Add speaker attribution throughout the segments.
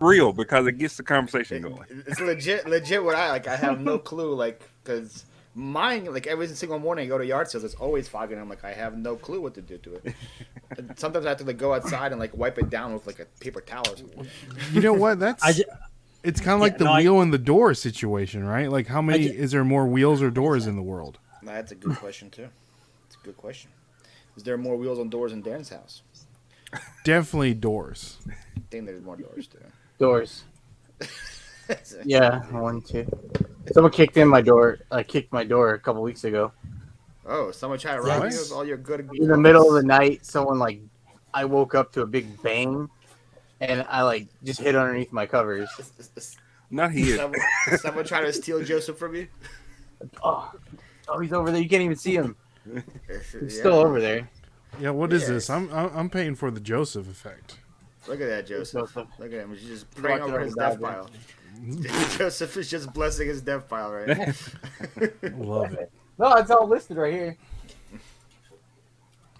Speaker 1: real because it gets the conversation going.
Speaker 2: It's legit, legit. What I like, I have no clue. Like, because mine, like every single morning I go to yard sales, it's always foggy, and I'm like, I have no clue what to do to it. And sometimes I have to like go outside and like wipe it down with like a paper towel or something.
Speaker 3: You know what? That's
Speaker 4: I, ju-
Speaker 3: it's kind of like
Speaker 4: Yeah,
Speaker 3: the
Speaker 4: no, I-
Speaker 3: wheel and the door situation, right? Like how many
Speaker 4: ju-
Speaker 3: is there more wheels or doors in the world?
Speaker 2: Nah, That's a good question too. It's a good question. Is there more wheels on doors in Dan's house?
Speaker 3: Definitely doors.
Speaker 2: I think there's more doors too.
Speaker 4: doors. Yeah, one, two. Someone kicked in my door. I kicked my door a couple weeks ago.
Speaker 2: Oh, someone tried to rob you
Speaker 3: Yes.
Speaker 2: with all your good.
Speaker 4: In the middle of the night, someone like, I woke up to a big bang, and I like just hid underneath my covers.
Speaker 1: Not here.
Speaker 2: Someone, someone tried to steal Joseph from you.
Speaker 4: Oh, oh, he's over there. You can't even see him. He's
Speaker 2: Yeah.
Speaker 4: still over there.
Speaker 3: Yeah, what is
Speaker 2: Yes.
Speaker 3: this? I'm I'm I'm paying for the Joseph effect.
Speaker 2: Look at that, Joseph.
Speaker 4: Joseph.
Speaker 2: Look at him. He's just praying
Speaker 4: Walking
Speaker 2: over
Speaker 4: over
Speaker 2: his
Speaker 4: the
Speaker 2: death
Speaker 4: Bible.
Speaker 2: pile. Joseph is just blessing his death pile right now.
Speaker 3: Love it.
Speaker 4: No, it's all listed right here.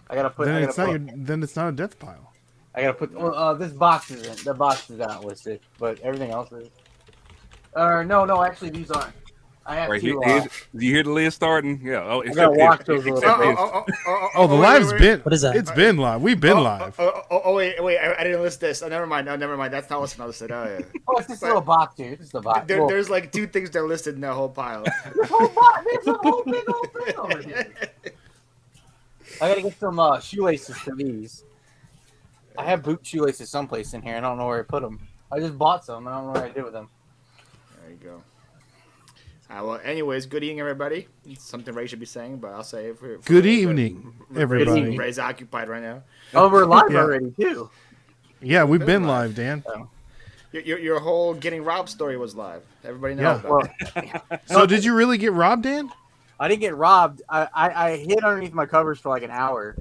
Speaker 4: I gotta put.
Speaker 3: then
Speaker 4: I
Speaker 3: it's
Speaker 4: gotta
Speaker 3: not
Speaker 4: put,
Speaker 3: your, then it's not a death pile.
Speaker 4: I gotta put. Well, uh, this box isn't. The box is not listed, but everything else is. Or no, no, actually these aren't. I have
Speaker 1: Right
Speaker 4: to.
Speaker 1: here,
Speaker 4: uh,
Speaker 1: here's- do you hear the list starting? Yeah. Oh,
Speaker 4: gotta walk those
Speaker 2: oh,
Speaker 4: little-
Speaker 1: this.
Speaker 2: oh, oh, oh,
Speaker 3: Oh, the
Speaker 2: wait,
Speaker 3: live's
Speaker 2: wait, wait.
Speaker 3: been.
Speaker 5: What is that?
Speaker 3: It's been live. We've been
Speaker 2: Oh,
Speaker 3: live.
Speaker 2: Oh, oh, oh, oh, wait, wait. I, I didn't list this. Oh, never mind. No, never mind. That's not listed. I listed. Oh, yeah.
Speaker 4: Oh, it's this little box here. It's the
Speaker 3: Ah,
Speaker 4: box.
Speaker 2: There,
Speaker 4: Well,
Speaker 2: there's like two things that are listed in that whole pile.
Speaker 4: the whole box. There's a whole big old thing over here. I gotta get some uh, shoelaces for these. I have boot shoelaces someplace in here. I don't know where I put them. I just bought some, and I don't know what I did with them.
Speaker 2: There you go. Uh, well, anyways, good evening, everybody. It's something Ray should be saying, but I'll say it for, for
Speaker 3: Good
Speaker 2: Ray, but
Speaker 3: evening,
Speaker 2: Ray-
Speaker 3: everybody.
Speaker 2: Ray's occupied right now.
Speaker 4: Oh, we're live
Speaker 3: Yeah.
Speaker 4: already too.
Speaker 3: Yeah, we've
Speaker 2: Been
Speaker 3: been
Speaker 2: live.
Speaker 3: live, Dan.
Speaker 2: Your, your, your whole getting robbed story was live. Everybody knows.
Speaker 3: Yeah.
Speaker 2: about
Speaker 4: Well,
Speaker 2: it.
Speaker 3: So did you really get robbed, Dan?
Speaker 4: I didn't get robbed. I, I, I hid underneath my covers for like an hour,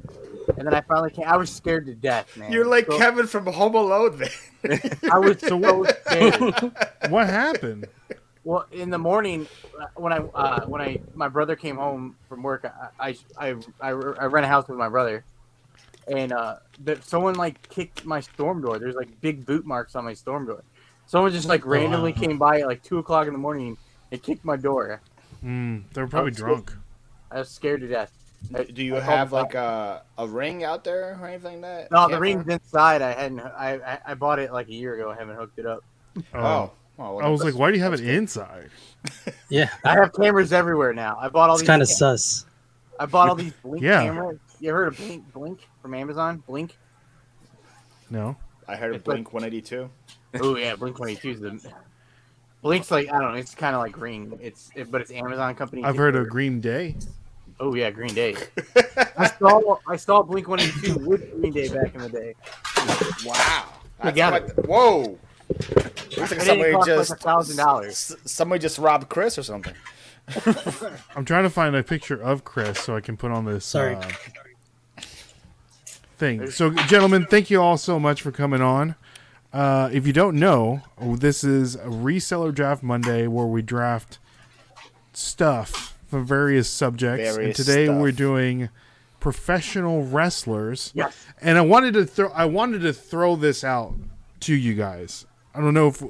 Speaker 4: and then I finally came. I was scared to death, man.
Speaker 2: You're like
Speaker 4: So-
Speaker 2: Kevin from Home Alone. Then.
Speaker 4: I was so scared.
Speaker 3: What happened?
Speaker 4: Well, in the morning, uh, when I uh, when I my brother came home from work, I I, I, I I rent a house with my brother, and uh, that someone like kicked my storm door. There's like big boot marks on my storm door. Someone just like randomly came by at like two o'clock in the morning and kicked my door.
Speaker 3: Mm, they were probably
Speaker 4: Oh, shit.
Speaker 3: drunk.
Speaker 4: I was scared to death. I-
Speaker 2: Uh, Do you
Speaker 4: I called
Speaker 2: have
Speaker 4: the
Speaker 2: like a, a ring out there or anything like that?
Speaker 4: No, the
Speaker 2: Camera?
Speaker 4: ring's inside. I hadn't. I, I I bought it like a year ago. I haven't hooked it up.
Speaker 3: Oh.
Speaker 2: Oh, oh well,
Speaker 3: I was like,
Speaker 2: that's-
Speaker 3: why do you have it inside?
Speaker 5: Yeah,
Speaker 4: I have cameras everywhere now. I bought all
Speaker 5: it's
Speaker 4: these.
Speaker 5: kind of sus.
Speaker 4: I bought all these blink
Speaker 3: Yeah.
Speaker 4: cameras. You ever heard of Blink Blink from Amazon? Blink.
Speaker 3: No.
Speaker 2: I heard a
Speaker 4: it's like-
Speaker 2: Blink 182.
Speaker 4: Oh yeah, Blink Twenty Two is the. Blink's like I don't know. It's kind of like Green. It's it, but it's Amazon company.
Speaker 3: I've heard of Green Day.
Speaker 4: Oh yeah, Green Day. I saw I saw Blink One Eighty Two with Green Day back in the day.
Speaker 2: Wow. That's
Speaker 4: Together.
Speaker 2: quite- whoa. Looks like
Speaker 4: It
Speaker 2: somebody
Speaker 4: didn't cost
Speaker 2: just
Speaker 4: like a thousand dollars.
Speaker 2: s- somebody just robbed Chris or something.
Speaker 3: I'm trying to find a picture of Chris so I can put on this
Speaker 5: Sorry.
Speaker 3: uh, thing. So, gentlemen, thank you all so much for coming on. Uh, if you don't know, this is a reseller draft Monday where we draft stuff for various subjects. and
Speaker 2: Various
Speaker 3: today
Speaker 2: stuff.
Speaker 3: we're doing professional wrestlers.
Speaker 4: Yes.
Speaker 3: And I wanted to throw I wanted to throw this out to you guys. I don't know if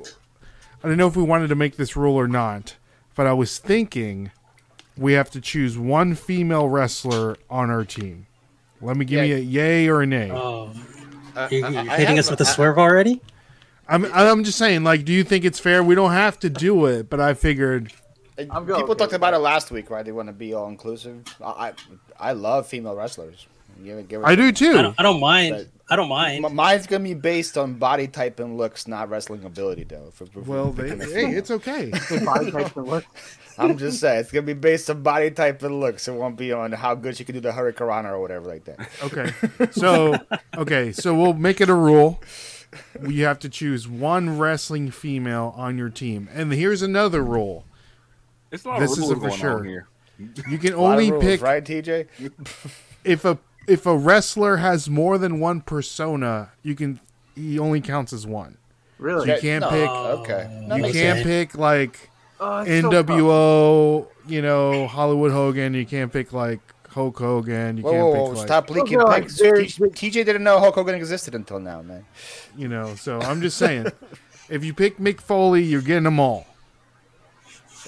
Speaker 3: I don't know if we wanted to make this rule or not, but I was thinking we have to choose one female wrestler on our team. Let me give
Speaker 2: Yeah.
Speaker 3: you a yay or a nay.
Speaker 5: Oh, you're,
Speaker 2: I-
Speaker 5: you're
Speaker 2: I
Speaker 5: hitting
Speaker 2: have-
Speaker 5: us with a
Speaker 2: I-
Speaker 5: swerve already?
Speaker 3: I'm I'm just saying, like, do you think it's fair? We don't have to do it, but I figured
Speaker 2: People
Speaker 4: going-
Speaker 2: talked about it last week, right? They want to be all inclusive. I, I I love female wrestlers. Give it, give it
Speaker 3: I do
Speaker 5: I
Speaker 3: too.
Speaker 5: don't, I don't mind.
Speaker 2: But-
Speaker 5: I don't mind.
Speaker 2: M- Mine's gonna be based on body type and looks, not wrestling ability, though. For, for-
Speaker 3: Well,
Speaker 2: for-
Speaker 3: they, hey, it's okay.
Speaker 4: Body types and look.
Speaker 2: I'm just saying it's gonna be based on body type and looks. It won't be on how good she can do the hurricane or whatever like that.
Speaker 3: Okay. So, okay, so we'll make it a rule. You have to choose one wrestling female on your team. And here's another rule.
Speaker 1: It's a lot
Speaker 3: This
Speaker 1: of
Speaker 3: is
Speaker 1: rules
Speaker 3: for
Speaker 1: going
Speaker 3: sure.
Speaker 1: on here.
Speaker 3: You can
Speaker 2: A lot of
Speaker 3: only
Speaker 2: rules,
Speaker 3: pick
Speaker 2: right, TJ.
Speaker 3: if a if a wrestler has more than one persona, you can he only counts as one.
Speaker 4: Really?
Speaker 3: You can't
Speaker 2: no.
Speaker 3: pick
Speaker 2: Okay.
Speaker 5: That
Speaker 3: you
Speaker 5: makes
Speaker 3: can't
Speaker 5: sense.
Speaker 3: pick like
Speaker 4: Oh, it's so tough.
Speaker 3: NWO, you know, Hollywood Hogan, you can't pick like Hulk Hogan, you
Speaker 2: Whoa,
Speaker 3: can't
Speaker 2: whoa,
Speaker 3: pick
Speaker 2: whoa!
Speaker 3: like
Speaker 2: Stop leaking
Speaker 4: Those are, like,
Speaker 2: picks.
Speaker 4: very
Speaker 2: T- TJ didn't know Hulk Hogan existed until now, man.
Speaker 3: you know, so I'm just saying If you pick Mick Foley, you're getting them all.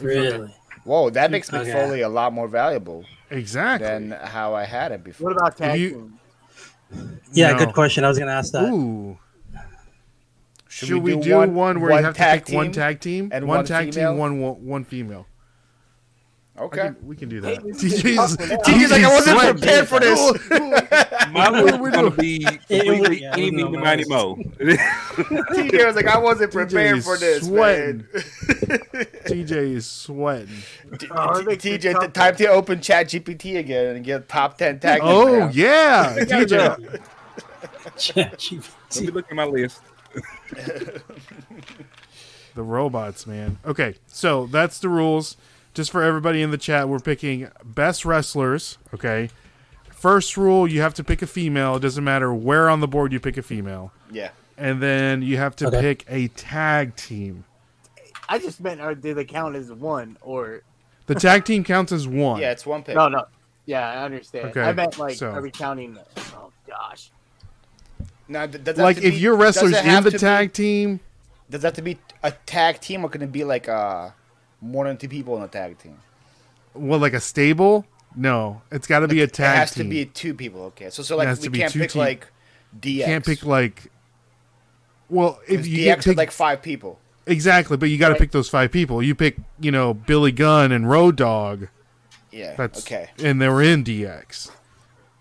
Speaker 5: Really?
Speaker 2: Whoa, that makes
Speaker 5: Okay.
Speaker 2: McFoley Foley a lot more valuable
Speaker 3: Exactly.
Speaker 2: than how I had it before.
Speaker 4: What about tag
Speaker 3: you-
Speaker 4: team?
Speaker 5: Yeah,
Speaker 3: No.
Speaker 5: good question. I was gonna ask that.
Speaker 3: Ooh. Should, we, do, one,
Speaker 2: one-
Speaker 3: where
Speaker 2: one
Speaker 3: you have to
Speaker 2: tag
Speaker 3: pick one
Speaker 2: team
Speaker 3: tag team
Speaker 2: and
Speaker 3: one,
Speaker 2: one
Speaker 3: tag
Speaker 2: female?
Speaker 3: team, one wo- one female? I
Speaker 2: Okay.
Speaker 3: can- we can do that.
Speaker 4: Hey, this is
Speaker 3: DJ's,
Speaker 4: awesome.
Speaker 2: He's like, I wasn't
Speaker 3: sweating.
Speaker 2: prepared for this.
Speaker 1: Mine
Speaker 3: What
Speaker 1: was
Speaker 3: are we
Speaker 1: gonna
Speaker 3: doing?
Speaker 1: be
Speaker 5: It was-
Speaker 1: completely
Speaker 5: yeah, it was
Speaker 1: anything to
Speaker 5: normal.
Speaker 1: Mighty Mo.
Speaker 2: TJ was like, I wasn't
Speaker 3: TJ
Speaker 2: prepared
Speaker 3: is
Speaker 2: for this,
Speaker 3: sweating.
Speaker 2: man.
Speaker 3: DJ is sweating.
Speaker 2: T-
Speaker 4: Oh, it makes me
Speaker 2: TJ,
Speaker 4: tough.
Speaker 2: t- type to open Chat GPT again and get top ten tag. teams
Speaker 3: Oh
Speaker 2: now.
Speaker 3: yeah, DJ.
Speaker 1: Let me
Speaker 5: ChatGPT.
Speaker 1: look at my list.
Speaker 3: The robots, man. Okay, so that's the rules. Just for everybody in the chat, we're picking best wrestlers. Okay. First rule, you have to pick a female. It doesn't matter where on the board you pick a female.
Speaker 2: yeah.
Speaker 3: And then you have to
Speaker 5: Okay.
Speaker 3: pick a tag team.
Speaker 4: I just meant, or did they count as one or
Speaker 3: The tag team counts as one.
Speaker 2: Yeah, it's one pick.
Speaker 4: no? No, yeah, I understand.
Speaker 3: Okay,
Speaker 4: I meant like,
Speaker 3: so-
Speaker 4: are we counting? the- Oh gosh,
Speaker 2: Now, d- does that
Speaker 3: Like
Speaker 2: have to
Speaker 3: if
Speaker 2: be-
Speaker 3: your wrestler's
Speaker 2: does it
Speaker 3: in
Speaker 2: have
Speaker 3: the
Speaker 2: to be-
Speaker 3: tag team,
Speaker 2: does that have to be a tag team, or can it be like uh, more than two people in a tag team?
Speaker 3: well, like a stable. No, it's got to be a tag
Speaker 2: it has
Speaker 3: team.
Speaker 2: to be two people. Okay, so so
Speaker 3: It
Speaker 2: like
Speaker 3: has
Speaker 2: we
Speaker 3: to be
Speaker 2: can't
Speaker 3: two
Speaker 2: pick
Speaker 3: team-
Speaker 2: like DX.
Speaker 3: You can't pick like. Well, if
Speaker 2: 'Cause
Speaker 3: you
Speaker 2: DX
Speaker 3: get
Speaker 2: had
Speaker 3: pick,
Speaker 2: like five people.
Speaker 3: exactly, but you got to
Speaker 4: Right.
Speaker 3: pick those five people. You pick, you know, Billy Gunn and Road Dog.
Speaker 2: Yeah.
Speaker 3: That's
Speaker 2: okay.
Speaker 3: and they were in DX.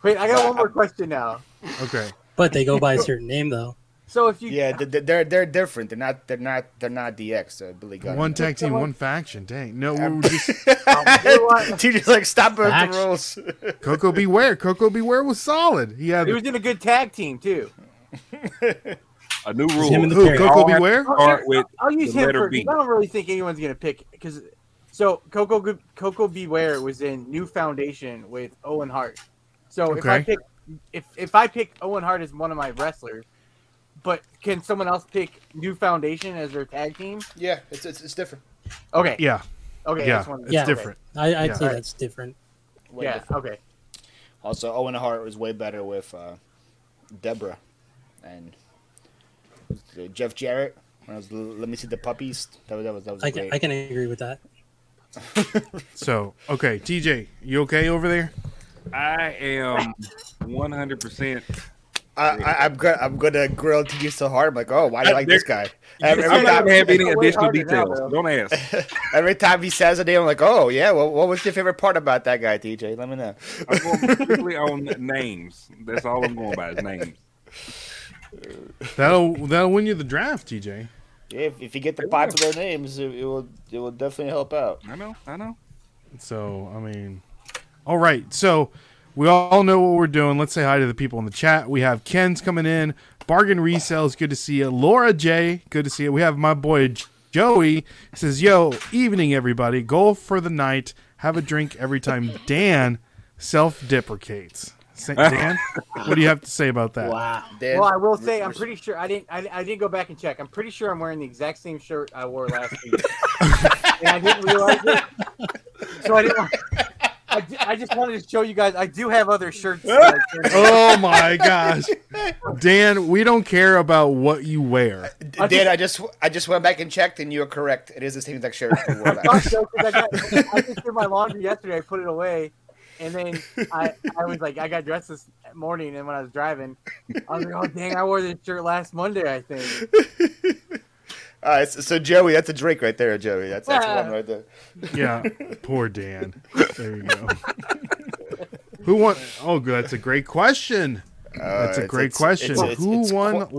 Speaker 4: wait, I got one more question now.
Speaker 3: Okay,
Speaker 5: But they go by a certain name though.
Speaker 4: So if you
Speaker 2: Yeah, th- th- they're they're different. They're not they're not they're not DX. Uh, Billy Gunn.
Speaker 3: one tag team,
Speaker 4: someone-
Speaker 3: one faction. Dang, no, we were just
Speaker 2: TJ's like stop with the
Speaker 5: Action.
Speaker 2: rules.
Speaker 3: Coco Beware. Coco Beware was solid. He had
Speaker 4: He was in a good tag team too.
Speaker 1: A new
Speaker 5: him
Speaker 1: rule.
Speaker 5: and the
Speaker 3: who?
Speaker 5: Perry.
Speaker 3: Coco
Speaker 1: All have-
Speaker 3: Beware.
Speaker 1: Start with
Speaker 4: I'll use
Speaker 1: the
Speaker 4: him
Speaker 1: letter
Speaker 4: for.
Speaker 1: B.
Speaker 4: I don't really think anyone's gonna pick because. So Coco Gu- Coco Beware was in New Foundation with Owen Hart. So if I
Speaker 3: Okay.
Speaker 4: pick if if I pick Owen Hart as one of my wrestlers, but can someone else pick New Foundation as their tag team?
Speaker 2: yeah, it's, it's it's different.
Speaker 4: Okay.
Speaker 3: Yeah,
Speaker 4: Okay.
Speaker 3: yeah,
Speaker 4: that's one-
Speaker 3: it's
Speaker 5: Yeah.
Speaker 3: different.
Speaker 5: I, I'd
Speaker 3: Yeah.
Speaker 5: say that's different.
Speaker 2: Way
Speaker 4: yeah.
Speaker 2: different.
Speaker 4: Okay.
Speaker 2: Also, Owen Hart was way better with uh, Deborah and Jeff Jarrett. When I was L- Let Me See the Puppies. That was that was, that was
Speaker 5: I can,
Speaker 2: great.
Speaker 5: I can agree with that.
Speaker 3: So okay, TJ, you okay over there?
Speaker 1: I am 100. percent
Speaker 2: I, I, I'm gonna I'm gonna grill TJ so hard. I'm like, oh, why do you
Speaker 1: Uh,
Speaker 2: like this guy? Every,
Speaker 1: I'm not
Speaker 2: every
Speaker 1: gonna
Speaker 2: time,
Speaker 1: have any
Speaker 4: Way
Speaker 1: additional
Speaker 4: harder now,
Speaker 1: details.
Speaker 4: though.
Speaker 1: Don't ask.
Speaker 2: every time he says a name, I'm like, oh yeah. Well, what was your favorite part about that guy, TJ? Let me know.
Speaker 1: I'm going strictly on names. That's all I'm going by is names.
Speaker 3: That'll that'll win you the draft, TJ.
Speaker 2: Yeah, if, if you get the popular names, it, it will it will definitely help out.
Speaker 1: I know. I know.
Speaker 3: So I mean, all right. So we all know what we're doing. Let's say hi to the people in the chat. We have Ken's coming in. Bargain resales, good to see you. Laura J, good to see you. We have my boy J- Joey says, "Yo, evening everybody. Goal for the night. Have a drink every time." Dan self-deprecates. Sa- Dan, what do you have to say about that?
Speaker 5: Wow.
Speaker 2: Dan,
Speaker 4: Well, I will say I'm pretty sure I didn't. I, I didn't go back and check. I'm pretty sure I'm wearing the exact same shirt I wore last week, and I didn't realize it. So I didn't. want- I, ju- I just wanted to show you guys. I do have other shirts. that I carry.
Speaker 3: Oh my gosh, Dan, we don't care about what you wear.
Speaker 2: Dan, I just I just went back and checked, and you are correct. It is the same exact shirt. you wore last
Speaker 4: Fuck though, 'cause I, got, I just did my laundry yesterday. I put it away, and then I, I was like, I got dressed this morning, and when I was driving, I was like, oh dang, I wore this shirt last Monday, I think.
Speaker 2: All right, so, so Joey, that's a Drake right there, Joey. That's, that's the
Speaker 4: Yeah.
Speaker 2: one right there.
Speaker 3: Yeah, poor Dan. There you go. Who won? Oh, good. That's a great question.
Speaker 2: Uh,
Speaker 3: That's a
Speaker 2: it's-
Speaker 3: great
Speaker 2: it's-
Speaker 3: question.
Speaker 2: it's- it's-
Speaker 3: Who
Speaker 2: it's
Speaker 3: won
Speaker 2: qu-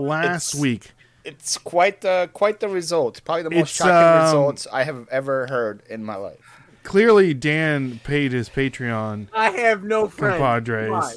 Speaker 2: it's-
Speaker 3: last week?
Speaker 2: It's quite uh, quite the result. Probably the most
Speaker 3: It's,
Speaker 2: shocking
Speaker 3: um,
Speaker 2: results I have ever heard in my life.
Speaker 3: Clearly, Dan paid his Patreon.
Speaker 4: I have no friends.
Speaker 3: Compadres.
Speaker 4: Come on.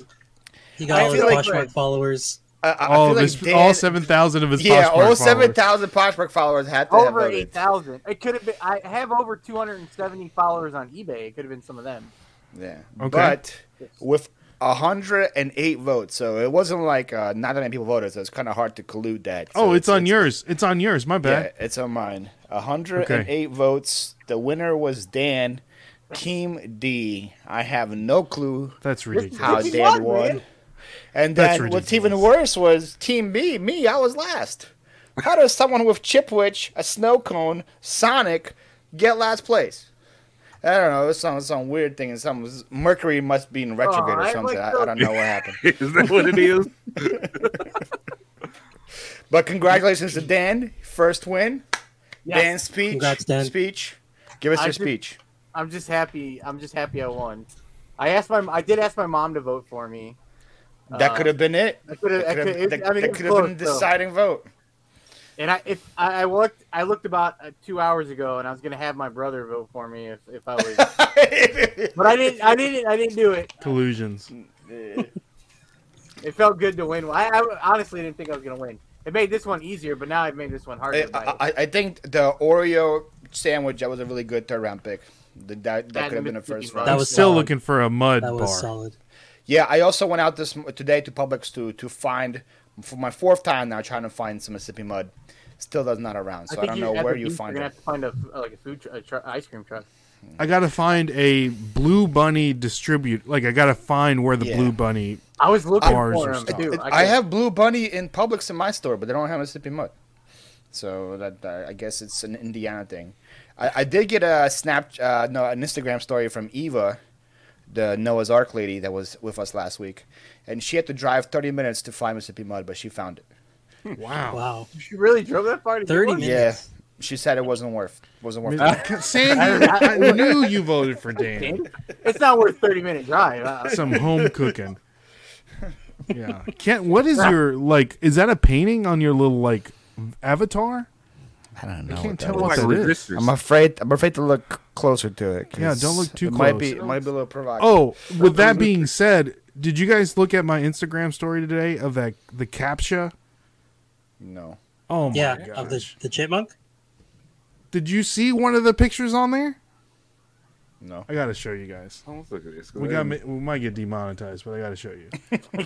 Speaker 5: He got
Speaker 2: I
Speaker 5: all his
Speaker 2: feel like-
Speaker 5: Poshmark followers.
Speaker 2: I, I- I
Speaker 3: All of
Speaker 2: feel like
Speaker 3: his,
Speaker 2: Dan-
Speaker 3: all seven thousand of his.
Speaker 2: Yeah,
Speaker 3: Poshmark
Speaker 2: all
Speaker 3: followers.
Speaker 2: seven thousand Poshmark followers had to
Speaker 4: over
Speaker 2: have voted.
Speaker 4: eight thousand. It could have been. I have over two hundred and seventy followers on eBay. It could have been some of them.
Speaker 2: Yeah,
Speaker 3: Okay.
Speaker 2: but with hundred and eight votes, so it wasn't like uh, not that many people voted. So it's kind of hard to collude that. So
Speaker 3: Oh, it's on yours. It's on yours. My
Speaker 2: Yeah,
Speaker 3: bad.
Speaker 2: it's on mine. 108 votes. The winner was Dan, Team D. I have no clue
Speaker 3: That's
Speaker 2: how
Speaker 3: ridiculous.
Speaker 4: Team
Speaker 2: Dan
Speaker 4: won,
Speaker 2: won.
Speaker 4: man.
Speaker 2: And
Speaker 3: That's
Speaker 2: then what's
Speaker 3: ridiculous.
Speaker 2: even worse was Team B, me, I was last. How does someone with Chipwitch, a snow cone, Sonic, get last place? I don't know. It was some some weird thing, and some Mercury must be in retrograde
Speaker 4: Oh,
Speaker 2: or
Speaker 4: I
Speaker 2: something.
Speaker 4: like
Speaker 2: I, I don't know what happened.
Speaker 1: Is that what it is?
Speaker 2: But congratulations to Dan, first win.
Speaker 4: Yes.
Speaker 2: Dan's speech.
Speaker 6: Congrats, Dan.
Speaker 2: Speech. Give us
Speaker 4: I
Speaker 2: your
Speaker 4: did-
Speaker 2: speech.
Speaker 4: I'm just happy. I'm just happy I won. I asked my. I did ask my mom to vote for me.
Speaker 2: that
Speaker 4: Uh,
Speaker 2: could have been it.
Speaker 4: I could have.
Speaker 2: That
Speaker 4: I
Speaker 2: could
Speaker 4: could.
Speaker 2: have
Speaker 4: I mean, it was
Speaker 2: been a
Speaker 4: close, though.
Speaker 2: deciding vote.
Speaker 4: And I, if I, I looked, I looked about uh, two hours ago, and I was gonna have my brother vote for me if, if I was, but I didn't. I didn't. I didn't do it.
Speaker 3: Collusions.
Speaker 4: It felt good to win. I, I honestly didn't think I was gonna win. It made this one easier, but now I've made this one harder.
Speaker 2: I,
Speaker 4: by-
Speaker 2: I, I think the Oreo sandwich that was a really good third round pick. The, that that
Speaker 4: That
Speaker 2: could have been a
Speaker 4: and the
Speaker 2: first
Speaker 4: Mickey
Speaker 2: round.
Speaker 6: That
Speaker 3: I'm
Speaker 6: was
Speaker 3: still
Speaker 6: solid.
Speaker 3: looking for a mud
Speaker 6: That was
Speaker 3: bar.
Speaker 6: solid.
Speaker 2: yeah, I also went out this m- today to Publix to to find for my fourth time now trying to find some Mississippi mud. Still does not around, so I, don't know
Speaker 4: at the
Speaker 2: where you
Speaker 4: beach,
Speaker 2: find
Speaker 4: You're gonna
Speaker 2: it.
Speaker 4: have to find a f- like a food tr- a tr- ice cream truck.
Speaker 3: I gotta find a blue bunny distribute. Like I gotta find where the
Speaker 2: Yeah.
Speaker 3: blue bunny.
Speaker 4: I was looking
Speaker 3: Bars
Speaker 4: for
Speaker 3: or
Speaker 4: him
Speaker 3: something.
Speaker 4: too.
Speaker 2: I, have Blue Bunny in Publix in my store, but they don't have Mississippi mud. So that uh, I guess it's an Indiana thing. I, I did get a snap, uh, no, an Instagram story from Eva, the Noah's Ark lady that was with us last week, and she had to drive 30 minutes to find Mississippi mud, but she found it.
Speaker 3: Wow.
Speaker 6: Hmm. Wow.
Speaker 2: Oh
Speaker 4: You really drove that far to get
Speaker 6: 30
Speaker 4: one?
Speaker 6: minutes.
Speaker 2: Yeah, she said it wasn't worth, wasn't worth. it.
Speaker 3: Mi- Sandy, I knew you voted for Dan.
Speaker 4: It's not worth thirty minute drive. Uh,
Speaker 3: Some home cooking. Yeah, Kent. What is your like? Is that a painting on your little like avatar?
Speaker 2: I don't know.
Speaker 3: I
Speaker 2: what
Speaker 3: can't
Speaker 2: that
Speaker 3: tell
Speaker 2: is.
Speaker 3: what
Speaker 1: Like
Speaker 3: that is.
Speaker 1: resistors.
Speaker 2: I'm afraid. I'm afraid to look closer to it. 'cause
Speaker 3: Yeah, don't look too
Speaker 2: it Might
Speaker 3: close.
Speaker 2: be, it might be a little provocative.
Speaker 3: Oh, with that being said, did you guys look at my Instagram story today of that the captcha?
Speaker 2: no.
Speaker 3: Oh my
Speaker 6: Yeah,
Speaker 3: gosh.
Speaker 6: of the, the chipmunk?
Speaker 3: Did you see one of the pictures on there?
Speaker 2: No.
Speaker 3: I gotta show you guys.
Speaker 1: Oh, let's look at this. Go
Speaker 3: We
Speaker 1: ahead
Speaker 3: got
Speaker 1: and-
Speaker 3: we might get demonetized, but I gotta show you.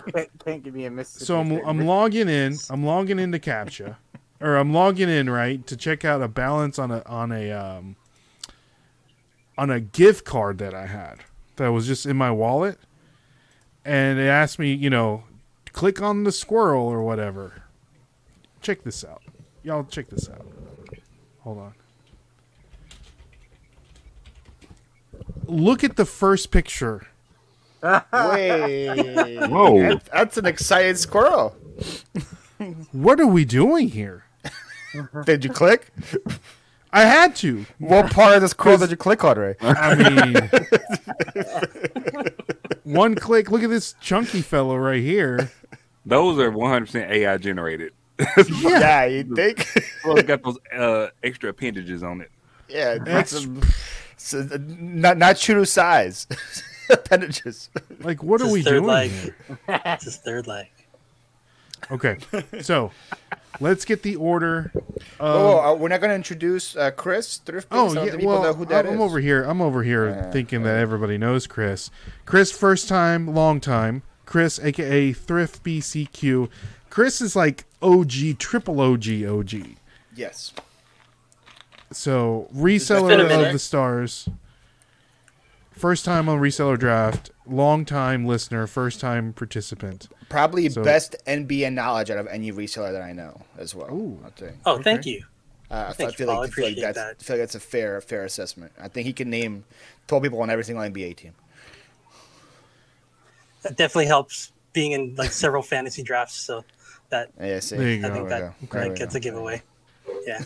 Speaker 4: can't, can't give me a miss.
Speaker 3: So I'm I'm logging in. I'm logging into CAPTCHA, or I'm logging in right to check out a balance on a on a um on a gift card that I had that was just in my wallet, and it asked me, you know, click on the squirrel or whatever. Check this out, y'all. Check this out. Hold on. Look at the first picture.
Speaker 2: Wait.
Speaker 1: Whoa.
Speaker 2: That- that's an excited squirrel.
Speaker 3: What are we doing here?
Speaker 2: Did you click?
Speaker 3: I had to.
Speaker 2: What part of the squirrel did you click on, Ray?
Speaker 3: I mean, one click. Look at this chunky fellow right here.
Speaker 1: Those are 100% AI generated.
Speaker 3: Yeah.
Speaker 2: Yeah, you think?
Speaker 1: Well, it's got those uh, extra appendages on it.
Speaker 2: yeah,
Speaker 3: That's-
Speaker 2: that's not not true size. Appendages.
Speaker 3: Like, what
Speaker 6: It's
Speaker 3: are
Speaker 6: his
Speaker 3: we
Speaker 6: third
Speaker 3: doing?
Speaker 6: leg.
Speaker 3: here?
Speaker 6: it's his third leg.
Speaker 3: Okay, so let's get the order. Of, oh,
Speaker 2: oh, uh, we're not going to introduce uh, Chris Thrifty. so
Speaker 3: yeah.
Speaker 2: the people
Speaker 3: Well,
Speaker 2: know who that
Speaker 3: I'm
Speaker 2: is.
Speaker 3: over here. I'm over here
Speaker 2: Yeah,
Speaker 3: thinking that everybody knows Chris. Chris, first time, long time. Chris, aka Thrift BCQ. Chris is like OG, triple OG, OG.
Speaker 2: Yes.
Speaker 3: So
Speaker 6: been a
Speaker 3: reseller of
Speaker 6: minute.
Speaker 3: the stars. First time on reseller draft, long time listener, first time participant.
Speaker 2: Probably
Speaker 3: So-
Speaker 2: best NBN knowledge out of any reseller that I know as well.
Speaker 3: Ooh.
Speaker 2: I think.
Speaker 6: Oh, thank you.
Speaker 2: Uh, I, feel,
Speaker 6: Thank
Speaker 2: I feel
Speaker 6: you, Paul.
Speaker 2: like,
Speaker 6: I
Speaker 2: I feel like
Speaker 6: appreciate
Speaker 2: that's I feel like that's a fair fair assessment. I think he can name twelve people on every single NBA team.
Speaker 6: That definitely helps being in like several fantasy drafts. So that
Speaker 2: Yeah, see,
Speaker 3: There you
Speaker 6: I
Speaker 3: go.
Speaker 6: think
Speaker 2: There we
Speaker 6: that,
Speaker 2: go. There
Speaker 6: that
Speaker 2: we
Speaker 6: gets
Speaker 2: go.
Speaker 6: a giveaway. Yeah,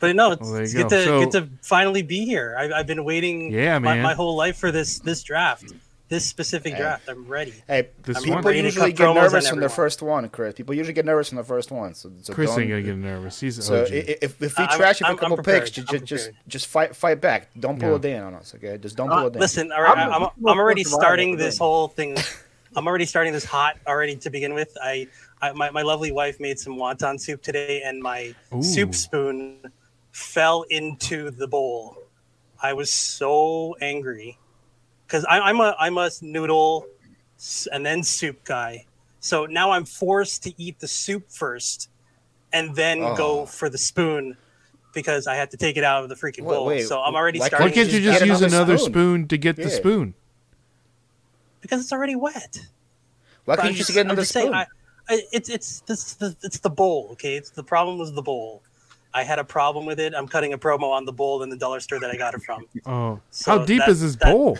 Speaker 6: but no, it's,
Speaker 3: Well, there
Speaker 6: it's
Speaker 3: you
Speaker 6: good
Speaker 3: go.
Speaker 6: to
Speaker 3: So-
Speaker 6: good to finally be here. I, I've been waiting,
Speaker 3: Yeah,
Speaker 6: my,
Speaker 3: man.
Speaker 6: my whole life for this this draft, this specific
Speaker 2: Yeah.
Speaker 6: draft. I'm ready.
Speaker 2: Hey,
Speaker 3: This one-
Speaker 2: people
Speaker 6: ready to
Speaker 2: usually
Speaker 6: cut
Speaker 2: get
Speaker 6: promos
Speaker 2: nervous
Speaker 6: on
Speaker 2: on their
Speaker 6: everyone.
Speaker 2: first one, Chris. People usually get nervous on their first one. So, so
Speaker 3: Chris ain't
Speaker 2: don't-
Speaker 3: gonna get nervous. He's
Speaker 2: So
Speaker 3: OG.
Speaker 2: i- i- if, if we
Speaker 6: Uh, I'm-
Speaker 2: trash you for
Speaker 6: I'm-
Speaker 2: a
Speaker 6: I'm
Speaker 2: couple
Speaker 6: prepared.
Speaker 2: picks, ju-
Speaker 6: I'm
Speaker 2: ju- just
Speaker 6: prepared.
Speaker 2: just fight fight back. Don't pull
Speaker 3: Yeah.
Speaker 2: a Dan on us, okay? Just don't
Speaker 4: Uh,
Speaker 2: pull a Dan.
Speaker 6: Listen, all right,
Speaker 4: I'm-
Speaker 6: I'm, I'm, I'm already
Speaker 4: Listen, I'm-
Speaker 6: starting this whole thing. I'm already starting this hot already to begin with. I, I my, my lovely wife made some wonton soup today, and my
Speaker 3: Ooh.
Speaker 6: soup spoon fell into the bowl. I was so angry because I'm a I'm a noodle s- and then soup guy. So now I'm forced to eat the soup first, and then
Speaker 2: Oh.
Speaker 6: go for the spoon because I had to take it out of the freaking
Speaker 2: Wait,
Speaker 6: bowl.
Speaker 2: wait,
Speaker 6: so I'm already
Speaker 2: why can't
Speaker 6: starting.
Speaker 3: Why can't
Speaker 6: to
Speaker 3: you just
Speaker 2: Get
Speaker 3: use
Speaker 2: another
Speaker 3: another spoon.
Speaker 2: spoon.
Speaker 3: to get the
Speaker 2: Yeah.
Speaker 3: spoon?
Speaker 6: because it's already wet.
Speaker 2: Why
Speaker 6: But
Speaker 2: can't
Speaker 6: I'm
Speaker 2: you just
Speaker 6: just-
Speaker 2: get
Speaker 6: I'm
Speaker 2: another
Speaker 6: just saying,
Speaker 2: spoon?
Speaker 6: I,
Speaker 5: I- it's it's this the, it's the bowl. Okay, it's the problem was the bowl. I had a problem with it. I'm cutting a promo on the bowl in the dollar store that I got it from.
Speaker 3: Oh,
Speaker 5: So
Speaker 3: how deep
Speaker 5: that-
Speaker 3: is this
Speaker 5: that-
Speaker 3: bowl?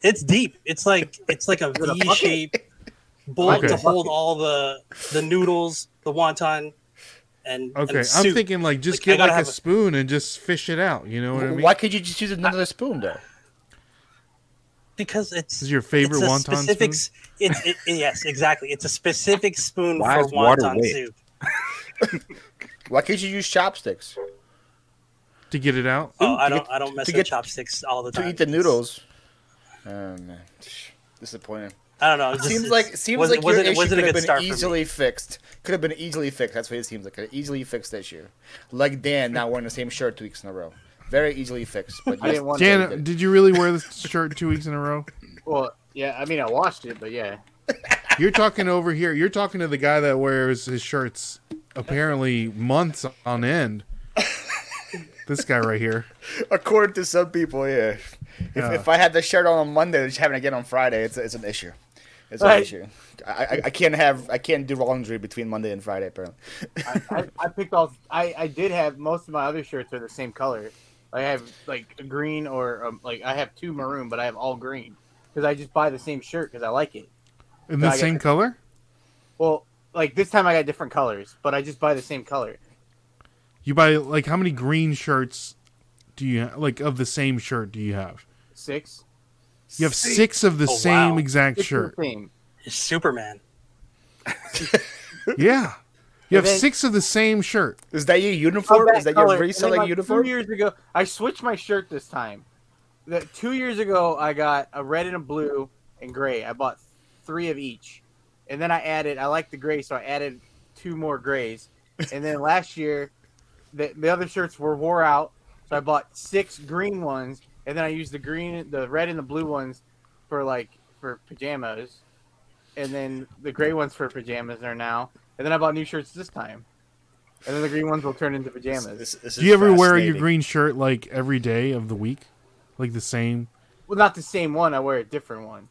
Speaker 5: It's deep. It's like it's like a
Speaker 4: it a
Speaker 5: V shape bowl
Speaker 3: Okay.
Speaker 5: to hold all the the noodles, the wonton, and and
Speaker 3: Okay, I'm
Speaker 5: soup.
Speaker 3: thinking like just
Speaker 5: Like, I
Speaker 3: get
Speaker 5: gotta
Speaker 3: like
Speaker 5: have
Speaker 3: a,
Speaker 5: a-
Speaker 3: spoon and just fish it out. You know what I mean?
Speaker 2: Why could you just use another spoon though?
Speaker 5: because it's
Speaker 3: This is your favorite
Speaker 5: it's a
Speaker 3: wonton
Speaker 5: specific,
Speaker 3: spoon?
Speaker 5: It's it, yes, exactly. It's a specific spoon
Speaker 1: Why
Speaker 5: for
Speaker 1: is water
Speaker 5: wonton
Speaker 1: wet?
Speaker 5: soup.
Speaker 2: Why could you use chopsticks
Speaker 3: to get it out.
Speaker 5: Oh, I don't I don't mess
Speaker 2: to
Speaker 5: with
Speaker 2: get-
Speaker 5: chopsticks all the time.
Speaker 6: Uh,
Speaker 2: to eat the noodles? Oh man, disappointing.
Speaker 5: I don't know. It
Speaker 2: seems like seems like your issue could have been easily fixed. Could have been easily fixed. That's what it seems like. An easily fixed issue. Like Dan not wearing the same shirt two weeks in a row. Very easily fixed. But
Speaker 4: I
Speaker 2: yes,
Speaker 4: didn't want to.
Speaker 2: you
Speaker 3: Dan,
Speaker 2: did.
Speaker 3: did you really wear this shirt two weeks in a row?
Speaker 4: Well, yeah, I mean, I watched it, but yeah.
Speaker 3: You're talking over here. You're talking to the guy that wears his shirts apparently months on end. This guy right here.
Speaker 2: according to some people, yeah. If,
Speaker 3: Yeah.
Speaker 2: if I had the shirt on on Monday, just having it again on Friday, it's it's an issue. It's an
Speaker 4: Right.
Speaker 2: issue. I, I I can't have I can't do laundry between Monday and Friday apparently.
Speaker 4: I, I, I picked all. I, I did have most of my other shirts are the same color. I have like a green or um, like I have two maroon, but I have all green because I just buy the same shirt because I like it.
Speaker 3: In the
Speaker 4: No, I got-
Speaker 3: same color?
Speaker 4: Well, like this time I got different colors, but I just buy the same color.
Speaker 3: You buy like how many green shirts do you have? Like of the same shirt do you have?
Speaker 4: Six.
Speaker 3: You have six of the
Speaker 5: Oh,
Speaker 3: same
Speaker 5: wow.
Speaker 3: exact
Speaker 4: Six of
Speaker 3: shirt.
Speaker 4: the same.
Speaker 5: Superman.
Speaker 3: Yeah. You have
Speaker 4: And then-
Speaker 3: six of the same shirt.
Speaker 2: Is that your uniform?
Speaker 4: Of
Speaker 2: Is that
Speaker 4: color.
Speaker 2: your
Speaker 4: And then,
Speaker 2: reselling
Speaker 4: like,
Speaker 2: uniform?
Speaker 4: Two years ago, I switched my shirt this time. The, two years ago, I got a red and a blue and gray. I bought three of each, and then I added. I like the gray, so I added two more grays. And then last year, the, the other shirts were wore out, so I bought six green ones, and then I used the green, the red, and the blue ones for like for pajamas, and then the gray ones for pajamas are now. And then I bought new shirts this time, and then the green ones will turn into pajamas.
Speaker 2: This- this
Speaker 3: Do
Speaker 2: is
Speaker 3: you ever wear your
Speaker 2: fascinating.
Speaker 3: green shirt like every day of the week? Like the same?
Speaker 4: Well, not the same one. I wear a different one.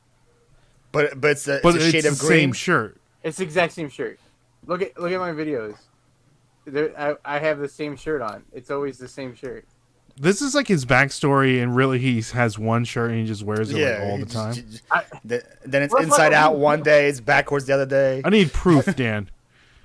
Speaker 2: But but it's a, it's
Speaker 3: But
Speaker 2: a
Speaker 3: it's,
Speaker 2: shade
Speaker 3: the
Speaker 2: of green.
Speaker 3: same shirt.
Speaker 4: It's the exact same shirt. Look at look at my videos. There, I, I have the same shirt on. It's always the same shirt.
Speaker 3: This is like his backstory, and really he has one shirt and he just wears it like, all
Speaker 2: you
Speaker 3: the
Speaker 2: just-
Speaker 3: time.
Speaker 2: j- j-
Speaker 4: I-
Speaker 2: th- then it's
Speaker 4: What if I
Speaker 2: inside
Speaker 4: don't
Speaker 2: out
Speaker 4: use
Speaker 2: one day, it's backwards the other day.
Speaker 3: I need proof, Dan.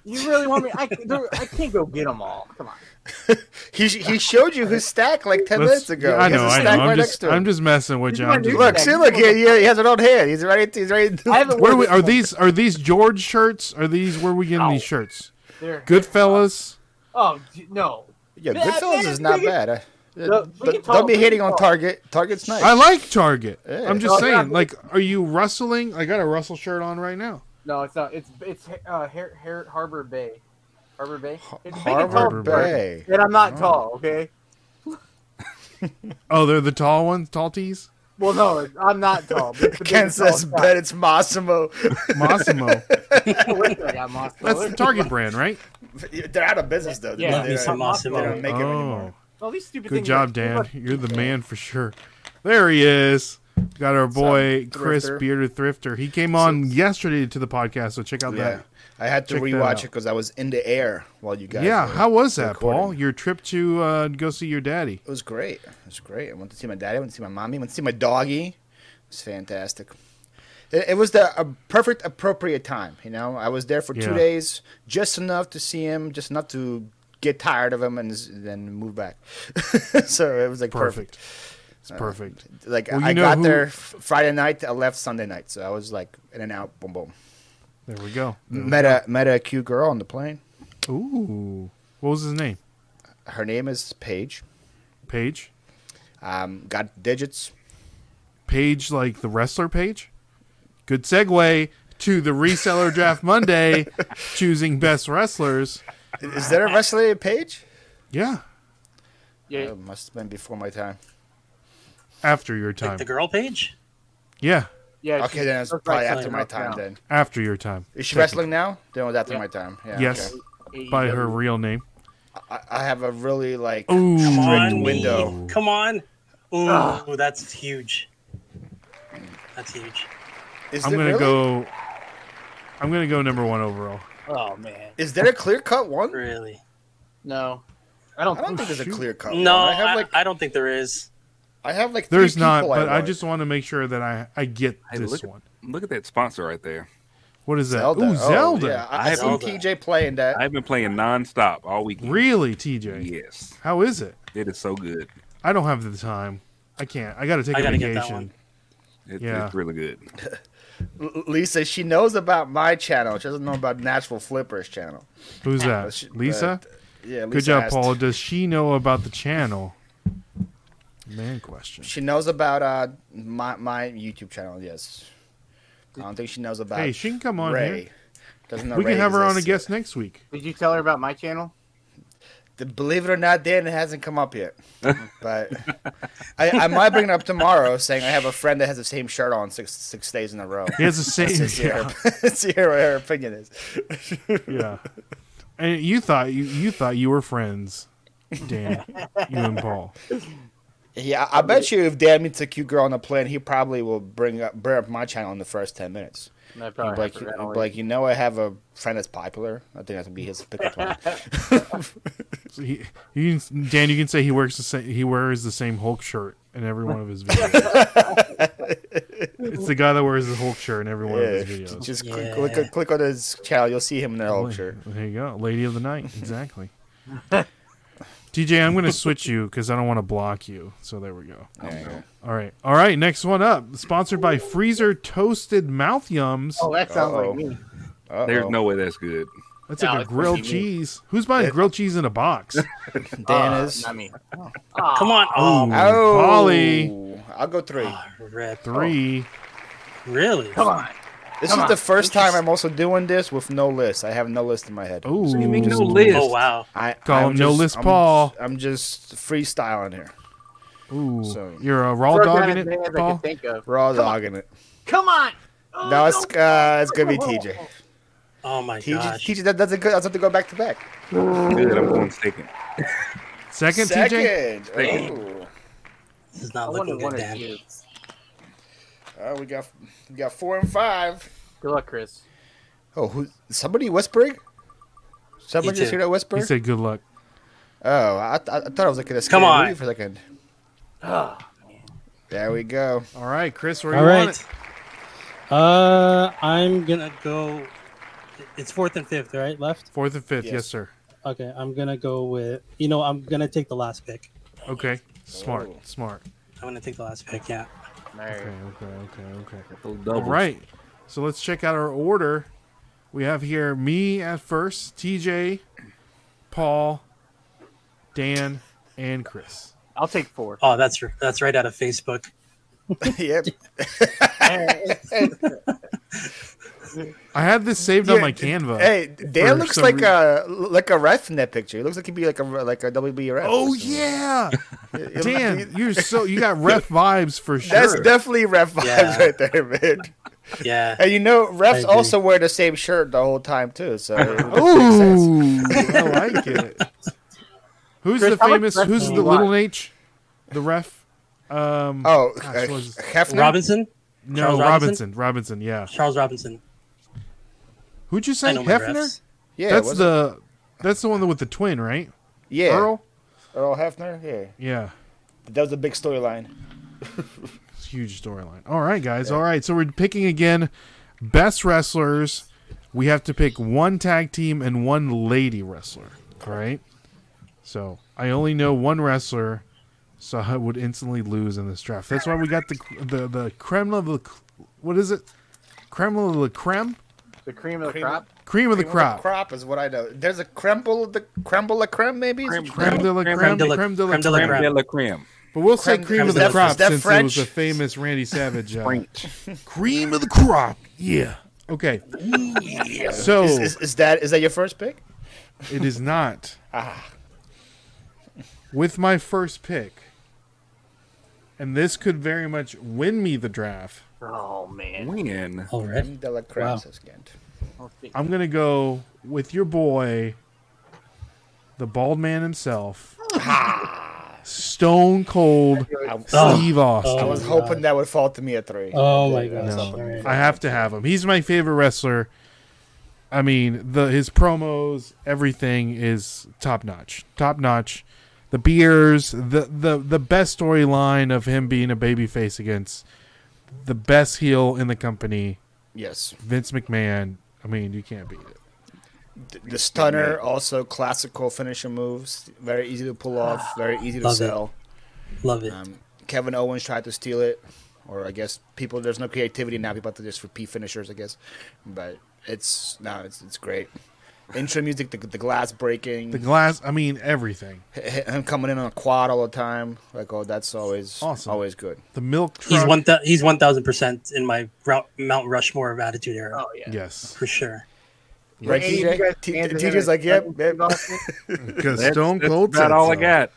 Speaker 4: You really want me? I, there, I can't go get them all. Come on.
Speaker 2: He sh- he showed you his stack like ten
Speaker 3: Let's-
Speaker 2: minutes ago.
Speaker 3: I
Speaker 2: He has
Speaker 3: know,
Speaker 2: a
Speaker 3: I know.
Speaker 2: stack
Speaker 3: I'm
Speaker 2: right next
Speaker 3: just,
Speaker 2: to him.
Speaker 3: I'm just messing with
Speaker 4: Did
Speaker 3: you.
Speaker 4: you
Speaker 3: I'm
Speaker 4: want
Speaker 3: just
Speaker 4: new
Speaker 2: Look,
Speaker 3: messing.
Speaker 2: see, look, he, he has it on hand. He's ready. To, he's ready.
Speaker 4: I
Speaker 2: To,
Speaker 4: haven't
Speaker 3: Where are,
Speaker 4: worn
Speaker 3: we,
Speaker 4: this
Speaker 3: are
Speaker 4: one.
Speaker 3: these? Are these George shirts? Are these where we getting these shirts?
Speaker 4: They're-
Speaker 3: Goodfellas.
Speaker 4: Oh gee, no.
Speaker 2: yeah,
Speaker 4: Yeah,
Speaker 2: Goodfellas
Speaker 4: man,
Speaker 2: is not
Speaker 4: we can-
Speaker 2: bad. I-
Speaker 4: No, we
Speaker 2: but
Speaker 4: can
Speaker 2: don't
Speaker 4: talk,
Speaker 2: be
Speaker 4: we can
Speaker 2: hitting on
Speaker 4: talk.
Speaker 2: Target. Target's nice.
Speaker 3: I like Target.
Speaker 2: Yeah.
Speaker 3: I'm just
Speaker 4: Oh, yeah.
Speaker 3: saying. Like, are you rustling? I got a Russell shirt on right now.
Speaker 4: No, it's not. It's it's uh, Har- Har- Harbor Bay. Harbor Bay. It's big and tall
Speaker 2: Harbor
Speaker 3: Harbor
Speaker 4: bird,
Speaker 2: Bay.
Speaker 4: And I'm not tall. Okay.
Speaker 3: Oh, they're the tall ones, tall tees.
Speaker 4: Well, no, I'm not tall. but it's the big
Speaker 2: Ken
Speaker 4: and tall
Speaker 2: says,
Speaker 4: shot.
Speaker 2: "Bet it's Massimo."
Speaker 3: Massimo.
Speaker 4: I got moss.
Speaker 3: That's the Target brand, right?
Speaker 2: They're out of business though. They don't-
Speaker 4: Yeah,
Speaker 2: they
Speaker 5: Massimo.
Speaker 2: don't- they don't make it
Speaker 3: Oh,
Speaker 2: anymore.
Speaker 4: Well, these stupid
Speaker 3: good
Speaker 4: things
Speaker 3: job, Dan. You're the man for sure. There he is. Got our boy Chris
Speaker 2: Thrifter.
Speaker 3: Bearded Thrifter. He came on yesterday to the podcast, so check out
Speaker 2: Yeah,
Speaker 3: that.
Speaker 2: I had to
Speaker 3: Check that
Speaker 2: rewatch
Speaker 3: out.
Speaker 2: it because I was in the air while you guys.
Speaker 3: Yeah,
Speaker 2: were-
Speaker 3: how was that, Paul?
Speaker 2: recording.
Speaker 3: Your trip to uh, go see your daddy?
Speaker 2: It was great. It was great. I went to see my daddy. I went to see my mommy. I went to see my doggy. It was fantastic. It, it was the uh, perfect, appropriate time. You know, I was there for two
Speaker 3: Yeah.
Speaker 2: days, just enough to see him, just enough to get tired of him, and s- then move back. so it was like perfect. Uh,
Speaker 3: Perfect. It's perfect.
Speaker 2: Like
Speaker 3: Well, you
Speaker 2: I
Speaker 3: know
Speaker 2: got
Speaker 3: who-
Speaker 2: there f- Friday night. I left Sunday night. So I was like in and out. Boom, boom.
Speaker 3: There we go.
Speaker 2: Met a met a cute girl on the plane.
Speaker 3: Ooh, what was his name?
Speaker 2: Her name is Paige.
Speaker 3: Paige.
Speaker 2: Um, got digits.
Speaker 3: Paige, like the wrestler Paige. Good segue to the reseller draft Monday, choosing best wrestlers.
Speaker 2: Is there a wrestler named Paige?
Speaker 3: Yeah,
Speaker 4: Yeah,
Speaker 2: It must have been before my time.
Speaker 3: after your
Speaker 5: Like
Speaker 3: time.
Speaker 5: the girl page.
Speaker 3: Yeah,
Speaker 4: yeah.
Speaker 2: Okay, then it's
Speaker 4: she's-
Speaker 2: probably
Speaker 4: that's
Speaker 2: after
Speaker 4: right,
Speaker 2: my
Speaker 4: right
Speaker 2: time.
Speaker 4: now.
Speaker 2: Then
Speaker 3: after your time.
Speaker 2: is she
Speaker 3: Technically.
Speaker 2: wrestling now? Then it was after
Speaker 4: Yeah.
Speaker 2: my time. Yeah,
Speaker 3: Yes,
Speaker 2: okay.
Speaker 3: by
Speaker 4: AEW.
Speaker 3: her real name.
Speaker 2: I, I have a really like.
Speaker 3: Ooh,
Speaker 5: E Come on,
Speaker 2: Strict window.
Speaker 5: Come on. Ooh,
Speaker 4: Ah.
Speaker 5: that's huge. That's huge.
Speaker 2: Is
Speaker 3: I'm
Speaker 2: it
Speaker 3: gonna
Speaker 2: really?
Speaker 3: go. I'm gonna go number one overall.
Speaker 5: Oh man,
Speaker 2: Is there a clear cut one?
Speaker 5: really?
Speaker 4: No, I don't.
Speaker 2: I don't think there's a
Speaker 3: Oh, shoot.
Speaker 2: clear cut.
Speaker 5: No,
Speaker 2: one. Uh, I
Speaker 5: I,
Speaker 2: have like
Speaker 5: I don't think there is.
Speaker 2: I have like
Speaker 3: There's
Speaker 2: three
Speaker 3: not,
Speaker 2: people
Speaker 3: but I
Speaker 2: like.
Speaker 3: just want to make sure that I I get
Speaker 1: Hey,
Speaker 3: this
Speaker 1: look at-
Speaker 3: one.
Speaker 1: Look at that sponsor right there.
Speaker 3: What is that?
Speaker 2: Zelda.
Speaker 3: Ooh,
Speaker 2: Oh,
Speaker 3: Zelda.
Speaker 2: yeah, I,
Speaker 1: I
Speaker 2: I
Speaker 1: have
Speaker 2: seen
Speaker 5: Zelda.
Speaker 2: TJ playing that.
Speaker 1: I've been playing nonstop all weekend.
Speaker 3: Really, TJ?
Speaker 1: Yes,
Speaker 3: How is it?
Speaker 1: it is so good.
Speaker 3: I don't have the time. I can't. I got to take
Speaker 5: I
Speaker 3: a
Speaker 5: gotta get that
Speaker 3: vacation.
Speaker 5: one.
Speaker 1: It,
Speaker 3: Yeah.
Speaker 1: It's really good.
Speaker 2: L- Lisa, she knows about my channel. She doesn't know about Nashville Flippers channel.
Speaker 3: Who's
Speaker 2: But
Speaker 3: that?
Speaker 2: she-
Speaker 3: Lisa.
Speaker 2: but, yeah, Lisa
Speaker 3: Good job,
Speaker 2: asked.
Speaker 3: Paula. Does she know about the channel? Man, question.
Speaker 2: She knows about uh my my YouTube channel. Yes, I don't think she knows about.
Speaker 3: Hey, she can come on
Speaker 2: Ray.
Speaker 3: here.
Speaker 2: Doesn't know
Speaker 3: we
Speaker 2: Ray
Speaker 3: can have her on a
Speaker 2: exists
Speaker 3: guest next week.
Speaker 4: Did you tell her about my channel?
Speaker 2: yet. Believe it or not, Dan, it hasn't come up yet. but I, I might bring it up tomorrow, saying I have a friend that has the same shirt on six six days in a row.
Speaker 3: He has the same.
Speaker 2: Let's see,
Speaker 3: yeah,
Speaker 2: her, see her, what her opinion is.
Speaker 3: yeah. And you thought you you thought you were friends, Dan, you and Paul.
Speaker 2: Yeah, I bet you if Dan meets a cute girl on the plane, he probably will bring up bring up my channel in the first ten minutes.
Speaker 4: No, I
Speaker 2: He'll
Speaker 4: probably
Speaker 2: be like,
Speaker 4: have to
Speaker 2: he'll be
Speaker 4: run
Speaker 2: like, you know, I have a friend that's popular. I think that's gonna be his pickup line.
Speaker 3: So he, you can, Dan, you can say he works the same. He wears the same Hulk shirt in every one of his videos. it's the guy that wears the Hulk shirt in every one
Speaker 2: Yeah,
Speaker 3: of his videos.
Speaker 2: just
Speaker 5: Yeah.
Speaker 2: click, click click on his channel. You'll see him in the Hulk shirt.
Speaker 3: There you go, Lady of the Night. Exactly. TJ, I'm going to switch you because I don't want to block you. So there we go.
Speaker 2: There you go.
Speaker 3: All right, all right. Next one up, sponsored by Freezer Toasted Mouth Yums.
Speaker 4: away. Oh, that sounds
Speaker 2: Uh-oh.
Speaker 4: like me.
Speaker 2: Uh-oh.
Speaker 1: There's no way that's good.
Speaker 3: That's
Speaker 4: No,
Speaker 3: like a
Speaker 4: it's
Speaker 3: grilled
Speaker 4: pretty neat.
Speaker 3: cheese. Who's buying grilled cheese in a box?
Speaker 2: Dan
Speaker 4: Uh,
Speaker 2: is.
Speaker 4: Not me. Ah,
Speaker 5: Come on. Oh, ah,
Speaker 3: Ooh.
Speaker 2: Oh,
Speaker 3: Polly. Oh,
Speaker 2: I'll go three.
Speaker 5: rip.
Speaker 3: Three.
Speaker 5: Really?
Speaker 4: Come on.
Speaker 2: This
Speaker 4: come
Speaker 2: is the
Speaker 4: on.
Speaker 2: first time I'm also doing this with no list. I have no list in my head.
Speaker 3: Oh,
Speaker 1: do you mean no list?
Speaker 5: Oh wow.
Speaker 2: I
Speaker 3: Call
Speaker 2: I'm
Speaker 3: him No
Speaker 2: just-
Speaker 3: List
Speaker 2: I'm-
Speaker 3: Paul.
Speaker 2: I'm just freestyling here.
Speaker 3: Ooh,
Speaker 2: So-
Speaker 3: you're a raw
Speaker 4: First
Speaker 3: dog
Speaker 4: guy
Speaker 3: in
Speaker 4: name I
Speaker 3: it,
Speaker 4: could
Speaker 3: Paul.
Speaker 4: think of.
Speaker 2: We're all dogging it.
Speaker 4: Come on. Oh,
Speaker 2: No,
Speaker 3: Oh,
Speaker 2: it's uh, it's gonna be TJ.
Speaker 5: Oh my
Speaker 2: TJ,
Speaker 5: gosh.
Speaker 2: TJ that, that's a good. That's have to go back to back.
Speaker 1: Good. I'm going second.
Speaker 3: Second, TJ.
Speaker 1: Second.
Speaker 2: Ooh.
Speaker 5: This is
Speaker 4: I
Speaker 5: not looking
Speaker 4: wanted
Speaker 5: good,
Speaker 4: one
Speaker 5: Dan.
Speaker 4: of you.
Speaker 2: All right, Oh, we got we got four and five.
Speaker 4: Good luck, Chris.
Speaker 2: Oh, who? Somebody whispering? Somebody
Speaker 5: Me
Speaker 2: just
Speaker 5: too.
Speaker 2: hear that whisper?
Speaker 3: He said, "Good luck."
Speaker 2: oh, I, I, I thought I was looking at a
Speaker 5: Come
Speaker 2: scary
Speaker 5: on.
Speaker 2: movie for a second.
Speaker 4: Oh,
Speaker 2: There we go.
Speaker 3: All right, Chris, where
Speaker 5: All
Speaker 3: you
Speaker 5: right.
Speaker 3: want
Speaker 5: Uh, I'm gonna go. It's fourth and fifth, right? Left.
Speaker 3: it? Fourth and fifth, yes,
Speaker 2: Yes.
Speaker 3: sir.
Speaker 5: Okay, I'm gonna go with. You know, I'm gonna take the last pick.
Speaker 3: Okay, smart,
Speaker 2: Oh.
Speaker 3: smart.
Speaker 5: I'm gonna take the last pick. Yeah.
Speaker 3: Okay,
Speaker 4: Mary.
Speaker 3: okay, okay, okay.
Speaker 1: Those
Speaker 3: All
Speaker 1: doubles.
Speaker 3: right, so let's check out our order. We have here me at first, TJ, Paul, Dan, and Chris.
Speaker 4: I'll take four.
Speaker 5: Oh, that's r- that's right out of Facebook.
Speaker 2: yep.
Speaker 3: I had this saved on
Speaker 2: Yeah,
Speaker 3: my Canva.
Speaker 2: Hey,
Speaker 3: Uh, For
Speaker 2: Dan looks
Speaker 3: some
Speaker 2: like
Speaker 3: reason-
Speaker 2: a like a ref in that picture. He looks like he'd be like a like a WB ref.
Speaker 3: Oh yeah,
Speaker 2: He- he-
Speaker 3: Dan,
Speaker 2: he-
Speaker 3: you're so you got ref vibes for sure.
Speaker 2: that's definitely ref vibes
Speaker 5: Yeah.
Speaker 2: right there, man.
Speaker 5: Yeah.
Speaker 2: And you know, refs
Speaker 5: agree.
Speaker 2: also wear the same shirt the whole time too. So it makes sense.
Speaker 3: Ooh, I like it. Who's
Speaker 4: Chris,
Speaker 3: the
Speaker 4: how much
Speaker 3: famous?
Speaker 4: ref
Speaker 3: Who's
Speaker 4: do
Speaker 3: the
Speaker 4: you want?
Speaker 3: little H? The ref? Um,
Speaker 2: Oh,
Speaker 3: Gosh,
Speaker 2: uh,
Speaker 3: what is-
Speaker 2: Hefner?
Speaker 5: Robinson.
Speaker 3: no,
Speaker 5: Charles Robinson?
Speaker 3: Robinson. Robinson. Yeah.
Speaker 5: Charles Robinson.
Speaker 3: Who'd you say?
Speaker 5: I know my
Speaker 3: Hefner.
Speaker 5: refs.
Speaker 2: Yeah,
Speaker 3: that's
Speaker 2: was it-
Speaker 3: the that's the one with the twin, right?
Speaker 2: yeah
Speaker 3: Earl.
Speaker 2: Earl Hefner. Yeah,
Speaker 3: Yeah.
Speaker 2: that was a big storyline.
Speaker 3: It's a huge storyline. All right, guys. All right. So we're picking again best wrestlers. We have to pick one tag team and one lady wrestler. All right. So I only know one wrestler, so I would instantly lose in this draft. That's why we got the the the creme of the what is it? Creme of the creme,
Speaker 4: The cream of the
Speaker 2: Cream of-
Speaker 4: crop.
Speaker 3: cream of the crop,
Speaker 2: crop is what I know. There's a crumble, the crumble la creme, maybe. Is it
Speaker 3: creme de la creme,
Speaker 5: Creme de la-
Speaker 3: creme de la
Speaker 5: creme de la
Speaker 3: creme.
Speaker 1: Creme de la creme.
Speaker 3: But we'll say
Speaker 2: Creme-
Speaker 3: cream of
Speaker 5: creme
Speaker 3: the
Speaker 5: de la-
Speaker 3: crop
Speaker 2: is that
Speaker 3: since it was
Speaker 2: French?
Speaker 3: a famous Randy Savage. Uh, cream of the crop. Yeah. Okay. So
Speaker 2: Is, is, is that is that your first pick?
Speaker 3: It is not.
Speaker 2: Ah.
Speaker 3: With my first pick, and this could very much win me the draft,
Speaker 4: Oh man.
Speaker 1: Win.
Speaker 5: All right.
Speaker 2: Creme de la creme
Speaker 5: Wow.
Speaker 2: says Gant.
Speaker 4: I'll see.
Speaker 3: I'm going to go with your boy, the bald man himself, Stone Cold
Speaker 2: I,
Speaker 5: Oh.
Speaker 3: Steve Austin.
Speaker 2: I was hoping that would fall to me at three.
Speaker 5: Oh my
Speaker 2: Yeah,
Speaker 5: gosh.
Speaker 3: No.
Speaker 5: All right.
Speaker 3: I have to have him. He's my favorite wrestler. I mean, the his promos, everything is top notch. Top notch. The beers, the the the best storyline of him being a babyface against the best heel in the company,
Speaker 2: Yes.
Speaker 3: Vince McMahon. I mean, you can't beat it.
Speaker 2: The, the stunner, also classical finishing moves. Very easy to pull off, very easy to
Speaker 5: Love it.
Speaker 2: sell.
Speaker 5: Love it.
Speaker 2: Um, Kevin Owens tried to steal it, or I guess people, there's no creativity now. People have to just repeat finishers, I guess. But it's, no, it's, it's great. Intro music, the, the glass breaking,
Speaker 3: The glass, I mean, everything.
Speaker 2: him coming in on a quad all the time. Like, oh, that's always
Speaker 3: Awesome.
Speaker 2: always good.
Speaker 3: The milk truck.
Speaker 5: He's one. Th- he's one thousand percent in my Rou- Mount Rushmore of Attitude Era
Speaker 4: Oh yeah.
Speaker 3: Yes,
Speaker 5: for sure.
Speaker 2: Right,
Speaker 4: Any of you
Speaker 2: TJ?
Speaker 4: guys
Speaker 2: T-
Speaker 4: fans of
Speaker 2: TJ's
Speaker 4: him
Speaker 2: like,
Speaker 4: as
Speaker 2: yep,
Speaker 4: Michael
Speaker 2: yep.
Speaker 4: Jackson?
Speaker 3: because
Speaker 1: That's,
Speaker 3: Stone
Speaker 1: that's
Speaker 3: Cold.
Speaker 1: about
Speaker 3: said
Speaker 1: all I
Speaker 3: so.
Speaker 1: got.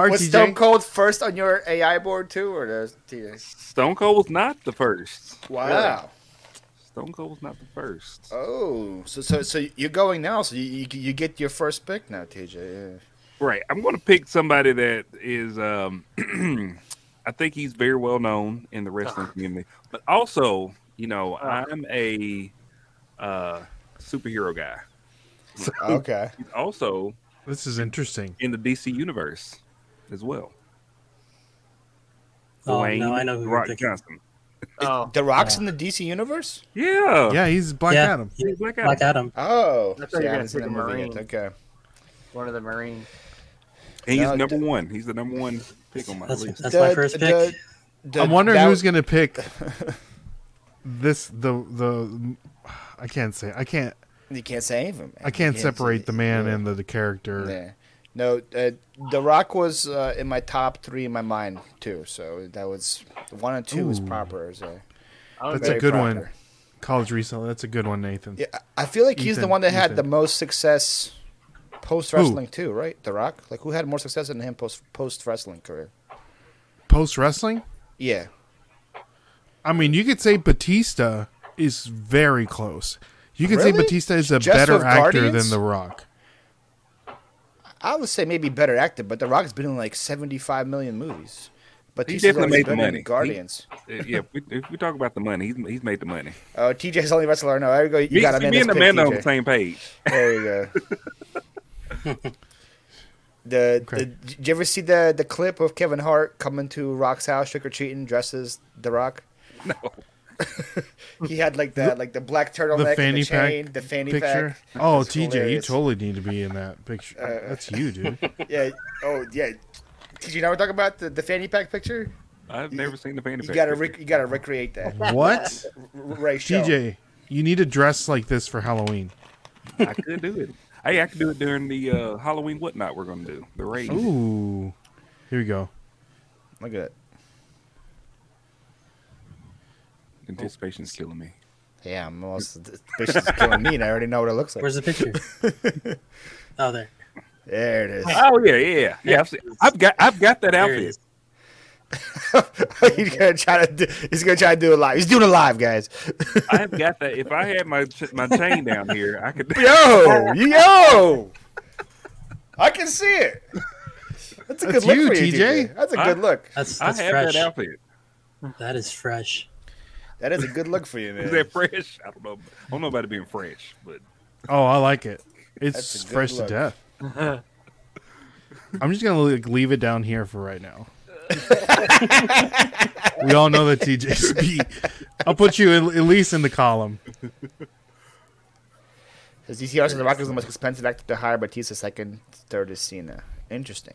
Speaker 2: Was
Speaker 3: RTJ,
Speaker 2: Stone Cold first on your AI board too, or the TJ?
Speaker 1: Stone Cold was not the first.
Speaker 2: Wow.
Speaker 1: Stone Cold was not the first.
Speaker 2: Oh, so so so you're going now, so you you, you get your first pick now, TJ. Yeah.
Speaker 1: Right. I'm going to pick somebody that is. Um, I think he's very well known in the wrestling community, but also, you know, I'm a uh, superhero guy. So
Speaker 2: Okay.
Speaker 1: he's also
Speaker 3: This is interesting.
Speaker 1: in the DC universe as well.
Speaker 5: Oh,
Speaker 1: Dwayne
Speaker 5: no, I know who
Speaker 1: The
Speaker 5: you're
Speaker 1: Rock
Speaker 5: thinking.
Speaker 1: Johnson.
Speaker 4: Oh,
Speaker 2: The Rock's in the DC universe.
Speaker 1: Yeah.
Speaker 3: Yeah, he's Black
Speaker 5: yeah,
Speaker 3: Adam.
Speaker 5: yeah,
Speaker 1: Black Adam.
Speaker 5: Black Adam.
Speaker 2: Oh,
Speaker 4: I thought
Speaker 2: see,
Speaker 4: you were
Speaker 2: I
Speaker 4: gonna
Speaker 2: haven't seen
Speaker 4: pick
Speaker 2: that movie yet.
Speaker 4: Marine.
Speaker 2: Okay.
Speaker 4: one of the Marines.
Speaker 1: And he's
Speaker 2: No,
Speaker 1: number
Speaker 2: d-
Speaker 1: one. He's the number one pick on my
Speaker 5: That's,
Speaker 1: list.
Speaker 5: that's my first pick.
Speaker 3: I'm wondering who's going to pick this. The the I can't say. I can't.
Speaker 2: gonna. You can't say him.
Speaker 3: I can't separate the man and the, the character.
Speaker 2: Yeah. No, uh, The Rock was uh, in my top three in my mind too. So that was one and two is
Speaker 3: Ooh.
Speaker 2: proper. So
Speaker 4: Oh,
Speaker 3: That's
Speaker 4: very
Speaker 3: a good
Speaker 2: proper.
Speaker 3: one. College reseller. That's a good one, Nathan.
Speaker 2: yeah, I- I feel like he's the
Speaker 3: Ethan,
Speaker 2: one that had the
Speaker 3: Ethan.
Speaker 2: most success post wrestling too, right? The Rock, like who had more success than him post post wrestling career?
Speaker 3: Post wrestling.
Speaker 2: Yeah,
Speaker 3: I mean, you could say Batista is very close. You could say
Speaker 2: Really?
Speaker 3: Batista is a
Speaker 2: Just
Speaker 3: better
Speaker 2: with
Speaker 3: actor
Speaker 2: Guardians?
Speaker 3: than The Rock.
Speaker 2: I would say maybe better actor, but The Rock's been in like seventy five million movies. But
Speaker 1: He
Speaker 2: he's
Speaker 1: definitely
Speaker 2: always
Speaker 1: made the
Speaker 2: been in
Speaker 1: money. He-
Speaker 2: Guardians.
Speaker 1: Uh, yeah, we, if we talk about the money, he's, he's made the money.
Speaker 2: Oh, TJ's the only wrestler. No, there you go. You
Speaker 1: Me,
Speaker 2: got
Speaker 1: see,
Speaker 2: him
Speaker 1: me
Speaker 2: in
Speaker 1: and
Speaker 2: this pick,
Speaker 1: Amanda on
Speaker 2: TJ.
Speaker 1: the same page.
Speaker 2: There you go. the,
Speaker 3: Okay.
Speaker 2: the did you ever see the the clip of Kevin Hart coming to Rock's house trick or treating dresses The Rock?
Speaker 1: No.
Speaker 2: He had like the like the black
Speaker 3: The
Speaker 2: turtleneck, the,
Speaker 3: fanny
Speaker 2: the
Speaker 3: pack
Speaker 2: chain, the fanny
Speaker 3: Picture.
Speaker 2: pack.
Speaker 3: Oh,
Speaker 2: That's
Speaker 3: TJ, you
Speaker 2: hilarious. Uh,
Speaker 3: totally need to be in that picture. That's you, dude.
Speaker 2: Yeah. Oh yeah. Did you never talk about the, the fanny pack picture?
Speaker 1: I've never seen the fanny
Speaker 2: You
Speaker 1: pack
Speaker 2: gotta
Speaker 1: picture.
Speaker 2: rec- you gotta recreate that.
Speaker 3: what?
Speaker 2: R- Ray Shell.
Speaker 3: TJ, you need to dress like this for Halloween.
Speaker 1: I could do it. Hey, I could do it during the uh, Halloween whatnot we're gonna do. The raid.
Speaker 3: Ooh. Here we go.
Speaker 2: Look at that.
Speaker 1: Anticipation's killing me.
Speaker 2: Yeah, I'm almost this bitch is killing me, and I already know what it looks like.
Speaker 5: Where's the picture? oh, there.
Speaker 2: there it is.
Speaker 1: Oh yeah, yeah, yeah. yeah I've, seen, I've got I've got that
Speaker 5: There it
Speaker 1: outfit.
Speaker 5: is.
Speaker 2: he's gonna try to do, he's gonna try to do it live. He's doing it live, guys.
Speaker 1: I've got that. If I had my ch- my chain down here, I could.
Speaker 2: yo, yo, I can see it. That's a
Speaker 3: That's
Speaker 2: good look
Speaker 3: you,
Speaker 2: for you,
Speaker 3: TJ.
Speaker 2: TJ. That's a
Speaker 1: Huh?
Speaker 2: good look.
Speaker 5: That's
Speaker 1: I
Speaker 5: that's
Speaker 1: have
Speaker 5: fresh.
Speaker 1: that outfit.
Speaker 5: that is fresh.
Speaker 2: That is a good look for you,
Speaker 1: Is
Speaker 2: man.
Speaker 1: that fresh? I don't know. I don't know about it being fresh, but
Speaker 3: Oh, I like it.
Speaker 2: That's
Speaker 3: It's
Speaker 2: a good
Speaker 3: fresh
Speaker 2: look.
Speaker 3: to death. I'm just gonna like, leave it down here for right now. we all know that TJ's beat. I'll put you in, at least in the column.
Speaker 2: Because DC Arts and The Rock is the most expensive actor to hire, Batista second, third is Cena. Interesting.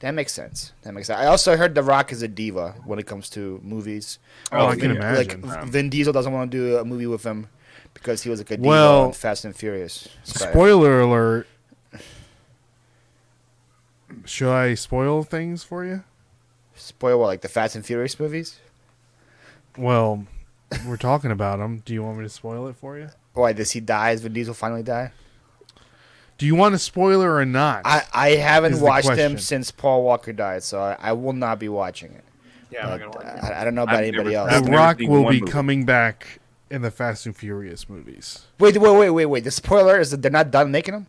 Speaker 2: That makes sense. That makes sense. I also heard The Rock is a diva when it comes to movies.
Speaker 3: Oh,
Speaker 1: Oh,
Speaker 3: I can
Speaker 1: yeah.
Speaker 3: imagine.
Speaker 2: Like Vin Diesel doesn't want to do a movie with him because he was like a diva
Speaker 3: Well,
Speaker 2: on Fast and Furious. So-
Speaker 3: Spoiler alert. Should I spoil things for you?
Speaker 2: spoil what, like the Fast and Furious movies?
Speaker 3: Well, we're talking about them. Do you want me to spoil it for you?
Speaker 2: Why does he die? Does Vin Diesel finally die?
Speaker 3: Do you want a spoiler or not?
Speaker 2: I, I haven't
Speaker 3: Is the
Speaker 2: watched
Speaker 3: question.
Speaker 2: him since Paul Walker died, so I, I will not be watching it.
Speaker 4: Yeah, we're
Speaker 2: But
Speaker 4: gonna watch it.
Speaker 2: I, I don't know about
Speaker 1: I've
Speaker 2: anybody
Speaker 1: never-
Speaker 3: the
Speaker 2: else.
Speaker 1: I've- never
Speaker 3: Rock
Speaker 1: seen
Speaker 3: will
Speaker 1: one
Speaker 3: be
Speaker 1: movie.
Speaker 3: coming back in the Fast and Furious movies.
Speaker 2: Wait, wait, wait, wait, wait. The spoiler is that they're not done making him.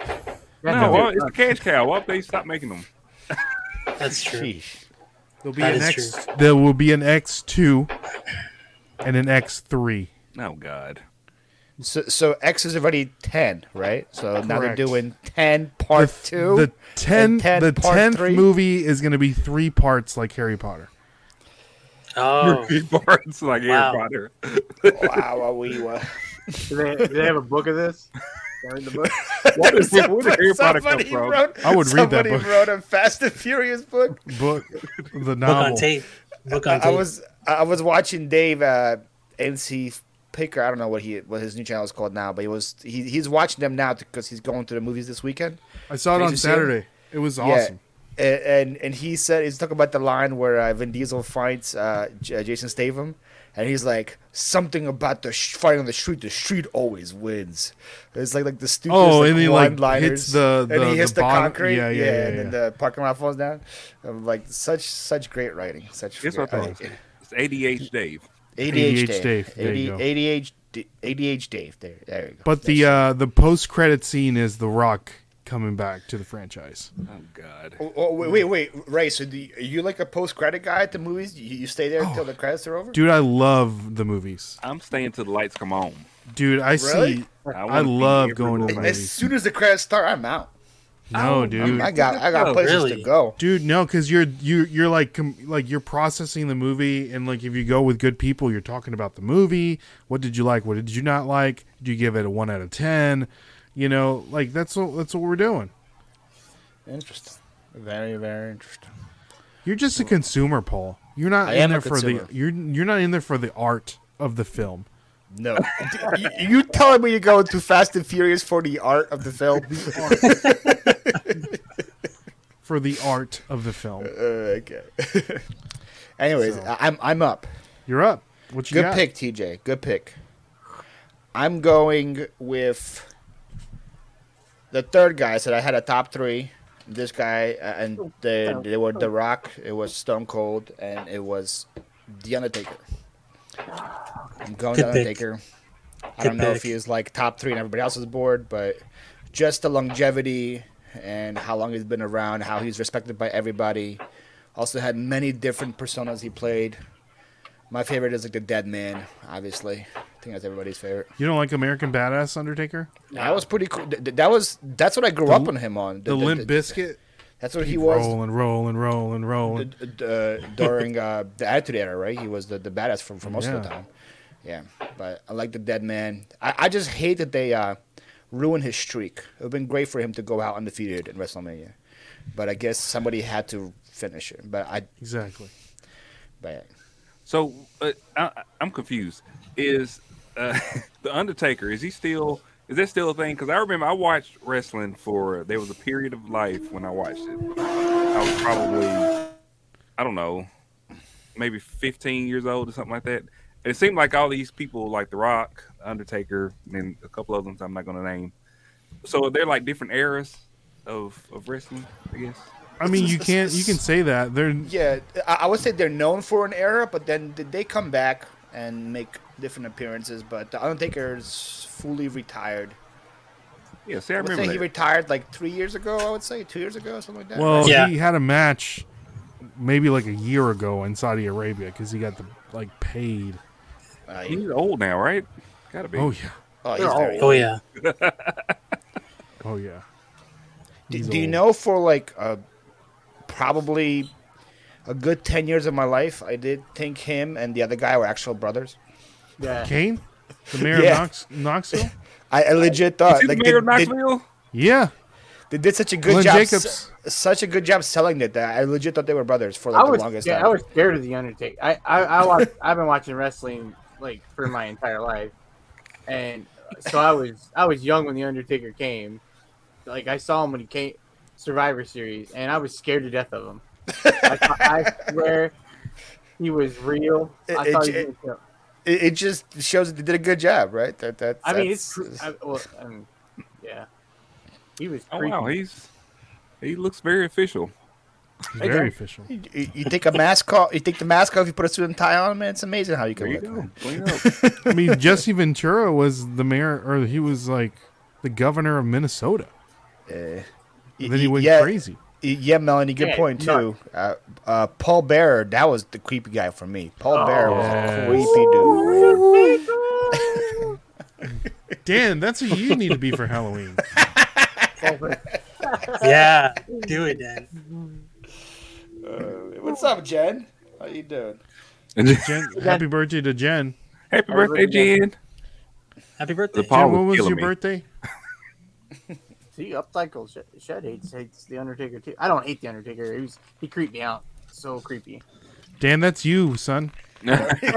Speaker 4: Yeah,
Speaker 1: no, well,
Speaker 4: dude,
Speaker 1: it's the cash cow. Why would they stop making them?
Speaker 5: That's true.
Speaker 2: Sheesh.
Speaker 3: There'll be
Speaker 5: That
Speaker 3: an
Speaker 5: is
Speaker 3: X. There will be an X two. and an X three.
Speaker 1: Oh God.
Speaker 2: So, so X is already ten, right? So now they're
Speaker 3: Correct.
Speaker 2: doing ten part
Speaker 3: the,
Speaker 2: two.
Speaker 3: The ten,
Speaker 2: and 10
Speaker 3: the
Speaker 2: part
Speaker 3: tenth
Speaker 2: three.
Speaker 3: movie is going to be three parts, like Harry Potter.
Speaker 5: Oh,
Speaker 1: Big parts like
Speaker 5: Wow.
Speaker 1: Harry Potter.
Speaker 2: wow, are we were.
Speaker 4: Do they, do they have a book of this? Can I read the book?
Speaker 1: What is where did Harry Potter come
Speaker 2: somebody
Speaker 1: from?
Speaker 2: wrote.
Speaker 3: I would read that
Speaker 2: somebody
Speaker 3: book.
Speaker 2: wrote a Fast and Furious book.
Speaker 3: Book, the
Speaker 5: book on
Speaker 3: novel.
Speaker 5: tape. Book
Speaker 2: I,
Speaker 5: on
Speaker 2: I
Speaker 5: tape.
Speaker 2: was I was watching Dave uh, NC Picker. I don't know what he what his new channel is called now, but he was he, he's watching them now because he's going to the movies this weekend.
Speaker 3: I saw it
Speaker 2: Did
Speaker 3: on
Speaker 2: you see it?
Speaker 3: Saturday. It was awesome.
Speaker 2: And, and and he said he's talking about the line where uh, Vin Diesel fights uh, J- Jason Statham, and he's like something about the sh- fighting on the street. The street always wins. It's like like the stupid.
Speaker 3: Oh,
Speaker 2: like,
Speaker 3: and he, like,
Speaker 2: one-liners,
Speaker 3: hits the-
Speaker 2: and
Speaker 3: the-
Speaker 2: he
Speaker 3: the
Speaker 2: hits the,
Speaker 3: bottom-
Speaker 2: concrete.
Speaker 3: yeah,
Speaker 2: Yeah,
Speaker 3: yeah,
Speaker 2: yeah,
Speaker 3: yeah,
Speaker 2: And then the parking lot falls down. I'm like such such great writing. Such
Speaker 1: Here's what I thought. It's ADH Dave.
Speaker 2: ADH,
Speaker 3: ADH
Speaker 2: Dave.
Speaker 3: Dave, there you go.
Speaker 2: ADH, D- ADH Dave. There, there you go.
Speaker 3: But the uh, the post credit scene is The Rock coming back to the franchise.
Speaker 1: Oh God.
Speaker 2: Oh, oh, wait, wait, wait, Ray. So, do you, are you like a post-credit guy at the movies? You, you stay there until the credits are over?
Speaker 3: Oh, Dude, I love the movies.
Speaker 1: I'm staying till the lights come on.
Speaker 3: Dude, I see.
Speaker 2: Really?
Speaker 1: wanna
Speaker 3: I love
Speaker 1: be
Speaker 3: going to
Speaker 1: everywhere.
Speaker 3: the-
Speaker 2: as soon as the credits start, I'm out.
Speaker 3: No,
Speaker 1: Oh,
Speaker 3: dude.
Speaker 2: I got, I got
Speaker 1: Oh,
Speaker 2: places
Speaker 5: really?
Speaker 2: to go.
Speaker 3: Dude, no, because you're you you're like com- like you're processing the movie, and like if you go with good people, you're talking about the movie. What did you like? What did you not like? Do you give it a one out of ten? You know, like that's what that's what we're doing.
Speaker 2: Interesting. Very, very interesting.
Speaker 3: You're just a consumer, Paul. You're not
Speaker 2: I
Speaker 3: in
Speaker 2: am
Speaker 3: there
Speaker 2: a
Speaker 3: for the
Speaker 2: consumer.
Speaker 3: you're you're not in there for the art of the film.
Speaker 2: No, you, you telling me you're going to Fast and Furious for the art of the film?
Speaker 3: For the art of the film.
Speaker 2: Uh, okay. Anyways, I- I'm, I'm up.
Speaker 3: You're up. What you
Speaker 2: Good
Speaker 3: got?
Speaker 2: pick, TJ. Good pick. I'm going with the third guy. I said I had a top three. This guy uh, and the, they were The Rock. It was Stone Cold, and it was The Undertaker. I'm going
Speaker 5: Good
Speaker 2: The
Speaker 5: pick.
Speaker 2: Undertaker. I
Speaker 5: Good
Speaker 2: don't know if
Speaker 5: pick.
Speaker 2: he is like top three and everybody else is bored, but just the longevity and how long he's been around, how he's respected by everybody. Also had many different personas he played. My favorite is like the Dead Man, obviously. I think that's everybody's favorite.
Speaker 3: You don't like American Badass Undertaker?
Speaker 2: That was pretty cool. Th- th- That was that's what I grew up on him on.
Speaker 3: The, Limp Biscuit.
Speaker 2: That's what he
Speaker 3: Keep
Speaker 2: was
Speaker 3: rolling, rolling, rolling, rolling.
Speaker 2: d- d- uh, during uh, the Attitude Era, right? He was the, the badass for, for most of
Speaker 3: Yeah.
Speaker 2: the time. Yeah, but I like the Dead Man. I, I just hate that they uh, ruined his streak. It would have been great for him to go out undefeated in WrestleMania, but I guess somebody had to finish it. But I,
Speaker 3: Exactly.
Speaker 2: but
Speaker 1: So uh, I, I'm confused. Is uh, the Undertaker? Is he still? Is that still a thing? Because I remember I watched wrestling for. There was a period of life when I watched it. I was probably, I don't know, maybe 15 years old or something like that. And it seemed like all these people, like The Rock, Undertaker, and a couple of them I'm not going to name. So they're like different eras of of wrestling, I guess.
Speaker 3: I mean, you can't you can say that. They're
Speaker 2: yeah, I, I would say they're known for an era, but then did they come back and make different appearances? But the Undertaker is fully retired.
Speaker 1: Yeah, see, I
Speaker 2: I would say
Speaker 1: remember
Speaker 2: he
Speaker 1: that.
Speaker 2: retired like three years ago. I would say two years ago, something like that.
Speaker 3: well,
Speaker 5: Yeah.
Speaker 3: he had a match maybe like a year ago in Saudi Arabia because he got the like paid.
Speaker 2: Uh,
Speaker 1: He's old now, right? Gotta be.
Speaker 3: Oh yeah,
Speaker 2: oh, he's
Speaker 4: They're
Speaker 2: very
Speaker 5: Oh yeah.
Speaker 3: oh yeah.
Speaker 2: Do,
Speaker 3: He's
Speaker 2: do you
Speaker 3: old.
Speaker 2: know for like uh, probably a good 10 years of my life, I did think him and the other guy were actual brothers.
Speaker 4: Yeah.
Speaker 3: Kane, the mayor
Speaker 2: Yeah.
Speaker 3: of Knox- Knoxville.
Speaker 2: I,
Speaker 4: Uh,
Speaker 2: I legit
Speaker 1: Is
Speaker 2: thought
Speaker 1: he the
Speaker 2: like,
Speaker 1: mayor of
Speaker 2: they, they,
Speaker 1: Knoxville?
Speaker 3: Yeah,
Speaker 2: they did such a good
Speaker 3: Glenn
Speaker 2: job,
Speaker 3: Jacobs.
Speaker 2: s- such a good job selling it that I legit thought they were brothers for like
Speaker 4: I
Speaker 2: the
Speaker 4: was,
Speaker 2: longest
Speaker 4: yeah,
Speaker 2: time.
Speaker 4: I was scared of the Undertaker. I, I, I watched, I've been watching wrestling like for my entire life, and so I was, I was young when the Undertaker came. Like I saw him when he came Survivor Series, and I was scared to death of him. I, thought- I swear, he was real. I
Speaker 2: It-
Speaker 4: thought
Speaker 2: it-
Speaker 4: he was real.
Speaker 2: it, it just shows that they did a good job, right? That that
Speaker 4: I mean, it's,
Speaker 2: that's-
Speaker 4: I, well, I mean, yeah, he was.
Speaker 1: Oh
Speaker 4: freaky.
Speaker 1: wow, he's he looks very official.
Speaker 3: he's
Speaker 2: Hey,
Speaker 3: very
Speaker 2: Gary.
Speaker 3: official.
Speaker 2: you, you take a mask off, you take the mask off, you put a suit and tie on, man. It's amazing how you
Speaker 1: There
Speaker 2: can
Speaker 1: you
Speaker 2: look.
Speaker 1: go.
Speaker 2: man.
Speaker 1: Clean up.
Speaker 3: I mean, Jesse Ventura was the mayor, or he was like the governor of Minnesota.
Speaker 2: Uh, y-
Speaker 3: And then he
Speaker 2: y-
Speaker 3: went
Speaker 2: yeah,
Speaker 3: crazy.
Speaker 2: Yeah, Melanie, good
Speaker 4: Yeah,
Speaker 2: point
Speaker 4: nut.
Speaker 2: too. Uh, uh, Paul Bearer, that was the creepy guy for me. Paul
Speaker 4: Oh,
Speaker 2: Bearer was
Speaker 3: yes.
Speaker 2: a creepy dude. man.
Speaker 3: Dan, that's what you need to be for Halloween.
Speaker 5: Yeah, do it then.
Speaker 2: Uh, what's up, Jen? How you doing?
Speaker 3: Jen, happy birthday to Jen.
Speaker 1: Happy birthday, Jen.
Speaker 5: Happy birthday.
Speaker 1: The Paul
Speaker 3: Jen, when
Speaker 1: was
Speaker 3: was
Speaker 1: killing
Speaker 3: your
Speaker 1: me.
Speaker 3: birthday?
Speaker 4: See, Upcycle Shed, Shed hates hates the Undertaker too. I don't hate the Undertaker. He was he creeped me out. So creepy.
Speaker 3: Dan, that's you, son.
Speaker 2: Hey,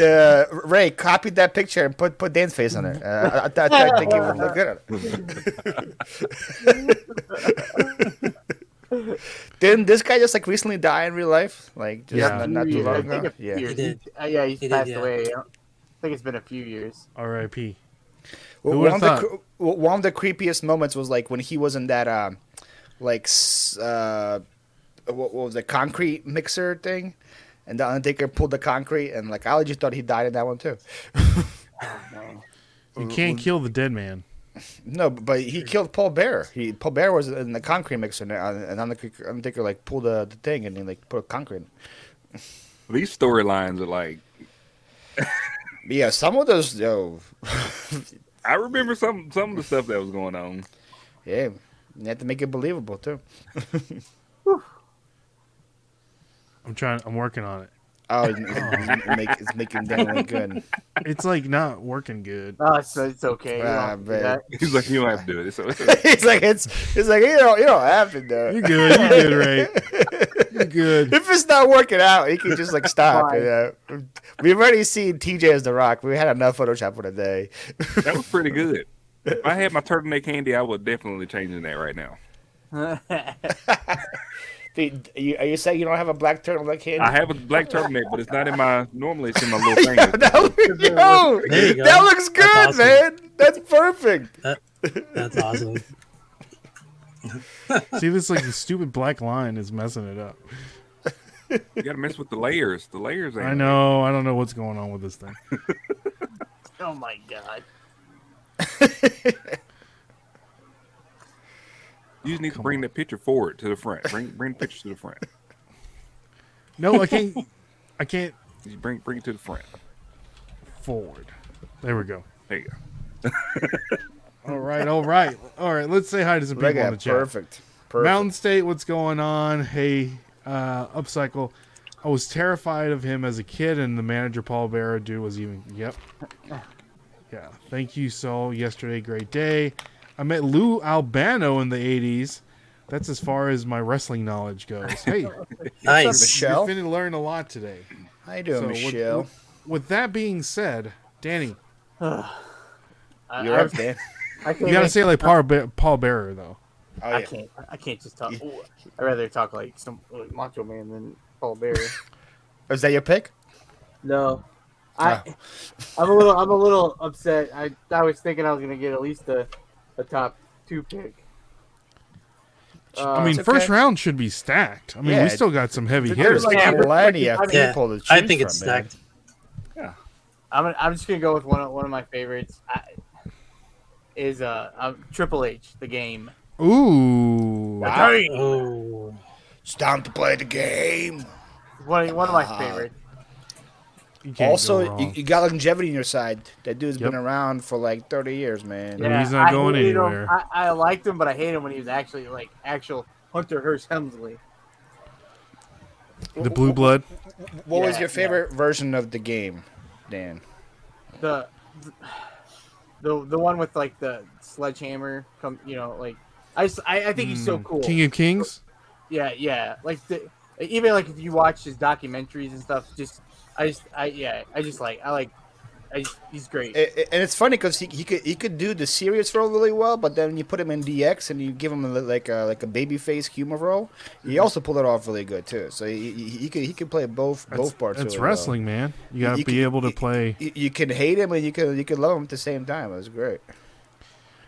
Speaker 2: uh, Ray, copied that picture and put put Dan's face on it. Uh, I, I, I think it would look good. On it. Didn't this guy just like recently die in real life? Like just
Speaker 3: Yeah.
Speaker 2: not, not too
Speaker 4: I
Speaker 2: long
Speaker 4: think
Speaker 2: ago.
Speaker 4: a few
Speaker 2: Yeah.
Speaker 4: years.
Speaker 5: He did.
Speaker 4: Uh, yeah, he's
Speaker 5: He did,
Speaker 4: passed
Speaker 5: yeah.
Speaker 4: away. I don't- I think it's been a few years.
Speaker 3: R.I.P.
Speaker 2: Well,
Speaker 3: would've
Speaker 2: one, of the,
Speaker 3: thought?
Speaker 2: cre- well, one of the creepiest moments was like when he was in that, um, like, s- uh, what, what was the concrete mixer thing, and the Undertaker pulled the concrete, and like I legit thought he died in that one too.
Speaker 3: You
Speaker 2: Uh,
Speaker 3: can't kill the dead man.
Speaker 2: No, but- but he killed Paul Bear. He Paul Bear was in the concrete mixer, and, uh, and Undertaker, Undertaker like pulled the, the thing, and he like put concrete. In.
Speaker 1: These storylines are like
Speaker 2: But yeah, some of those, yo,
Speaker 1: I remember some some of the stuff that was going on.
Speaker 2: yeah, you have to make it believable too.
Speaker 3: I'm trying. I'm working on it.
Speaker 2: Oh, it's, it's, make, it's making Dan look good.
Speaker 3: It's like not working good.
Speaker 4: Oh, so it's okay. You don't
Speaker 2: Ah,
Speaker 4: have to do
Speaker 2: man.
Speaker 4: that.
Speaker 1: He's like, you don't have to do it. It's, it's,
Speaker 2: it's like it's it's like you don't you don't have to do
Speaker 3: You're
Speaker 2: it.
Speaker 3: good. You're good, Ray. You're good.
Speaker 2: If it's not working out, you can just like stop.
Speaker 4: Fine.
Speaker 2: you know? We've already seen TJ as the Rock. We had enough Photoshop for the day.
Speaker 1: that was pretty good. If I had my turtleneck candy, I would definitely changing that right now.
Speaker 2: Dude, are you, are you saying you don't have a black turtle like him?
Speaker 1: I have a black turtleneck, but it's not in my. Normally, it's in my little thing.
Speaker 2: that, look- yo,
Speaker 5: There you go.
Speaker 2: that looks good,
Speaker 5: That's awesome.
Speaker 2: man. That's perfect.
Speaker 5: That's awesome.
Speaker 3: See, this like the stupid black line is messing it up.
Speaker 1: You got to mess with the layers. The layers. Ain't
Speaker 3: I know. I don't know what's going on with this thing.
Speaker 4: oh my god.
Speaker 1: You just need to bring that picture forward to the front. Bring bring the picture to the front.
Speaker 3: No, I can't. I can't
Speaker 1: You bring bring it to the front.
Speaker 3: forward. There we go.
Speaker 1: There you go.
Speaker 3: All right. All right. All right. Let's say hi to some
Speaker 2: Look
Speaker 3: people in the
Speaker 2: at
Speaker 3: chat.
Speaker 2: perfect. Perfect.
Speaker 3: Mountain State, what's going on? Hey, uh, Upcycle. I was terrified of him as a kid, and the manager Paul Bearer dude was even. Yep. Yeah. Thank you, Saul. Yesterday, great day. I met Lou Albano in the '80s. That's as far as my wrestling knowledge goes. Hey,
Speaker 5: Nice.
Speaker 3: you're
Speaker 2: Michelle,
Speaker 3: going to learn a lot today.
Speaker 2: how you doing,
Speaker 3: So, with-
Speaker 2: Michelle?
Speaker 3: With, with that being said, Danny,
Speaker 4: I,
Speaker 2: You're
Speaker 4: I,
Speaker 2: up, Dan.
Speaker 4: I can't
Speaker 3: you gotta
Speaker 4: make-
Speaker 3: say like Paul, Be- Paul Bearer though.
Speaker 2: Oh
Speaker 4: I
Speaker 2: yeah.
Speaker 4: can't. I can't just talk. Ooh, I'd rather talk like some like Macho Man than Paul Bearer.
Speaker 2: Is that your pick?
Speaker 4: No,
Speaker 2: Ah.
Speaker 4: I, I'm a little, I'm a little upset. I, I was thinking I was gonna get at least a, a top two pick. Uh,
Speaker 3: I mean,
Speaker 2: it's
Speaker 3: first
Speaker 2: okay.
Speaker 3: round should be stacked. I mean,
Speaker 2: Yeah,
Speaker 3: we still got some heavy hitters.
Speaker 2: There's
Speaker 4: like-
Speaker 2: plenty of
Speaker 4: like-
Speaker 5: Yeah,
Speaker 2: people to choose
Speaker 5: I think it's
Speaker 2: from, man.
Speaker 5: stacked.
Speaker 4: I'm, gonna- I'm just gonna go with one of one of my favorites. I, is uh um, Triple H the game?
Speaker 3: Ooh.
Speaker 2: Wow.
Speaker 5: Oh,
Speaker 2: It's time to play the game.
Speaker 4: One one of my
Speaker 3: Ah,
Speaker 4: favorites.
Speaker 3: You can't go
Speaker 2: Also,
Speaker 3: wrong.
Speaker 2: you, you got longevity on your side. That dude's
Speaker 3: Yep.
Speaker 2: been around for like 30 years, man.
Speaker 3: Yeah. he's not
Speaker 4: I
Speaker 3: going
Speaker 4: hated him.
Speaker 3: anywhere.
Speaker 4: I, I liked him, but I hate him when he was actually like actual Hunter Hearst Helmsley.
Speaker 3: the
Speaker 2: Mm.
Speaker 3: blue blood.
Speaker 2: What was
Speaker 4: Yeah,
Speaker 2: your favorite version of the game, Dan?
Speaker 4: the the the one with like the sledgehammer come you know like i s- I- I think he's so
Speaker 3: Mm,
Speaker 4: cool
Speaker 3: King of Kings.
Speaker 4: yeah yeah like the, even like if you watch his documentaries and stuff just i just i yeah i just like i like I just, he's great
Speaker 2: A- a- And it's funny because he, he could he could do the serious role really well, but then you put him in DX and you give him a, li- like a like a babyface humor role. He also pulled it off really good too. So he, he, he could he could play both
Speaker 3: That's,
Speaker 2: both parts.
Speaker 3: that's
Speaker 2: really well.
Speaker 3: wrestling, man. You gotta
Speaker 2: You
Speaker 3: be
Speaker 2: can-
Speaker 3: able to play.
Speaker 2: You, you can hate him and you can you can love him at the same time. It was great.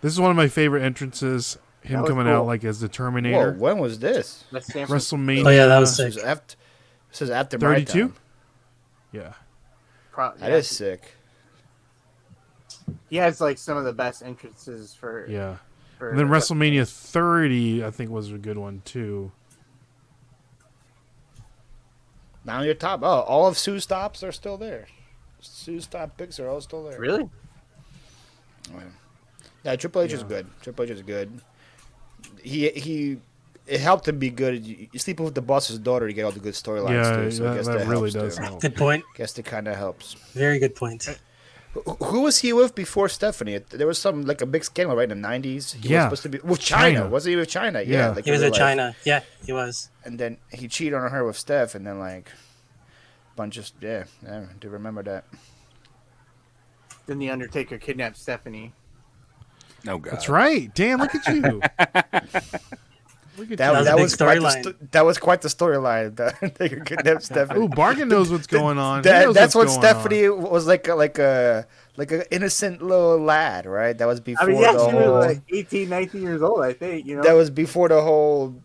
Speaker 3: This is one of my favorite entrances. Him
Speaker 4: was
Speaker 3: coming out
Speaker 4: cool.
Speaker 3: like as the
Speaker 2: Whoa,
Speaker 3: Terminator.
Speaker 2: when was this?
Speaker 4: That's Stanford.
Speaker 3: WrestleMania.
Speaker 5: oh yeah, that was
Speaker 2: This
Speaker 5: sick.
Speaker 2: was after this is after my
Speaker 3: 32?
Speaker 2: time.
Speaker 3: Yeah.
Speaker 4: Pro-
Speaker 2: That is sick.
Speaker 4: he has like some of the best entrances for
Speaker 3: Yeah.
Speaker 4: for
Speaker 3: And then WrestleMania 30, I think, was a good one too.
Speaker 2: Now you're top. Oh, all of Sue's stops are still there. Sue's top picks are all still there.
Speaker 4: Really?
Speaker 2: Yeah, Triple H is
Speaker 3: Yeah.
Speaker 2: good. Triple H is good. He he. It helped him be good. You you sleep with the boss's daughter, you get all the good storylines
Speaker 3: yeah,
Speaker 2: too. So I
Speaker 3: that,
Speaker 2: guess
Speaker 3: that
Speaker 2: that,
Speaker 3: really
Speaker 2: helps
Speaker 3: does
Speaker 2: Too.
Speaker 3: help.
Speaker 5: Good point.
Speaker 2: Guess that kind of helps.
Speaker 5: Very good point.
Speaker 2: Who- Who was he with before Stephanie? There was some like a big scandal right in the nineties. He
Speaker 3: Yeah.
Speaker 2: was supposed to be with China.
Speaker 3: China.
Speaker 2: Was he with China? Yeah,
Speaker 3: Yeah.
Speaker 2: like
Speaker 5: He was
Speaker 2: in
Speaker 5: at
Speaker 2: real life.
Speaker 5: China. Yeah, he was.
Speaker 2: And then he cheated on her with Steph, and then like bunch of yeah, yeah I do remember that.
Speaker 4: Then the Undertaker kidnapped Stephanie.
Speaker 2: Oh,
Speaker 1: No God.
Speaker 2: Uh,
Speaker 3: That's right. Dan, look at you. look at
Speaker 2: That,
Speaker 5: was
Speaker 2: that,
Speaker 5: a big
Speaker 2: was quite the
Speaker 5: storyline.
Speaker 2: sto- that was quite the storyline. That they could kidnap Stephanie.
Speaker 3: Ooh, Bargain knows what's going on. He
Speaker 2: That,
Speaker 3: knows
Speaker 2: that's what
Speaker 3: what's going on.
Speaker 2: Stephanie was like, a- like a like an innocent little lad, right? That was before
Speaker 4: I mean, yeah,
Speaker 2: the
Speaker 4: she
Speaker 2: whole,
Speaker 4: was like 18, 19 years old, I think. You know,
Speaker 2: that was before the whole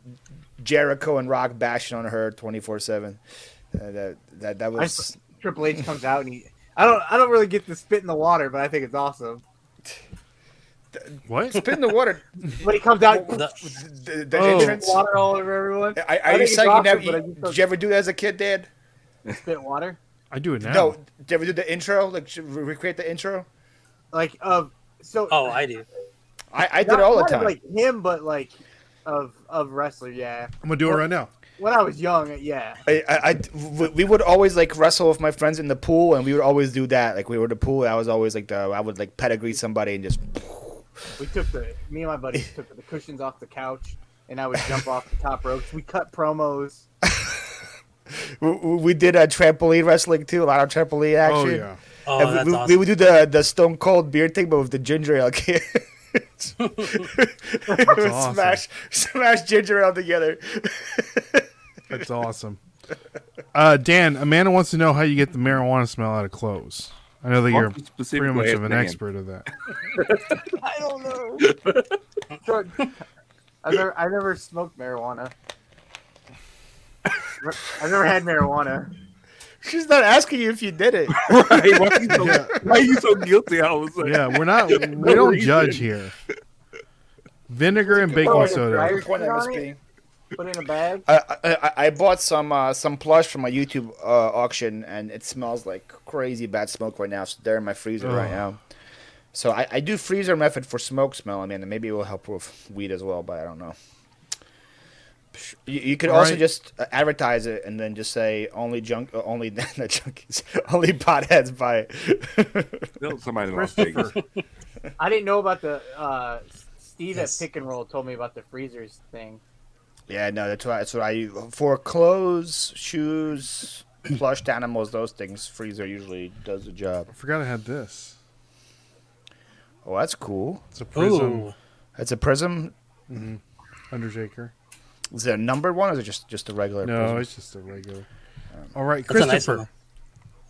Speaker 2: Jericho and Rock bashing on her twenty four seven. Uh, That that that was
Speaker 4: Triple H comes out and he. I don't. I don't really get the spit in the water, but I think it's awesome.
Speaker 3: What?
Speaker 2: spit in the water.
Speaker 4: When he comes out,
Speaker 5: The-
Speaker 2: The, the
Speaker 3: Oh.
Speaker 2: entrance.
Speaker 4: water all over everyone.
Speaker 2: I,
Speaker 4: I
Speaker 2: are you
Speaker 4: think it's
Speaker 2: saying you
Speaker 4: awesome,
Speaker 2: never?
Speaker 4: but I
Speaker 2: you-
Speaker 4: just don't-
Speaker 2: did you ever do that as a kid, Dad?
Speaker 4: Spit water,
Speaker 3: I do it now.
Speaker 2: No. Did you ever do the intro? Like should we recreate the intro?
Speaker 4: like of so.
Speaker 5: oh, I do.
Speaker 2: I, I did
Speaker 4: not-
Speaker 2: it all the
Speaker 4: not of,
Speaker 2: time.
Speaker 4: Like him, but like of of wrestler. Yeah,
Speaker 3: I'm gonna do it right now.
Speaker 4: when I was young, yeah.
Speaker 2: I, I, I- w- we would always like wrestle with my friends in the pool, and we would always do that. Like we were the pool. I was always like the I would like pedigree somebody and just
Speaker 4: We took the me and my buddies took the cushions off the couch, and I would jump off the top ropes. We cut promos.
Speaker 2: we, we did a trampoline wrestling too. A lot of trampoline action.
Speaker 3: Oh yeah.
Speaker 5: Oh,
Speaker 2: And we,
Speaker 5: that's
Speaker 2: we-
Speaker 5: awesome.
Speaker 2: we would do the the Stone Cold beer thing, but with the ginger ale kid.
Speaker 3: awesome.
Speaker 2: Smash smash ginger ale together.
Speaker 3: That's awesome. Uh, Dan, Amanda wants to know how you get the marijuana smell out of clothes. I know that you're
Speaker 1: Mark specifically
Speaker 3: pretty much
Speaker 1: asked
Speaker 3: of an
Speaker 1: Dan.
Speaker 3: expert of that.
Speaker 4: I don't know. So, I never, I never smoked marijuana. I never had marijuana.
Speaker 2: She's not asking you if you did it.
Speaker 1: Right, why, are you so, why are you so guilty all of a sudden?
Speaker 3: Yeah, we're not. we
Speaker 1: No
Speaker 3: don't
Speaker 1: reason.
Speaker 3: judge here. Vinegar and baking
Speaker 4: Oh,
Speaker 3: soda.
Speaker 4: right. Put it in a bag.
Speaker 2: I, I, I- I bought some uh, some plush from a YouTube uh, auction, and it smells like crazy bad smoke right now. So they're in my freezer right
Speaker 3: Ugh.
Speaker 2: now. So I, I do freezer method for smoke smell. I mean, and maybe it will help with weed as well, but I don't know. Psh, You, you could also
Speaker 3: Right.
Speaker 2: just uh, advertise it and then just say only junk, uh, only not junkies, only potheads buy it.
Speaker 1: Tell somebody in Las Vegas.
Speaker 4: I didn't know about the uh, Steve
Speaker 2: Yes.
Speaker 4: at Pick and Roll told me about the freezers thing.
Speaker 2: yeah, no, that's why that's what I use for clothes, shoes, plushed animals, those things. Freezer usually does the job.
Speaker 3: I forgot I had this.
Speaker 2: Oh, that's cool.
Speaker 3: It's a prism
Speaker 5: Ooh,
Speaker 2: It's a prism.
Speaker 3: Undertaker.
Speaker 2: Is it a numbered one, or is it just just a regular?
Speaker 3: No,
Speaker 2: prism?
Speaker 3: it's just a regular. All right,
Speaker 5: that's a nice
Speaker 3: Christopher,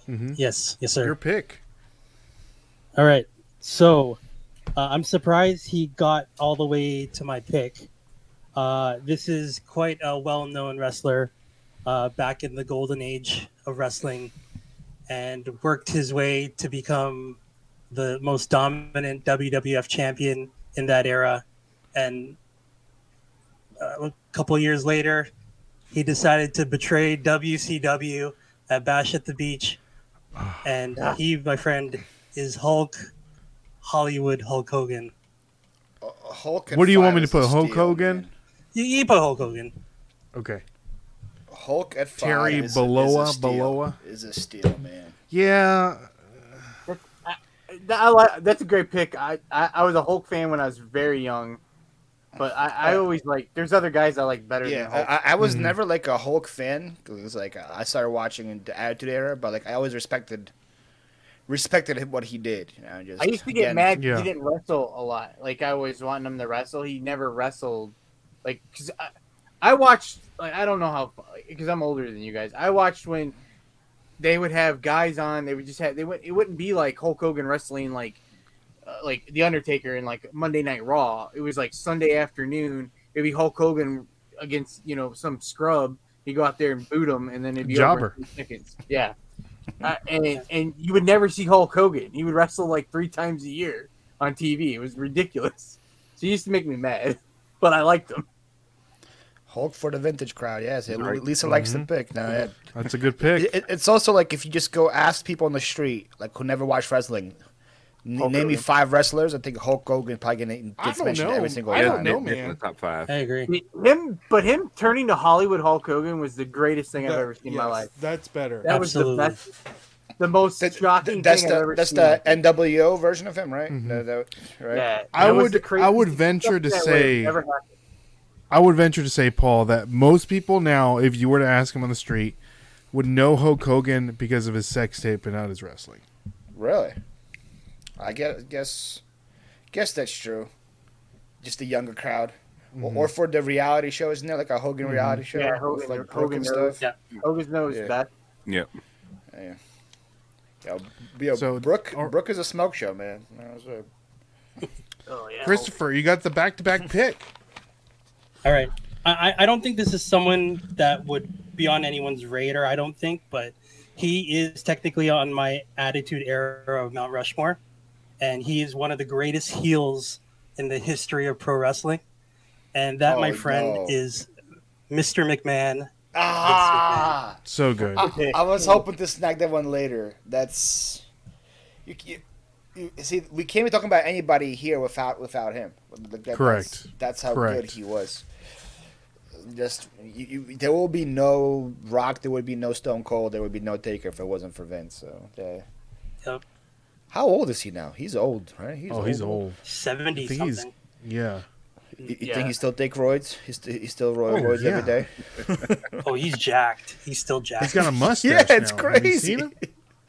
Speaker 3: Mm-hmm.
Speaker 5: one. Yes, yes, sir.
Speaker 3: your pick.
Speaker 5: All right. So uh, I'm surprised he got all the way to my pick. Uh, this is quite a well known wrestler uh, back in the golden age of wrestling and worked his way to become the most dominant WWF champion in that era. And uh, a couple years later, he decided to betray WCW at Bash at the Beach. And uh, he, my friend, is Hulk Hollywood Hulk Hogan.
Speaker 2: A Uh, Hulk. and
Speaker 3: What do you want me
Speaker 2: Fire
Speaker 3: to put,
Speaker 2: is a
Speaker 3: Hulk
Speaker 2: steal,
Speaker 3: Hogan?
Speaker 2: man.
Speaker 5: You, you put Hulk Hogan.
Speaker 3: Okay.
Speaker 2: Hulk at five.
Speaker 3: Terry
Speaker 2: is a- is a
Speaker 3: Bollea,
Speaker 2: steal.
Speaker 3: Bollea?
Speaker 2: is a steal, man.
Speaker 3: Yeah,
Speaker 4: That- I li- that's a great pick. I, I, I was a Hulk fan when I was very young, but I, I always like. There's other guys I like better
Speaker 2: Uh, Yeah,
Speaker 4: than Hulk.
Speaker 2: I, I- I was
Speaker 3: Mm-hmm.
Speaker 2: never like a Hulk fan because like uh, I started watching in the Attitude Era, but like I always respected respected him- what he did. You know, just
Speaker 4: I used to get
Speaker 2: again,
Speaker 4: mad 'cause
Speaker 3: Yeah.
Speaker 4: he didn't wrestle a lot. Like I always wanted him to wrestle. He never wrestled. Like because I, I watched. Like I don't know how because I'm older than you guys. I watched when they would have guys on. They would just have. They would. It wouldn't be like Hulk Hogan wrestling like uh, like the Undertaker and like Monday Night Raw. It was like Sunday afternoon. It'd be Hulk Hogan against you know some scrub. You go out there and boot him, and then it'd be
Speaker 3: Jobber.
Speaker 4: Over in two seconds. Yeah. Uh, and and you would never see Hulk Hogan. He would wrestle like three times a year on TV. It was ridiculous. She used to make me mad, but I liked them.
Speaker 2: Hulk for the vintage crowd. Yes, it,
Speaker 1: Right.
Speaker 2: Lisa likes
Speaker 3: Mm-hmm.
Speaker 2: the pick. Now, it,
Speaker 3: That's a good pick.
Speaker 2: it, it's also like if you just go ask people on the street, like who never watched wrestling, n-
Speaker 7: Hulk
Speaker 2: name me
Speaker 7: Hogan.
Speaker 2: five wrestlers. I think Hulk Hogan probably gonna,
Speaker 3: I
Speaker 2: gets
Speaker 3: don't
Speaker 2: mentioned
Speaker 3: know.
Speaker 2: every single
Speaker 3: I don't
Speaker 2: time.
Speaker 3: know,
Speaker 1: Nick- Nick's in
Speaker 3: man.
Speaker 1: the top five.
Speaker 6: I agree.
Speaker 4: Him, but him turning to Hollywood Hulk Hogan was the greatest thing I've
Speaker 3: That-
Speaker 4: ever seen in my
Speaker 3: yes,
Speaker 4: life.
Speaker 3: That's better.
Speaker 4: That
Speaker 6: Absolutely.
Speaker 4: was the best, the most
Speaker 2: That-
Speaker 4: shocking
Speaker 2: that's
Speaker 4: thing I've
Speaker 2: the
Speaker 4: ever
Speaker 2: that's
Speaker 4: seen.
Speaker 2: the NWO version of him, right?
Speaker 3: Mhm.
Speaker 2: No, that- right?
Speaker 4: yeah,
Speaker 3: I
Speaker 4: that was
Speaker 3: would-
Speaker 4: the craziest
Speaker 3: I would
Speaker 4: stuff
Speaker 3: venture to
Speaker 4: that would
Speaker 3: say-
Speaker 4: ever happen.
Speaker 3: I would venture to say, Paul, that most people now, if you were to ask him on the street, would know Hulk Hogan because of his sex tape and not his wrestling.
Speaker 2: Really? I guess guess guess that's true. Just the younger crowd, Or- or for the reality show, isn't there like a Hogan reality show?
Speaker 4: Yeah,
Speaker 2: with,
Speaker 4: Hogan-
Speaker 2: like
Speaker 4: Hogan
Speaker 2: Hogan stuff.
Speaker 6: knows.
Speaker 4: Hogan's nose
Speaker 2: Yeah.
Speaker 4: that
Speaker 2: Yeah, yeah,
Speaker 3: So-
Speaker 2: Brooke
Speaker 3: or-
Speaker 2: Brooke is a smoke show, man. That was a-
Speaker 4: oh yeah
Speaker 3: Christopher, you got the back to back pick.
Speaker 6: All right. I, I- I don't think this is someone that would be on anyone's radar, I don't think, but he is technically on my attitude era of Mount Rushmore. And he is one of the greatest heels in the history of pro wrestling. And that,
Speaker 2: Oh,
Speaker 6: my friend,
Speaker 2: no.
Speaker 6: is Mr. McMahon.
Speaker 2: Ah,
Speaker 3: So good.
Speaker 2: I, I was hoping to snag that one later. That's you, you, you see, we can't be talking about anybody here without without him. Like, that-
Speaker 3: Correct.
Speaker 2: That's, that's how good
Speaker 3: Correct.
Speaker 2: he was. Just you, you, there will be no Rock, there would be no Stone Cold, there would be no Taker if it wasn't for Vince. So, yeah.
Speaker 6: Yep.
Speaker 2: How old is he now? He's old, right? He's
Speaker 3: oh, he's old.
Speaker 6: 70
Speaker 3: I think he's-
Speaker 6: something.
Speaker 3: Yeah.
Speaker 2: You, you
Speaker 4: Yeah.
Speaker 2: think he still take roids? He's, st- he still roids roids
Speaker 3: yeah.
Speaker 2: every day.
Speaker 6: Oh, he's jacked. He's still jacked.
Speaker 3: He's got a mustache.
Speaker 2: Yeah, it's
Speaker 3: now. Have you
Speaker 2: crazy.
Speaker 3: seen him?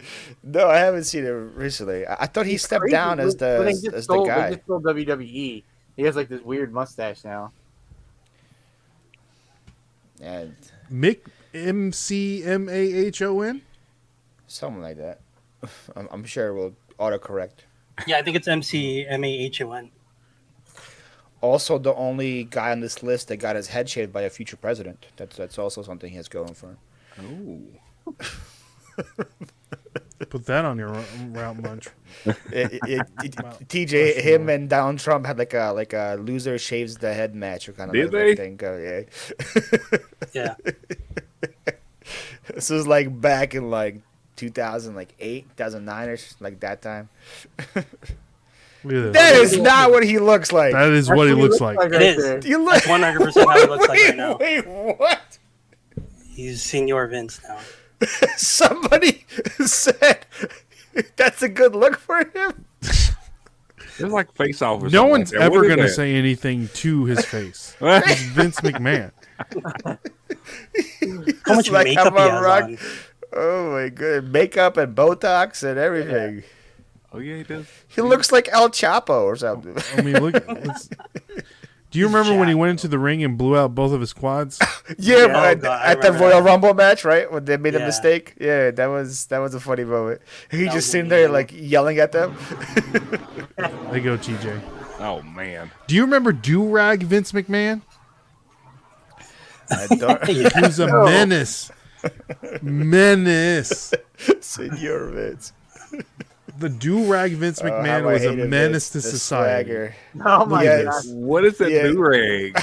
Speaker 2: No, I haven't seen him recently. I, I thought he stepped
Speaker 4: Crazy.
Speaker 2: down as
Speaker 4: When- when
Speaker 2: the
Speaker 4: they
Speaker 2: as,
Speaker 4: just
Speaker 2: the
Speaker 4: stole-
Speaker 2: guy.
Speaker 4: They just stole WWE. He has like this weird mustache now.
Speaker 2: Yeah,
Speaker 3: Mick M C M A H O N?
Speaker 2: something like that. I'm, I'm sure it will autocorrect.
Speaker 6: yeah, I think it's M C M A H O N.
Speaker 2: Also, the only guy on this list that got his head shaved by a future president. That's that's also something he has going for him.
Speaker 1: Oh,
Speaker 3: Put that on your route lunch.
Speaker 2: It- it- it- it-
Speaker 3: Wow.
Speaker 2: TJ, him and Donald Trump had like a like a loser shaves the head match or kind of
Speaker 1: Did
Speaker 2: like
Speaker 1: they?
Speaker 2: that thing. Uh, yeah.
Speaker 6: Yeah.
Speaker 2: this was like back in like 2008, 2009 ish, like that time.
Speaker 3: Look at
Speaker 2: That
Speaker 3: this.
Speaker 2: is not what he looks like.
Speaker 3: That is
Speaker 4: That's
Speaker 3: what he looks like.
Speaker 4: right
Speaker 6: It is.
Speaker 4: there.
Speaker 2: You look.
Speaker 6: That's 100% how he looks like right now.
Speaker 2: Wait, what?
Speaker 6: He's Senior Vince now.
Speaker 2: somebody said that's a good look for him.
Speaker 1: it's like face off. or
Speaker 3: No
Speaker 1: something
Speaker 3: one's
Speaker 1: like that. What
Speaker 3: ever
Speaker 1: is
Speaker 3: going to
Speaker 1: that? Oh,
Speaker 3: say anything to his face. It's Vince McMahon.
Speaker 6: How much
Speaker 2: Just like
Speaker 6: makeup
Speaker 2: I'm
Speaker 6: he
Speaker 2: a
Speaker 6: has
Speaker 2: rock-
Speaker 6: on.
Speaker 2: Oh my god, makeup and Botox and everything.
Speaker 1: Oh yeah, he does.
Speaker 2: He looks like El Chapo or something.
Speaker 3: I mean, look. it's- do you remember when he went into the ring and blew out both of his quads?
Speaker 2: yeah,
Speaker 6: Yeah.
Speaker 2: but
Speaker 6: Oh, God, I
Speaker 2: at the
Speaker 6: remember
Speaker 2: Royal
Speaker 6: that.
Speaker 2: Rumble match, right when they made a
Speaker 6: Yeah.
Speaker 2: mistake. Yeah, that was that was a funny moment. He
Speaker 6: That
Speaker 2: just
Speaker 6: was
Speaker 2: sitting there like
Speaker 6: amazing.
Speaker 2: yelling at them.
Speaker 3: They go, TJ.
Speaker 1: Oh man,
Speaker 3: Do you remember do rag Vince McMahon?
Speaker 2: I don't,
Speaker 3: He was a menace. Menace.
Speaker 2: Senor Vince.
Speaker 3: The do rag Vince
Speaker 2: Oh, how
Speaker 3: McMahon
Speaker 2: I
Speaker 3: was a
Speaker 2: hate him,
Speaker 3: menace to
Speaker 2: Vince. The
Speaker 3: society.
Speaker 2: swagger.
Speaker 4: Oh my
Speaker 2: Yes.
Speaker 4: god!
Speaker 1: what is that
Speaker 2: Yeah.
Speaker 1: do rag?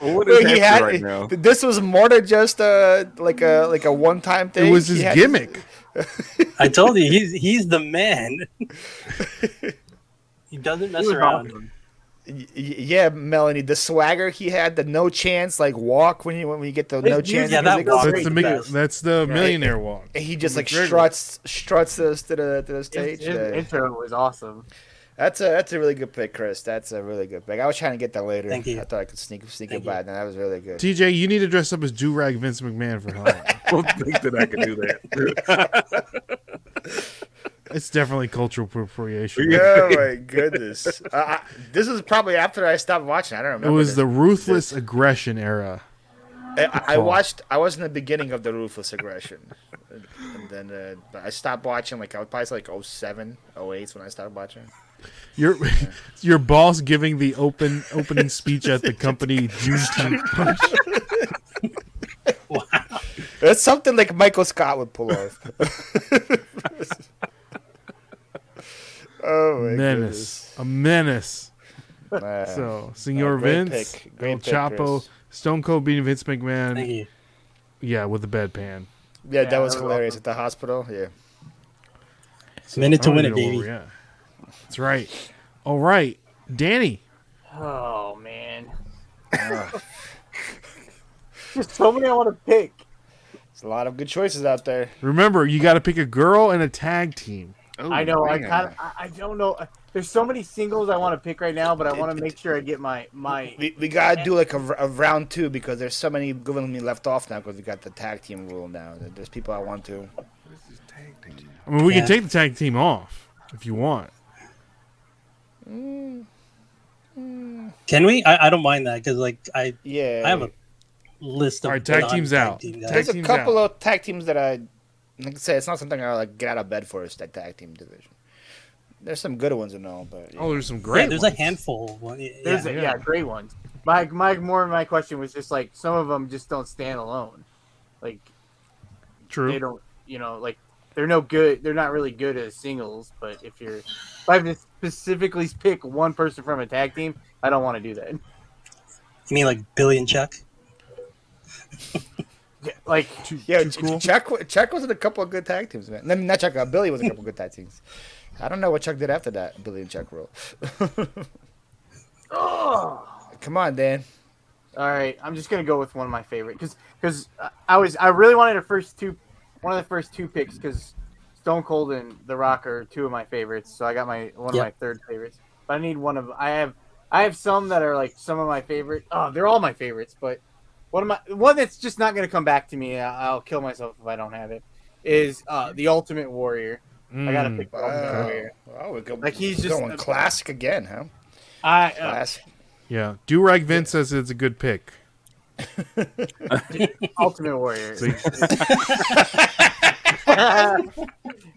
Speaker 1: What is
Speaker 2: Well, he
Speaker 1: happening
Speaker 2: had
Speaker 1: right now?
Speaker 2: this was more than just a like a like a one time thing.
Speaker 3: It was
Speaker 2: He
Speaker 3: his
Speaker 2: had-
Speaker 3: gimmick.
Speaker 6: I told you, he's he's the man. he doesn't mess
Speaker 4: He was
Speaker 6: around.
Speaker 4: awesome.
Speaker 2: Y- y- yeah, Melanie, the swagger he had, the no chance like walk when you when you get the no
Speaker 4: music-
Speaker 2: chance.
Speaker 6: yeah, that
Speaker 2: music.
Speaker 6: walk.
Speaker 3: That's the,
Speaker 6: Great
Speaker 3: mi-
Speaker 6: best.
Speaker 3: that's the millionaire walk.
Speaker 2: And he just like
Speaker 3: McGregor.
Speaker 2: struts struts this to the to the
Speaker 4: His,
Speaker 2: stage.
Speaker 4: his
Speaker 2: Yeah.
Speaker 4: intro was awesome.
Speaker 2: That's a that's a really good pick, Chris. That's a really good pick. I was trying to get that later.
Speaker 6: Thank you.
Speaker 2: I thought I could sneak sneak
Speaker 6: Thank
Speaker 2: it by, and that was really good.
Speaker 3: TJ, you need to dress up as do rag Vince McMahon for Halloween.
Speaker 1: I don't think that I can do that.
Speaker 3: it's definitely cultural appropriation.
Speaker 2: oh my goodness! Uh, I, this was probably after I stopped watching. I don't
Speaker 3: It
Speaker 2: remember.
Speaker 3: was
Speaker 2: this.
Speaker 3: the ruthless aggression era.
Speaker 2: I, I watched. I was in the beginning of the ruthless aggression, and then uh, but I stopped watching. Like I was probably like 07, 08 when I stopped watching.
Speaker 3: Your your boss giving the open opening speech at the company Juneteenth punch.
Speaker 2: That's something like Michael Scott would pull off. oh my Oh
Speaker 3: menace, a menace.
Speaker 2: Uh,
Speaker 3: So, Senor
Speaker 2: great
Speaker 3: Vince,
Speaker 2: pick. Great
Speaker 3: El
Speaker 2: pick,
Speaker 3: Chapo,
Speaker 2: Chris.
Speaker 3: Stone Cold beating Vince McMahon.
Speaker 6: Thank you.
Speaker 3: Yeah, with the bedpan.
Speaker 2: Yeah,
Speaker 4: Yeah,
Speaker 2: that was
Speaker 4: that was
Speaker 2: hilarious
Speaker 4: awesome.
Speaker 2: at the hospital. Yeah.
Speaker 6: Minute to
Speaker 3: I don't
Speaker 6: win
Speaker 3: even
Speaker 6: it,
Speaker 3: know where
Speaker 6: baby.
Speaker 3: we're at. Oh, That's right. All right, Danny.
Speaker 4: Oh man. There's so many I want to pick.
Speaker 2: There's a lot of good choices out there.
Speaker 3: Remember, you got to pick a girl and a tag team.
Speaker 1: Oh,
Speaker 4: I know. I
Speaker 1: man.
Speaker 4: kind of. I, I don't know. There's so many singles I want to pick right now, but I want to make sure I get my my.
Speaker 2: We, we gotta do like a, r- a round two because there's so many good ones we left off now because we got the tag team rule now. There's people I want to.
Speaker 3: I mean, we
Speaker 6: Yeah.
Speaker 3: can take the tag team off if you want.
Speaker 6: Can we? I, I don't mind that because like I
Speaker 2: Yeah.
Speaker 6: I have a list of
Speaker 3: All right, tag
Speaker 6: non-
Speaker 3: team's out.
Speaker 6: team guys.
Speaker 2: There's
Speaker 3: Tag
Speaker 2: a
Speaker 3: team's
Speaker 2: couple of tag teams that I like I say it's not something I like get out of bed for is that tag team division. There's some good ones and all, but
Speaker 3: Oh, there's some
Speaker 6: Yeah,
Speaker 3: great.
Speaker 6: there's
Speaker 3: ones.
Speaker 6: a handful. of one-
Speaker 4: There's
Speaker 6: Yeah.
Speaker 4: yeah,
Speaker 3: Yeah.
Speaker 4: yeah great ones. My my more of my question was just like some of them just don't stand alone. Like they
Speaker 3: True.
Speaker 4: don't you know like they're no good they're not really good as singles but if you're if i have to specifically pick one person from a tag team i don't want to do that
Speaker 6: You mean like Billy and Chuck?
Speaker 4: Yeah, like
Speaker 3: Too,
Speaker 2: yeah,
Speaker 3: too
Speaker 2: Ch-
Speaker 3: cool.
Speaker 2: Chuck Chuck was in a couple of good tag teams, man. I mean, not Chuck, uh, Billy was in a couple of good tag teams. I don't know what Chuck did after that Billy and Chuck rule.
Speaker 4: oh
Speaker 2: Come on, Dan.
Speaker 4: all right i'm just gonna go with one of my favorite because because i was i really wanted a first two one of the first two picks because stone cold and the rock are two of my favorites so i got my one
Speaker 6: Yeah.
Speaker 4: of my third favorites but i need one of i have i have some that are like some of my favorite oh they're all my favorites but One of my one that's just not going to come back to me. I- I'll kill myself if I don't have it. Is uh, the Ultimate Warrior? I got to
Speaker 3: Mm.
Speaker 4: pick the Ultimate
Speaker 2: Wow.
Speaker 4: Warrior.
Speaker 2: Oh, we're go-
Speaker 4: Like, he's just-
Speaker 2: going classic again, huh?
Speaker 4: I uh,
Speaker 2: Classic.
Speaker 3: Yeah, do rag Vince says it's a good pick.
Speaker 4: Ultimate Warrior.
Speaker 3: See?
Speaker 4: I,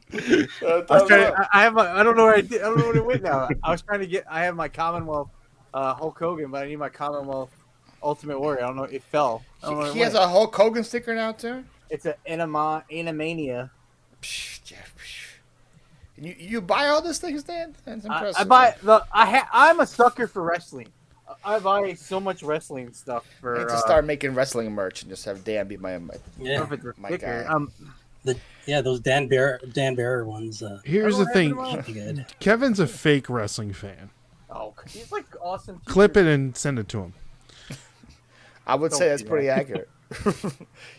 Speaker 2: Uh,
Speaker 4: was trying, I, I have. My, I don't know where I, did, I don't know where it went now. I was trying to get. I have my Commonwealth uh, Hulk Hogan, but I need my Commonwealth Ultimate Warrior. I don't know. It fell. I don't know where
Speaker 2: he
Speaker 4: it
Speaker 2: has
Speaker 4: went.
Speaker 2: a Hulk Hogan sticker now too.
Speaker 4: it's an anima, animania.
Speaker 2: Psh, yeah, psh. You you buy all these things, Dan? That's
Speaker 4: I,
Speaker 2: impressive.
Speaker 4: I buy the. I ha, I'm a sucker for wrestling. I I buy so much wrestling stuff for.
Speaker 2: I need
Speaker 4: uh,
Speaker 2: to start making wrestling merch and just have Dan be my. my
Speaker 6: Yeah,
Speaker 4: if it's a
Speaker 2: My
Speaker 4: sticker.
Speaker 2: God.
Speaker 4: Um,
Speaker 6: yeah. Those Dan Bear Dan Bearer ones. Uh,
Speaker 3: Here's the thing:
Speaker 6: pretty good.
Speaker 3: Kevin's a fake wrestling fan.
Speaker 4: oh, he's like awesome.
Speaker 3: Clip it and send it to him.
Speaker 2: I would
Speaker 4: Don't
Speaker 2: say that's
Speaker 4: do
Speaker 2: pretty accurate.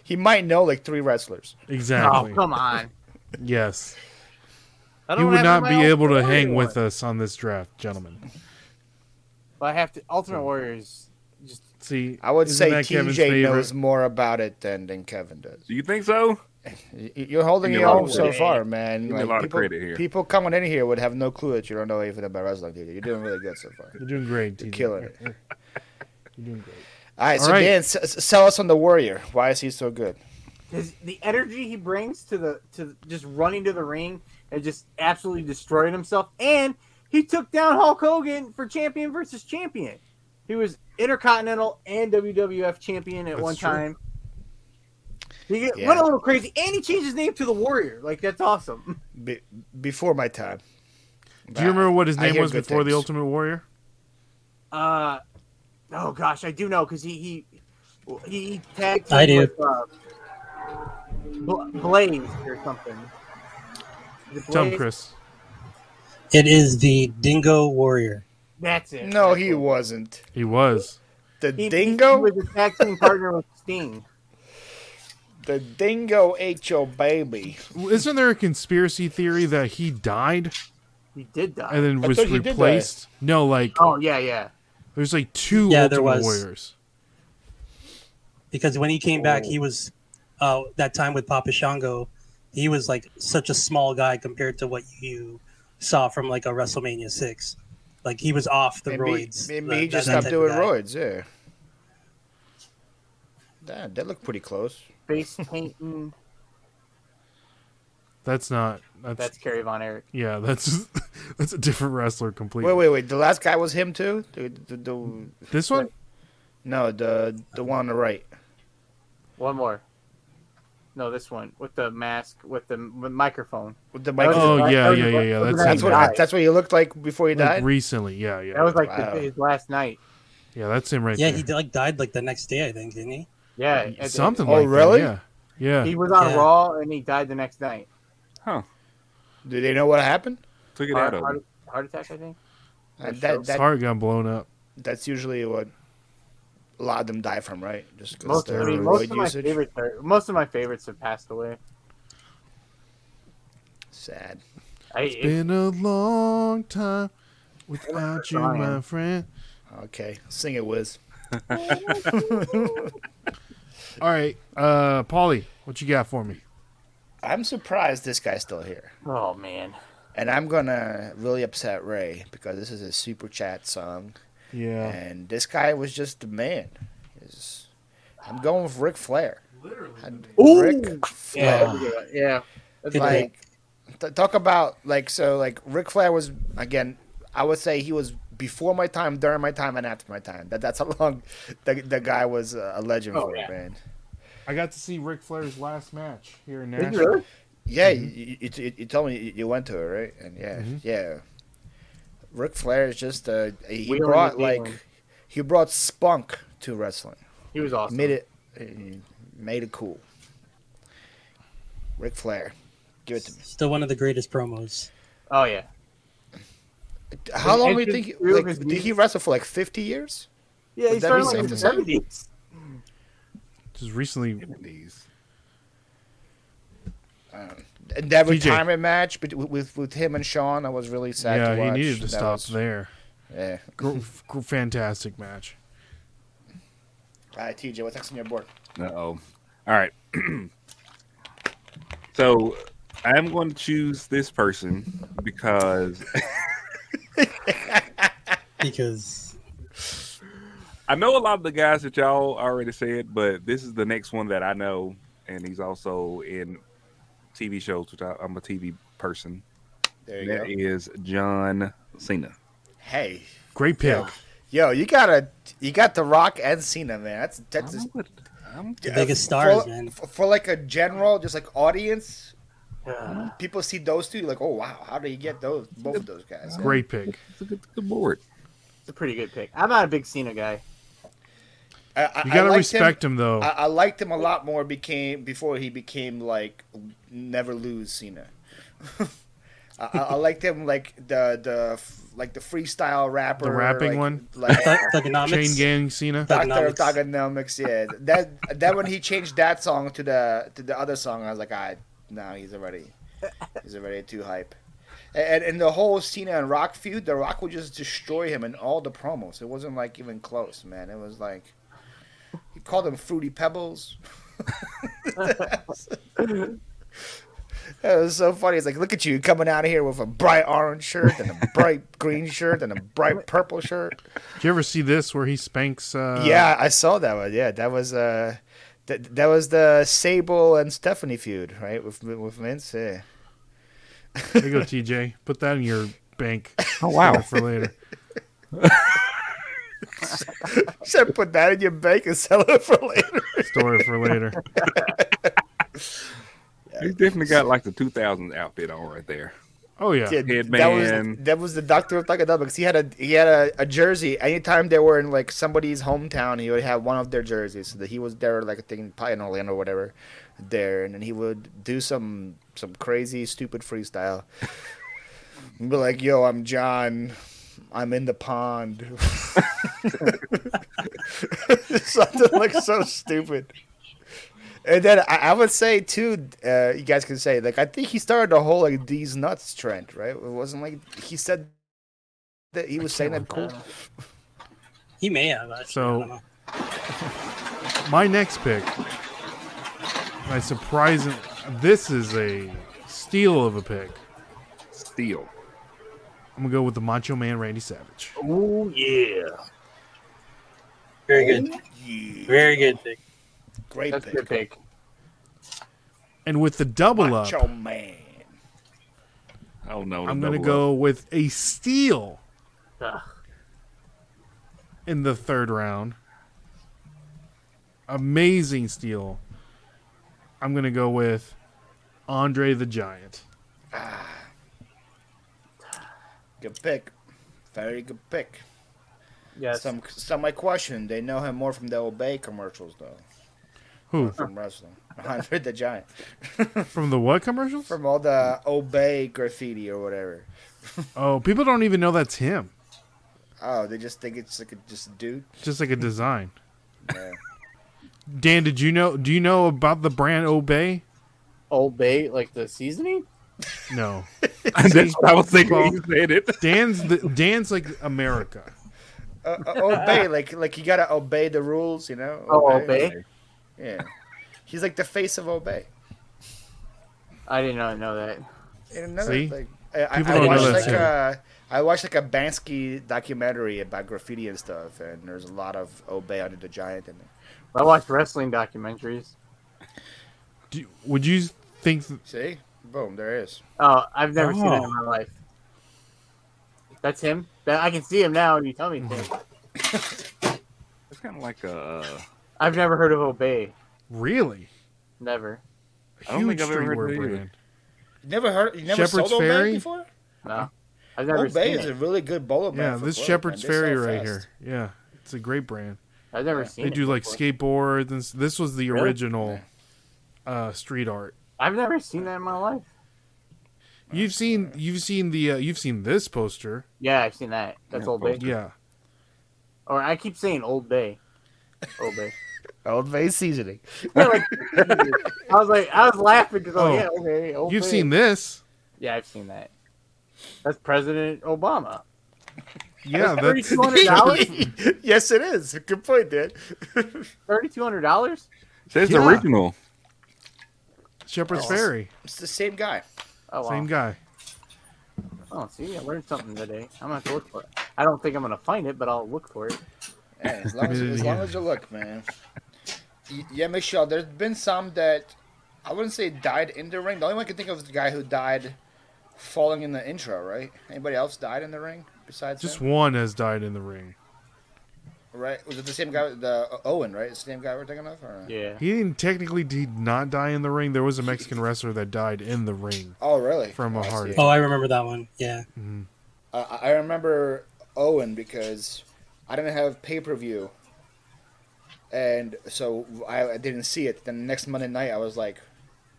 Speaker 2: he might know like three wrestlers.
Speaker 4: Oh,
Speaker 3: Exactly.
Speaker 4: come on.
Speaker 3: yes,
Speaker 4: I
Speaker 3: he
Speaker 4: don't
Speaker 3: would
Speaker 4: have
Speaker 3: not
Speaker 4: my
Speaker 3: be
Speaker 4: Ultimate
Speaker 3: able to
Speaker 4: Warrior
Speaker 3: hang
Speaker 4: one.
Speaker 3: with us on this draft, gentlemen.
Speaker 4: But I have to. Ultimate Warriors. Just
Speaker 3: See,
Speaker 2: I would
Speaker 3: isn't
Speaker 2: say
Speaker 3: that Kevin's
Speaker 2: TJ
Speaker 3: favorite?
Speaker 2: knows more about it than, than Kevin does.
Speaker 1: Do you think so?
Speaker 2: Y- You're holding
Speaker 1: Give
Speaker 2: your
Speaker 1: me a lot
Speaker 2: own
Speaker 1: of
Speaker 2: so
Speaker 1: credit.
Speaker 2: far, man.
Speaker 1: Give me a lot of
Speaker 2: people,
Speaker 1: credit here.
Speaker 2: People coming in here would have no clue that you don't know anything about wrestling. Dude. You're doing really good so far.
Speaker 3: You're doing great.
Speaker 2: You're
Speaker 3: TJ.
Speaker 2: killing it.
Speaker 3: You're doing great.
Speaker 2: All right,
Speaker 3: All
Speaker 2: so
Speaker 3: right.
Speaker 2: Dan, s- s- sell us on the Warrior. Why is he so good?
Speaker 4: his, the energy he brings to the to just running to the ring and just absolutely destroying himself. And he took down Hulk Hogan for champion versus champion. He was Intercontinental and WWF champion at
Speaker 3: That's
Speaker 4: one
Speaker 3: true.
Speaker 4: time. He get-
Speaker 2: Yeah.
Speaker 4: went a little crazy, and he changed his name to the Warrior. Like that's awesome.
Speaker 2: Be- before my time.
Speaker 3: Do you remember what his
Speaker 2: I
Speaker 3: name
Speaker 2: hear
Speaker 3: was
Speaker 2: good
Speaker 3: before the
Speaker 2: things.
Speaker 3: Ultimate Warrior?
Speaker 4: Uh, oh gosh, I do know because he he he he tagged.
Speaker 6: I
Speaker 4: team
Speaker 6: do.
Speaker 4: With, uh, Bla- Blaze or something. The
Speaker 3: Tell him,
Speaker 4: Blaze-
Speaker 3: Chris.
Speaker 6: It is the Dingo Warrior.
Speaker 4: That's it.
Speaker 2: No,
Speaker 4: That's
Speaker 2: he
Speaker 4: it.
Speaker 2: wasn't.
Speaker 3: He was.
Speaker 2: The
Speaker 4: He- he-
Speaker 2: dingo,
Speaker 4: he was a tag team partner with Sting.
Speaker 2: the dingo ate your baby.
Speaker 3: Isn't there a conspiracy theory that he died
Speaker 4: He did die.
Speaker 3: and then
Speaker 2: I
Speaker 3: was
Speaker 2: thought he did die.
Speaker 3: replaced? No, like
Speaker 4: oh yeah, yeah.
Speaker 3: there's like two
Speaker 6: Yeah, there
Speaker 3: Ultimate
Speaker 6: was.
Speaker 3: Warriors.
Speaker 6: because when he came back,
Speaker 2: Oh.
Speaker 6: he was uh, that time with Papa Shango. He was like such a small guy compared to what you saw from like a WrestleMania six. Like he was off the
Speaker 2: maybe
Speaker 6: roids.
Speaker 2: maybe
Speaker 6: that-
Speaker 2: he just
Speaker 6: that- that
Speaker 2: stopped
Speaker 6: type of
Speaker 2: doing
Speaker 6: guy.
Speaker 2: roids. Yeah. Damn, that looked pretty close.
Speaker 4: Face painting.
Speaker 3: That's not. That's,
Speaker 4: That's Kerry Von Erich.
Speaker 3: yeah. That's that's a different wrestler completely.
Speaker 2: Wait, wait, wait. The last guy was him too. The, the, the,
Speaker 3: This one?
Speaker 2: no, the the one on the right.
Speaker 4: One more. no, this one with the mask with the m- microphone.
Speaker 2: With the
Speaker 4: That
Speaker 2: mic.
Speaker 4: was his
Speaker 3: Oh,
Speaker 4: la-
Speaker 3: yeah,
Speaker 4: that was
Speaker 3: yeah,
Speaker 4: his
Speaker 3: yeah,
Speaker 4: la-
Speaker 3: yeah,
Speaker 4: that was
Speaker 3: that's
Speaker 4: his
Speaker 2: That's what
Speaker 4: last night.
Speaker 2: that's what you looked like before you
Speaker 3: Like
Speaker 2: died.
Speaker 3: recently, yeah, yeah.
Speaker 4: That was like
Speaker 2: Wow.
Speaker 4: his last night.
Speaker 3: yeah, that's him right
Speaker 5: Yeah,
Speaker 3: there.
Speaker 5: he like died like the next day, I think, didn't he?
Speaker 4: Yeah, at the-
Speaker 3: Something
Speaker 2: Oh,
Speaker 3: like
Speaker 2: really?
Speaker 3: that. Yeah, yeah.
Speaker 4: He was on
Speaker 5: Yeah.
Speaker 4: Raw and he died the next night.
Speaker 2: Do they know what happened?
Speaker 1: Took it out
Speaker 4: Heart,
Speaker 1: of him.
Speaker 4: heart, heart attack, I think.
Speaker 2: Uh,
Speaker 4: That show.
Speaker 2: That,
Speaker 3: His
Speaker 2: that,
Speaker 3: heart got blown up.
Speaker 2: that's usually what a lot of them die from, right? Just because
Speaker 4: Most, I mean, most of my favorites are, most of my favorites have passed away.
Speaker 2: Sad.
Speaker 4: I, it,
Speaker 3: Been a long time without you, my
Speaker 4: Brian.
Speaker 3: friend.
Speaker 2: Okay, sing it, Wiz.
Speaker 3: All right, uh, Paulie, what you got for me?
Speaker 2: I'm surprised this guy's still here,
Speaker 4: oh man,
Speaker 2: and I'm gonna really upset Ray because this is a super chat song,
Speaker 3: Yeah,
Speaker 2: and this guy was just the man. He's- I'm going with Ric Flair. Literally, Ric Flair.
Speaker 4: yeah, yeah. That's
Speaker 5: Good
Speaker 4: like
Speaker 2: like t- talk about like so like Ric Flair was again I would say he was before my time during my time and after my time that that's how long the, the guy was uh, a legend
Speaker 4: Oh,
Speaker 2: for
Speaker 4: yeah.
Speaker 2: it man
Speaker 3: I got to see Ric Flair's last match here in
Speaker 4: Did you
Speaker 3: Nashville.
Speaker 4: really?
Speaker 2: yeah
Speaker 3: Mm-hmm.
Speaker 2: you, you, you- you told me you- you went to it right and yeah yeah Ric Flair is just uh he
Speaker 4: Wheeling
Speaker 2: brought
Speaker 4: and
Speaker 2: like
Speaker 4: dealing.
Speaker 2: he brought spunk to wrestling
Speaker 4: he was awesome.
Speaker 2: made it he made it cool Ric Flair give it to me
Speaker 5: Still one of the greatest promos.
Speaker 4: Oh yeah,
Speaker 2: how long do you
Speaker 4: entrance
Speaker 2: think he-
Speaker 4: through
Speaker 2: like
Speaker 4: his
Speaker 2: did he
Speaker 4: knees.
Speaker 2: wrestle for like 50 years
Speaker 4: yeah.
Speaker 2: Would
Speaker 4: He
Speaker 2: that
Speaker 4: started
Speaker 2: be
Speaker 4: like in
Speaker 2: safe
Speaker 4: the
Speaker 2: to say?
Speaker 4: seventies.
Speaker 3: Just recently,
Speaker 2: and that
Speaker 3: TJ.
Speaker 2: retirement match bet- with with him and Sean, I was really sad.
Speaker 3: yeah,
Speaker 2: to
Speaker 3: he
Speaker 2: watch.
Speaker 3: needed to
Speaker 2: That
Speaker 3: stop
Speaker 2: was-
Speaker 3: there.
Speaker 2: Yeah.
Speaker 3: Gr- gr- fantastic match.
Speaker 2: All right, TJ, what's next on your board?
Speaker 1: Uh oh. All right. so I'm going to choose this person because
Speaker 5: Because
Speaker 1: I know a lot of the guys that y'all already said, but this is the next one that I know, and he's also in TV shows, which I, I'm a TV person.
Speaker 2: There you
Speaker 1: That
Speaker 2: go.
Speaker 1: is John Cena.
Speaker 2: Hey,
Speaker 3: Great pick.
Speaker 2: yo, you got a you got The Rock and Cena, man. That's that's just,
Speaker 1: I would- I'm-
Speaker 5: the biggest stars,
Speaker 2: for,
Speaker 5: man.
Speaker 2: For, for like a general, just like audience, people see those two, like, oh wow, how did he get those both of those guys? man?
Speaker 3: Great pick.
Speaker 1: it's a good, good board.
Speaker 4: It's a pretty good pick. I'm not a big Cena guy.
Speaker 2: I, I,
Speaker 3: You gotta
Speaker 2: I liked
Speaker 3: respect
Speaker 2: Him.
Speaker 3: him, though.
Speaker 2: I, I liked him a lot more. Became before he became like never lose Cena. I, I I liked him like the the f- like the freestyle rapper,
Speaker 3: rapping
Speaker 2: like-
Speaker 3: one?
Speaker 2: like
Speaker 5: Thug-
Speaker 3: Chain
Speaker 5: Thugonomics.
Speaker 3: Gang Cena.
Speaker 2: Doctor of
Speaker 5: Thugonomics.
Speaker 2: Thugonomics. Yeah, that that when he changed that song to the to the other song, I was like, I no, he's already he's already too hype. And and the whole Cena and Rock feud, the Rock would just destroy him in all the promos. It wasn't like even close, man. It was like he called him Fruity Pebbles. That was so funny. It's like, look at you coming out of here with a bright orange shirt and a bright green shirt and a bright purple shirt.
Speaker 3: Did you ever see this where he spanks? Uh,
Speaker 2: Yeah, I saw that one. Yeah, that was uh, that that was the Sable and Stephanie feud, right? With with Vince. Yeah.
Speaker 3: There you go, TJ. Put that in your bank
Speaker 1: Oh wow!
Speaker 3: for later.
Speaker 2: Should put that in your bank and sell it for later.
Speaker 3: Story for later.
Speaker 1: He's definitely got like the 2000s outfit on right there.
Speaker 3: Oh yeah.
Speaker 2: Yeah, That was
Speaker 1: Headband.
Speaker 2: that was the doctor of Thugonomics. He had a he had a, a jersey. Anytime they were in like somebody's hometown, he would have one of their jerseys. So that he was there, like I think probably in Orlando or whatever, there, and then he would do some some crazy stupid freestyle. And be like, "Yo, I'm John. I'm in the pond." Something like so stupid. And then I, I would say too, uh, you guys can say like I think he started the whole like these nuts trend, right? It wasn't like he said that he was saying that cool.
Speaker 5: He may have. Actually, I
Speaker 3: So-
Speaker 5: don't know.
Speaker 3: My next pick. My surprising. This is a steal of a pick.
Speaker 1: Steel.
Speaker 3: I'm gonna go with the Macho Man Randy Savage.
Speaker 5: Oh yeah. Very good.
Speaker 2: Oh,
Speaker 5: Very good pick.
Speaker 2: Great
Speaker 4: That's a good
Speaker 2: pick,
Speaker 4: pick.
Speaker 3: And with the double
Speaker 2: Macho
Speaker 3: up,
Speaker 2: Man.
Speaker 1: Oh no! the
Speaker 3: I'm gonna
Speaker 1: double
Speaker 3: go with a steal
Speaker 4: Ugh.
Speaker 3: in the third round. Amazing steal. I'm gonna go with Andre the Giant.
Speaker 2: Good pick. Very good pick.
Speaker 4: Yes.
Speaker 2: Some some might question. They know him more from the Obey commercials though.
Speaker 3: Who
Speaker 2: From wrestling. Andre the Giant.
Speaker 3: from the what commercials?
Speaker 2: From all the Obey graffiti or whatever.
Speaker 3: Oh, people don't even know that's him.
Speaker 2: Oh, they just think it's like a, just a dude.
Speaker 3: Just like a design.
Speaker 2: Yeah.
Speaker 3: Dan, did you know? Do you know about the brand Obey?
Speaker 4: Old Bay, like the seasoning.
Speaker 3: No.
Speaker 1: That's what I was thinking when you said it.
Speaker 3: Dan's the Dan's like America.
Speaker 2: Uh, uh, obey, like like you gotta obey the rules, you know.
Speaker 4: Oh, Obey.
Speaker 2: Yeah, he's like the face of obey.
Speaker 4: I did not know that.
Speaker 2: And another,
Speaker 3: See?
Speaker 2: like, I, I,
Speaker 3: People
Speaker 2: I
Speaker 3: don't know
Speaker 2: watched
Speaker 3: that
Speaker 2: like
Speaker 3: too.
Speaker 2: a, I watched like a Bansky documentary about graffiti and stuff, and there's a lot of obey under the giant in there.
Speaker 4: I watch wrestling documentaries.
Speaker 3: Do, would you think?
Speaker 2: See, boom, there is.
Speaker 4: Oh, I've never seen that
Speaker 6: Oh.
Speaker 4: in my life. That's him. That I can see him now, and you tell me things.
Speaker 1: It's kind of like a. Uh,
Speaker 4: I've never heard of Obey.
Speaker 3: Really?
Speaker 4: Never.
Speaker 1: I don't think I've ever heard of it either.
Speaker 2: You never heard? You never
Speaker 3: Shepherd's
Speaker 2: sold obey
Speaker 3: Ferry?
Speaker 2: before?
Speaker 4: No. I've never
Speaker 2: Obey
Speaker 4: seen
Speaker 2: is a
Speaker 4: it.
Speaker 2: really good bowler.
Speaker 3: Yeah, this Shepherd's Ferry right here. Yeah, it's a great brand.
Speaker 4: I've never seen
Speaker 3: They
Speaker 4: it
Speaker 3: do like
Speaker 4: before.
Speaker 3: skateboards and s- this was the
Speaker 4: Really?
Speaker 3: original uh, street art.
Speaker 4: I've never seen that in my life.
Speaker 3: You've seen you've seen the uh, you've seen this poster.
Speaker 4: Yeah, I've seen that. That's
Speaker 1: Yeah,
Speaker 4: Old Bay.
Speaker 3: Yeah.
Speaker 4: Or I keep saying Old Bay. Old Bay.
Speaker 2: Obey seasoning.
Speaker 4: Yeah, like, I was like, I was laughing because
Speaker 3: Oh.
Speaker 4: oh, yeah, okay, Old
Speaker 3: You've
Speaker 4: Bay.
Speaker 3: seen this.
Speaker 4: Yeah, I've seen that. That's President Obama.
Speaker 3: Yeah, that's
Speaker 4: Thirty-two hundred dollars.
Speaker 2: yes, it is. Good point, Dan.
Speaker 4: Thirty-two hundred dollars.
Speaker 1: says
Speaker 3: Yeah.
Speaker 1: original.
Speaker 3: Shepherd's
Speaker 2: Oh.
Speaker 3: Ferry.
Speaker 2: It's the same guy.
Speaker 4: Oh, wow.
Speaker 3: Same guy.
Speaker 4: Oh, see, I learned something today. I'm gonna have to look for it. I don't think I'm gonna find it, but I'll look for it.
Speaker 2: Hey, as long as, as long as you look, man. Y- Yeah, Michelle. There's been some that I wouldn't say died in the ring. The only one I can think of is the guy who died falling in the intro, right? Anybody else died in the ring besides
Speaker 3: Just
Speaker 2: him?
Speaker 3: one has died in the ring.
Speaker 2: Right? Was it the same guy? with The uh, Owen, right? It's the same guy we're thinking of. Or...
Speaker 4: Yeah.
Speaker 3: He didn't technically did not die in the ring. There was a Mexican wrestler that died in the ring.
Speaker 2: Oh, really?
Speaker 3: From a
Speaker 2: I see.
Speaker 3: heart
Speaker 6: Oh, I remember that one. Yeah.
Speaker 2: I Uh, I remember Owen because I didn't have pay per view, and so I, I didn't see it. Then next Monday night, I was like,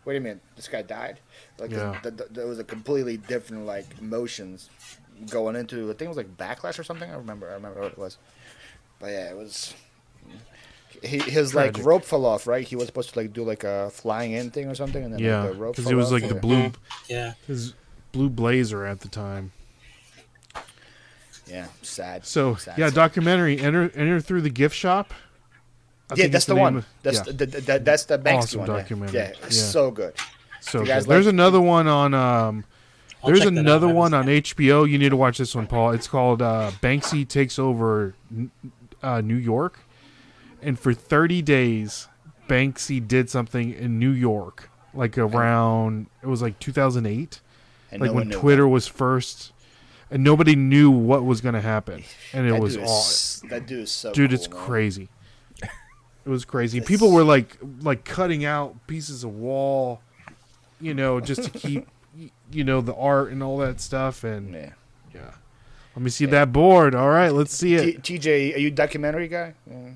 Speaker 2: "Wait a minute, this guy died!" Like
Speaker 3: Yeah.
Speaker 2: th- th- there was a completely different like emotions going into. I think it was like backlash or something. I remember. I remember what it was. But yeah, it was. He, his like
Speaker 3: Tragic.
Speaker 2: rope fell off, right? He was supposed to like do like a flying in thing or something, and then
Speaker 3: Yeah,
Speaker 2: like, the rope.
Speaker 3: because
Speaker 2: fell
Speaker 3: it was
Speaker 2: off,
Speaker 3: like the
Speaker 2: yeah.
Speaker 3: blue
Speaker 6: Yeah.
Speaker 3: his blue blazer at the time.
Speaker 2: Yeah, sad.
Speaker 3: So
Speaker 2: sad,
Speaker 3: yeah,
Speaker 2: sad.
Speaker 3: documentary. Enter enter through the gift shop. I
Speaker 2: yeah,
Speaker 3: think
Speaker 2: that's
Speaker 3: it's
Speaker 2: the,
Speaker 3: name
Speaker 2: one.
Speaker 3: of-
Speaker 2: that's
Speaker 3: yeah,
Speaker 2: the, the, the, that's the Banksy
Speaker 3: Awesome
Speaker 2: one.
Speaker 3: documentary.
Speaker 2: Yeah, yeah, it's
Speaker 3: Yeah.
Speaker 2: so good.
Speaker 3: so
Speaker 2: you
Speaker 3: good.
Speaker 2: guys
Speaker 3: there's
Speaker 2: like-
Speaker 3: another one on. Um,
Speaker 6: I'll
Speaker 3: there's
Speaker 6: check that out.
Speaker 3: another
Speaker 6: I haven't
Speaker 3: one
Speaker 6: seen
Speaker 3: on
Speaker 6: it.
Speaker 3: HBO. You need to watch this one, Paul. It's called uh, Banksy takes over N- uh, New York, and for 30 days, Banksy did something in New York, like around it was like 2008.
Speaker 2: And
Speaker 3: like
Speaker 2: no one
Speaker 3: when
Speaker 2: knew.
Speaker 3: Twitter was first, and nobody knew what was going to happen, and it
Speaker 2: that
Speaker 3: was
Speaker 2: dude
Speaker 3: all
Speaker 2: Is, that dude is so.
Speaker 3: dude. it's
Speaker 2: cool, man.
Speaker 3: crazy. It was crazy. People were like like cutting out pieces of wall, you know, just to keep y- you know the art and all that stuff. And
Speaker 2: Yeah.
Speaker 3: yeah. let me see that board. All right, let's see
Speaker 2: T-
Speaker 3: it.
Speaker 2: TJ, are you a documentary guy? Yeah.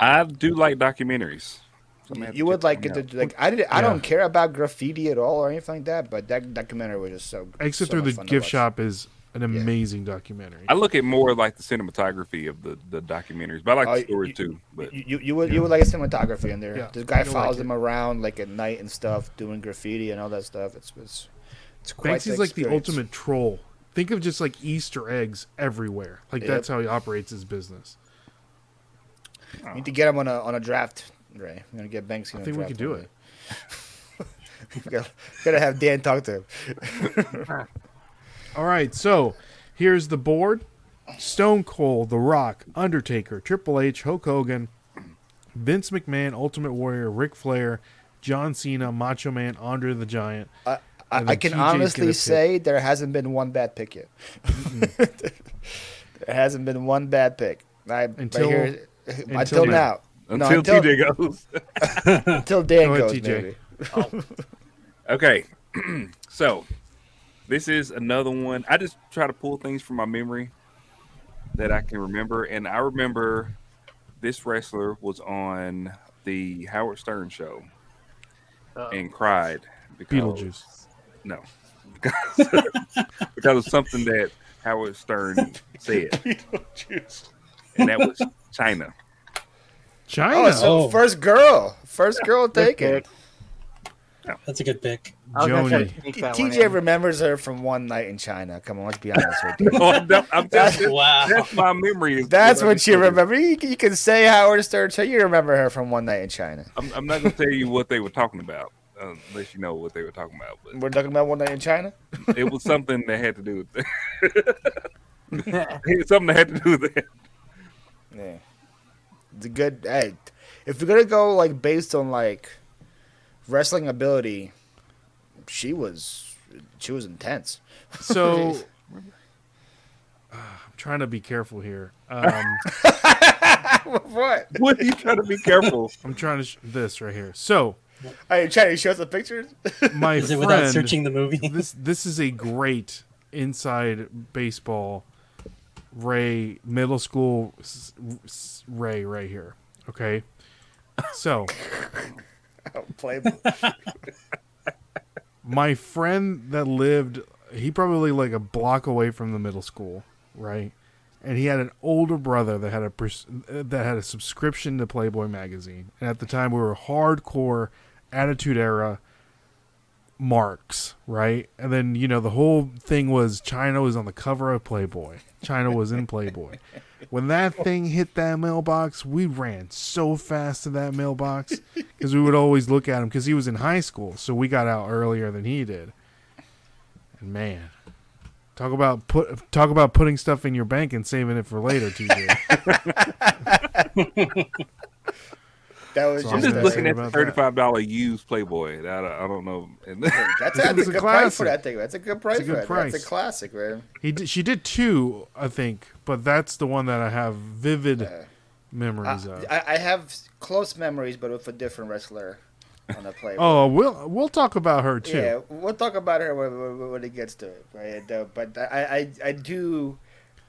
Speaker 1: I do like documentaries. So I'm gonna have
Speaker 2: You
Speaker 1: to
Speaker 2: would
Speaker 1: check
Speaker 2: like
Speaker 1: them
Speaker 2: it
Speaker 1: out.
Speaker 2: to like I did. I
Speaker 3: Yeah.
Speaker 2: don't care about graffiti at all or anything like that. But that documentary was just so.
Speaker 3: Exit
Speaker 2: so
Speaker 3: through
Speaker 2: much
Speaker 3: the
Speaker 2: fun to
Speaker 3: gift
Speaker 2: watch.
Speaker 3: shop is an amazing documentary.
Speaker 1: I look at more like the cinematography of the, the documentaries, but I like
Speaker 2: Oh,
Speaker 1: the story
Speaker 2: you-
Speaker 1: too. But
Speaker 2: You, you, you would you would like a cinematography in there.
Speaker 3: Yeah,
Speaker 2: This guy
Speaker 3: you'll
Speaker 2: follows
Speaker 3: like it.
Speaker 2: them around like at night and stuff, doing graffiti and all that stuff. It's it's, it's quite
Speaker 3: Banksy's like the
Speaker 2: experience.
Speaker 3: ultimate troll. Think of just like Easter eggs everywhere. Like
Speaker 2: Yep.
Speaker 3: that's how he operates his business.
Speaker 2: You need to get him on a on a draft, Ray. I'm gonna get Banksy.
Speaker 3: I think we could do it.
Speaker 2: gotta, gotta have Dan talk to him.
Speaker 3: All right, so here's the board: Stone Cold, The Rock, Undertaker, Triple H, Hulk Hogan, Vince McMahon, Ultimate Warrior, Ric Flair, John Cena, Macho Man, Andre the Giant.
Speaker 2: I,
Speaker 3: And
Speaker 2: I can
Speaker 3: then TJ 's gonna
Speaker 2: honestly
Speaker 3: pick.
Speaker 2: say there hasn't been one bad pick yet. there hasn't been one bad pick. I,
Speaker 3: Until-
Speaker 2: until, here, until,
Speaker 3: until
Speaker 2: now.
Speaker 1: until
Speaker 2: no, until,
Speaker 1: TJ goes.
Speaker 2: until Dan
Speaker 3: Go ahead,
Speaker 2: goes,
Speaker 3: TJ.
Speaker 2: maybe.
Speaker 1: Okay, so this is another one. I just try to pull things from my memory that I can remember, and I remember this wrestler was on the Howard Stern show
Speaker 4: Uh,
Speaker 1: and cried because
Speaker 3: Beetlejuice.
Speaker 1: No, because because of something that Howard Stern said,
Speaker 6: Beetlejuice.
Speaker 1: and that was China.
Speaker 3: China.
Speaker 2: Oh, so
Speaker 6: Oh.
Speaker 2: first girl, first girl taken.
Speaker 5: That's a good pick.
Speaker 4: I was gonna try to
Speaker 3: Joni.
Speaker 4: sneak that one
Speaker 2: TJ
Speaker 4: in.
Speaker 2: remembers her from one night in China. Come on, let's be honest. With you.
Speaker 1: Oh, No, I'm, not- I'm just,
Speaker 5: Wow.
Speaker 1: that's my memory. is-
Speaker 2: That's what you remember. You, can- you can say Howard Stern. show. You remember her from one night in China.
Speaker 1: I'm, I'm not gonna tell you what they were talking about uh, unless you know what they were talking about.
Speaker 2: We're talking about one night in China.
Speaker 1: But it was something that had to do with it was something that had to do with that.
Speaker 2: Yeah, it's a good. Hey, if you're gonna go like based on like wrestling ability, she was she was intense.
Speaker 3: So Ah, I'm trying to be careful here. Um,
Speaker 2: what?
Speaker 1: What are you trying to be careful?
Speaker 3: I'm trying to sh- this right here. So
Speaker 2: Are you trying to show us the pictures?
Speaker 3: my
Speaker 5: Is it
Speaker 3: friend,
Speaker 5: without searching the movie?
Speaker 3: this this is a great inside baseball Ray middle school s- s- Ray right here. Okay, so
Speaker 2: Playboy.
Speaker 3: my friend that lived he probably like a block away from the middle school right and he had an older brother that had a pers- that had a subscription to playboy magazine and at the time we were hardcore attitude era marks right and then you know the whole thing was china was on the cover of playboy china was in playboy when that thing hit that mailbox we ran so fast to that mailbox because we would always look at him because he was in high school so we got out earlier than he did and man talk about put talk about putting stuff in your bank and saving it for later tj
Speaker 2: That was
Speaker 3: So
Speaker 1: I'm just
Speaker 2: just,
Speaker 3: gonna
Speaker 1: looking
Speaker 3: say
Speaker 1: at the
Speaker 3: about
Speaker 1: thirty-five dollar used Playboy. I don't, I don't know. And
Speaker 2: That's a, that's
Speaker 3: This was
Speaker 2: a
Speaker 3: a
Speaker 2: good price for
Speaker 3: classic.
Speaker 2: that thing. That's a good price
Speaker 3: It's
Speaker 2: for
Speaker 3: a good
Speaker 2: that. thing.
Speaker 3: price.
Speaker 2: That's a classic, man.
Speaker 3: he did, she did two i think but that's the one that i have vivid memories of
Speaker 2: Uh, I, I have close memories, but with a different wrestler on the play.
Speaker 3: oh we'll we'll talk about her too
Speaker 2: yeah, we'll talk about her when, when, when it gets to it, right? Uh, but I, I, I do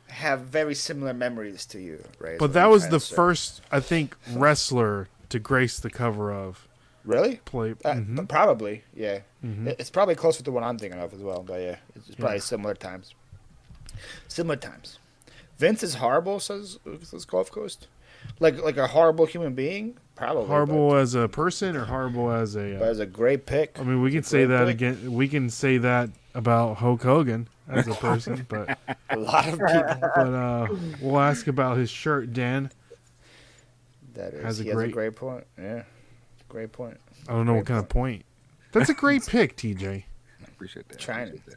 Speaker 2: have very similar memories to you, right?
Speaker 3: but
Speaker 2: Is what
Speaker 3: that
Speaker 2: I'm
Speaker 3: was
Speaker 2: trying
Speaker 3: the
Speaker 2: to say.
Speaker 3: first i think wrestler to grace the cover of
Speaker 2: Really?
Speaker 3: play
Speaker 2: Uh,
Speaker 3: Mhm.
Speaker 2: p- Probably, yeah.
Speaker 3: Mm-hmm.
Speaker 2: It- It's probably closer to what I'm thinking of as well, but yeah, it's it's probably similar times. Similar times. Vince is horrible, says says Gulf Coast, like like a horrible human being, probably.
Speaker 3: horrible as a person or horrible as a uh,
Speaker 2: but, but it's a great pick.
Speaker 3: I mean, we can say
Speaker 2: great
Speaker 3: that
Speaker 2: pick.
Speaker 3: again. We can say that about Hulk Hogan as a person, but
Speaker 2: A lot of people.
Speaker 3: but uh, we'll ask about his shirt, Dan.
Speaker 2: That is,
Speaker 3: Has a
Speaker 2: he has
Speaker 3: great-
Speaker 2: a great point. Yeah, great point.
Speaker 3: I don't know what kind of point. That's a great pick, TJ.
Speaker 1: I appreciate that.
Speaker 2: Trying.
Speaker 1: Appreciate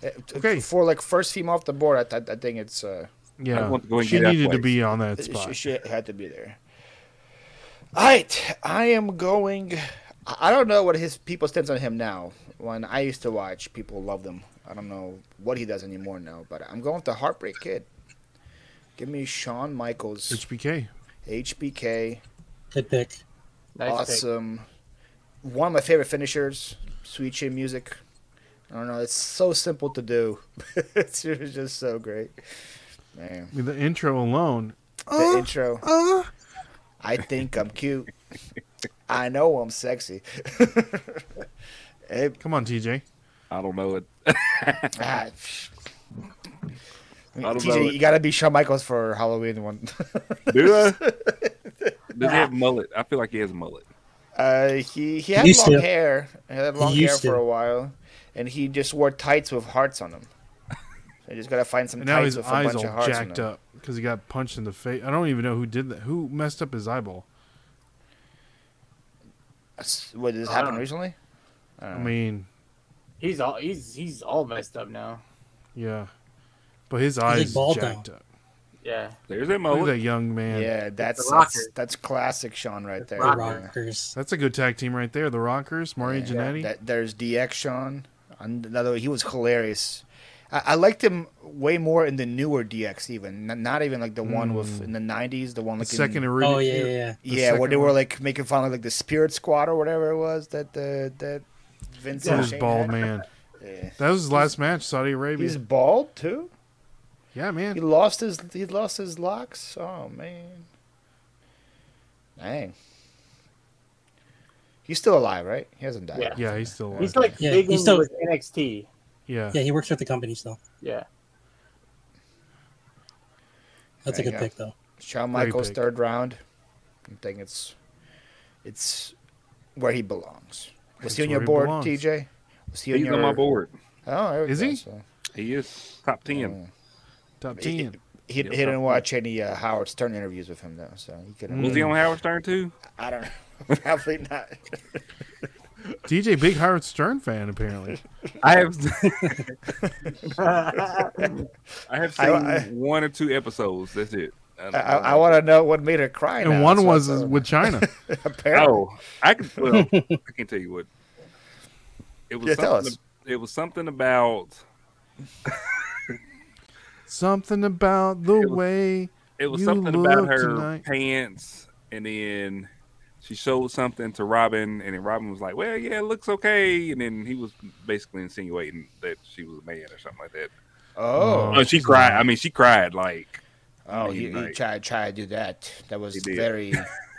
Speaker 1: that.
Speaker 2: Uh, t-
Speaker 3: Okay.
Speaker 2: For like first female off the board, I, th- I think it's uh,
Speaker 3: Yeah,
Speaker 1: want to go and
Speaker 3: she
Speaker 1: get that
Speaker 3: needed to
Speaker 1: place.
Speaker 3: be on that
Speaker 2: she,
Speaker 3: spot.
Speaker 2: she had to be there. All right, I am going. I I don't know what his people stance on him now. When I used to watch, people loved him. I don't know what he does anymore now, but I'm going with the Heartbreak Kid. Give me Shawn Michaels,
Speaker 3: HBK.
Speaker 2: HBK,
Speaker 5: Good pick.
Speaker 4: Nice pick.
Speaker 2: awesome. One of my favorite finishers, Sweet Chin Music. I don't know, it's so simple to do. it's just so great. Man.
Speaker 3: I mean, the intro alone.
Speaker 5: Uh,
Speaker 2: the intro. I think I'm cute. I know I'm sexy. Hey,
Speaker 3: Come on, TJ.
Speaker 1: I don't know it.
Speaker 2: ah,
Speaker 1: don't
Speaker 2: TJ,
Speaker 1: know it.
Speaker 2: you gotta be Shawn Michaels for Halloween one.
Speaker 1: Do I? Does he have a mullet? I feel like he has a mullet.
Speaker 2: uh, he he had
Speaker 5: used to.
Speaker 2: long hair. He had long hair
Speaker 5: used
Speaker 2: for
Speaker 5: to.
Speaker 2: a while, and he just wore tights with hearts on them. I just gotta find some
Speaker 3: And now
Speaker 2: tights
Speaker 3: his
Speaker 2: with a
Speaker 3: eyes
Speaker 2: bunch
Speaker 3: all
Speaker 2: of hearts on
Speaker 3: jacked
Speaker 2: them.
Speaker 3: up because he got punched in the face. I don't even know who did that. Who messed up his eyeball?
Speaker 2: That's- What this
Speaker 4: I
Speaker 2: happened
Speaker 4: don't-
Speaker 2: recently?
Speaker 3: I mean,
Speaker 4: He's all he's he's all messed up now.
Speaker 3: yeah, but his eyes
Speaker 5: bald now.
Speaker 3: jacked up.
Speaker 4: Yeah,
Speaker 1: There's a
Speaker 3: Look at
Speaker 1: mullet.
Speaker 3: that young man.
Speaker 2: Oh, Yeah, that's
Speaker 4: Rocker.
Speaker 2: that's, that's classic Sean right there.
Speaker 5: The
Speaker 4: Rocker.
Speaker 2: Yeah.
Speaker 5: Rockers.
Speaker 3: That's a good tag team right there. The Rockers, Mario Jannetty.
Speaker 2: That, there's DX Sean. Another he was hilarious. I, I liked him way more in the newer DX, even N- not even like the one with in the '90s, the one
Speaker 3: Hmm. The
Speaker 2: like
Speaker 3: second
Speaker 2: in,
Speaker 3: ori-
Speaker 5: Oh yeah, yeah, yeah.
Speaker 3: the
Speaker 2: yeah, where
Speaker 3: second
Speaker 2: they were
Speaker 3: one.
Speaker 2: like making fun of like the Spirit Squad or whatever it was that the that Vince
Speaker 3: That
Speaker 2: and
Speaker 3: was
Speaker 2: Shane had.
Speaker 3: bald, man.
Speaker 2: Yeah.
Speaker 3: That was his last match, Saudi Arabia.
Speaker 2: He's bald too.
Speaker 3: yeah,
Speaker 2: He
Speaker 3: man.
Speaker 2: lost his he lost his locks. Oh man, dang. He's still alive, right? He hasn't died.
Speaker 4: Yeah.
Speaker 3: Yeah, he's still.
Speaker 4: He's
Speaker 3: alive.
Speaker 4: like
Speaker 5: Yeah,
Speaker 4: big
Speaker 5: he's
Speaker 4: in
Speaker 5: still-
Speaker 4: with NXT.
Speaker 3: yeah.
Speaker 5: Yeah, he works with the company still.
Speaker 4: Yeah.
Speaker 5: That's
Speaker 2: There
Speaker 5: a
Speaker 2: you
Speaker 5: good
Speaker 2: go.
Speaker 5: pick though.
Speaker 2: Shawn
Speaker 3: Great
Speaker 2: Michaels
Speaker 3: pick.
Speaker 2: third round. I think it's it's where he belongs. Was
Speaker 3: It's
Speaker 2: he on your
Speaker 3: where he
Speaker 2: board,
Speaker 3: belongs.
Speaker 2: TJ? Was he on
Speaker 1: He's
Speaker 2: your
Speaker 1: on my board.
Speaker 2: Oh, there we
Speaker 3: Is
Speaker 2: go,
Speaker 3: he?
Speaker 2: so- hmm.
Speaker 1: He is top ten.
Speaker 3: Top
Speaker 2: He-
Speaker 3: ten.
Speaker 2: He,
Speaker 1: Yeah,
Speaker 2: he didn't
Speaker 1: top
Speaker 2: watch any uh, Howard Stern interviews with him though, so he couldn't.
Speaker 1: Was he on Howard Stern too?
Speaker 2: I don't know. Probably not.
Speaker 3: DJ, big Howard Stern fan apparently.
Speaker 1: I have I have
Speaker 2: I-
Speaker 1: seen
Speaker 2: I-
Speaker 1: one or two episodes. That's it. don't-
Speaker 2: I,
Speaker 1: don't know.
Speaker 2: want to know what made her cry.
Speaker 3: And
Speaker 2: now,
Speaker 3: one
Speaker 2: so I
Speaker 3: was
Speaker 2: thought-
Speaker 3: with China.
Speaker 2: apparently.
Speaker 1: Oh, I can. Well, I can tell you what. It was
Speaker 2: Yeah,
Speaker 1: something.
Speaker 2: tell us.
Speaker 1: It was something about.
Speaker 3: Something about the
Speaker 1: It was-
Speaker 3: way.
Speaker 1: It was
Speaker 3: You
Speaker 1: something about
Speaker 3: look
Speaker 1: her
Speaker 3: tonight.
Speaker 1: pants, and then she showed something to Robin, and then Robin was like, "Well, yeah, it looks okay," and then he was basically insinuating that she was a man or something like that.
Speaker 2: Oh,
Speaker 1: Oh, she cried. I mean, she cried like.
Speaker 2: oh,
Speaker 1: he
Speaker 2: you, you
Speaker 1: might.
Speaker 2: tried try to do that. That was
Speaker 1: He did.
Speaker 2: very.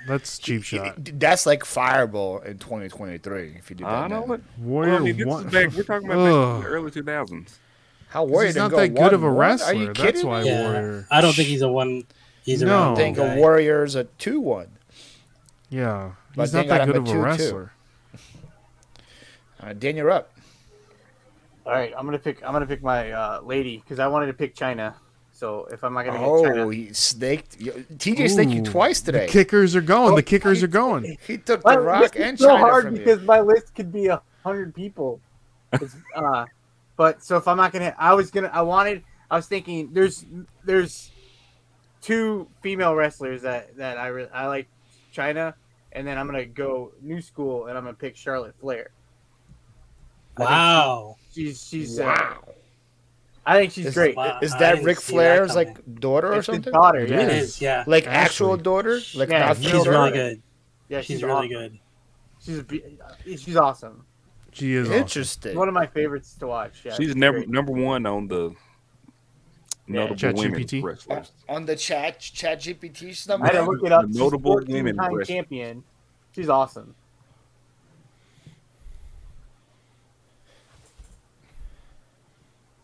Speaker 3: That's cheap shot.
Speaker 2: That's like fireball in 2023. If you do that,
Speaker 1: I know
Speaker 2: now.
Speaker 1: it.
Speaker 3: Warrior
Speaker 1: Well, I mean, this
Speaker 3: one.
Speaker 1: is back. We're talking about back in
Speaker 3: Ugh.
Speaker 1: the early two thousands.
Speaker 2: How worried?
Speaker 3: He's
Speaker 2: to
Speaker 3: not
Speaker 2: go
Speaker 3: that
Speaker 2: one-
Speaker 3: good of a
Speaker 2: one? Are
Speaker 3: wrestler.
Speaker 2: you
Speaker 3: That's
Speaker 2: kidding
Speaker 3: why
Speaker 2: me?
Speaker 5: Yeah.
Speaker 3: Warrior.
Speaker 5: I don't think he's a one. He's a
Speaker 3: No.
Speaker 5: round
Speaker 2: I
Speaker 3: Oh,
Speaker 2: think
Speaker 5: guy.
Speaker 2: a warrior's a two-one.
Speaker 3: Yeah,
Speaker 2: But
Speaker 3: he's
Speaker 2: they
Speaker 3: not
Speaker 2: got
Speaker 3: that
Speaker 2: him
Speaker 3: good
Speaker 2: at
Speaker 3: of a
Speaker 2: two, too.
Speaker 3: wrestler.
Speaker 2: Uh, Dan, you're up.
Speaker 4: All right, I'm gonna pick. I'm gonna pick my uh, lady because I wanted to pick China. So if I'm not gonna get
Speaker 2: Oh,
Speaker 4: China,
Speaker 2: he snaked you- TJ snaked you
Speaker 3: Ooh,
Speaker 2: twice today. Oh,
Speaker 3: The kickers are going. the kickers are going.
Speaker 2: he took
Speaker 4: My
Speaker 2: the rock
Speaker 4: list is
Speaker 2: and
Speaker 4: so
Speaker 2: China
Speaker 4: hard
Speaker 2: from you.
Speaker 4: because my list could be a hundred people. It's, uh, but so if I'm not gonna, I was gonna, I wanted, I was thinking, there's, there's two female wrestlers that that I re- I like China, and then I'm gonna go new school and I'm gonna pick Charlotte Flair.
Speaker 5: Wow.
Speaker 4: She's she's wow. Uh, I think she's
Speaker 2: Is-
Speaker 4: great.
Speaker 5: Wow.
Speaker 2: Is
Speaker 5: I
Speaker 2: that
Speaker 5: didn't
Speaker 2: Ric
Speaker 5: see that
Speaker 2: Flair's
Speaker 5: coming.
Speaker 2: like daughter or
Speaker 4: It's his
Speaker 2: something?
Speaker 4: daughter.
Speaker 3: It
Speaker 4: Yeah,
Speaker 5: It is, yeah.
Speaker 2: Like
Speaker 3: Ashley.
Speaker 2: actual daughter? Like
Speaker 4: Yeah,
Speaker 2: not
Speaker 5: She's
Speaker 2: real
Speaker 5: really
Speaker 2: daughter?
Speaker 5: good.
Speaker 4: yeah,
Speaker 5: She's, really
Speaker 4: awesome.
Speaker 5: good.
Speaker 4: She's a be- uh, she's awesome.
Speaker 3: She is awesome.
Speaker 2: Interesting.
Speaker 4: One of my favorites to watch. Yeah,
Speaker 1: She's never number one on the
Speaker 4: Yeah.
Speaker 1: notable
Speaker 3: Chat
Speaker 1: women
Speaker 3: GPT.
Speaker 1: wrestlers.
Speaker 2: on the chat chat GPT
Speaker 4: I had
Speaker 2: stuff.
Speaker 4: to look it up.
Speaker 1: The
Speaker 4: She's
Speaker 1: notable
Speaker 4: 14
Speaker 1: women
Speaker 4: time
Speaker 1: wrestler.
Speaker 4: champion. She's awesome.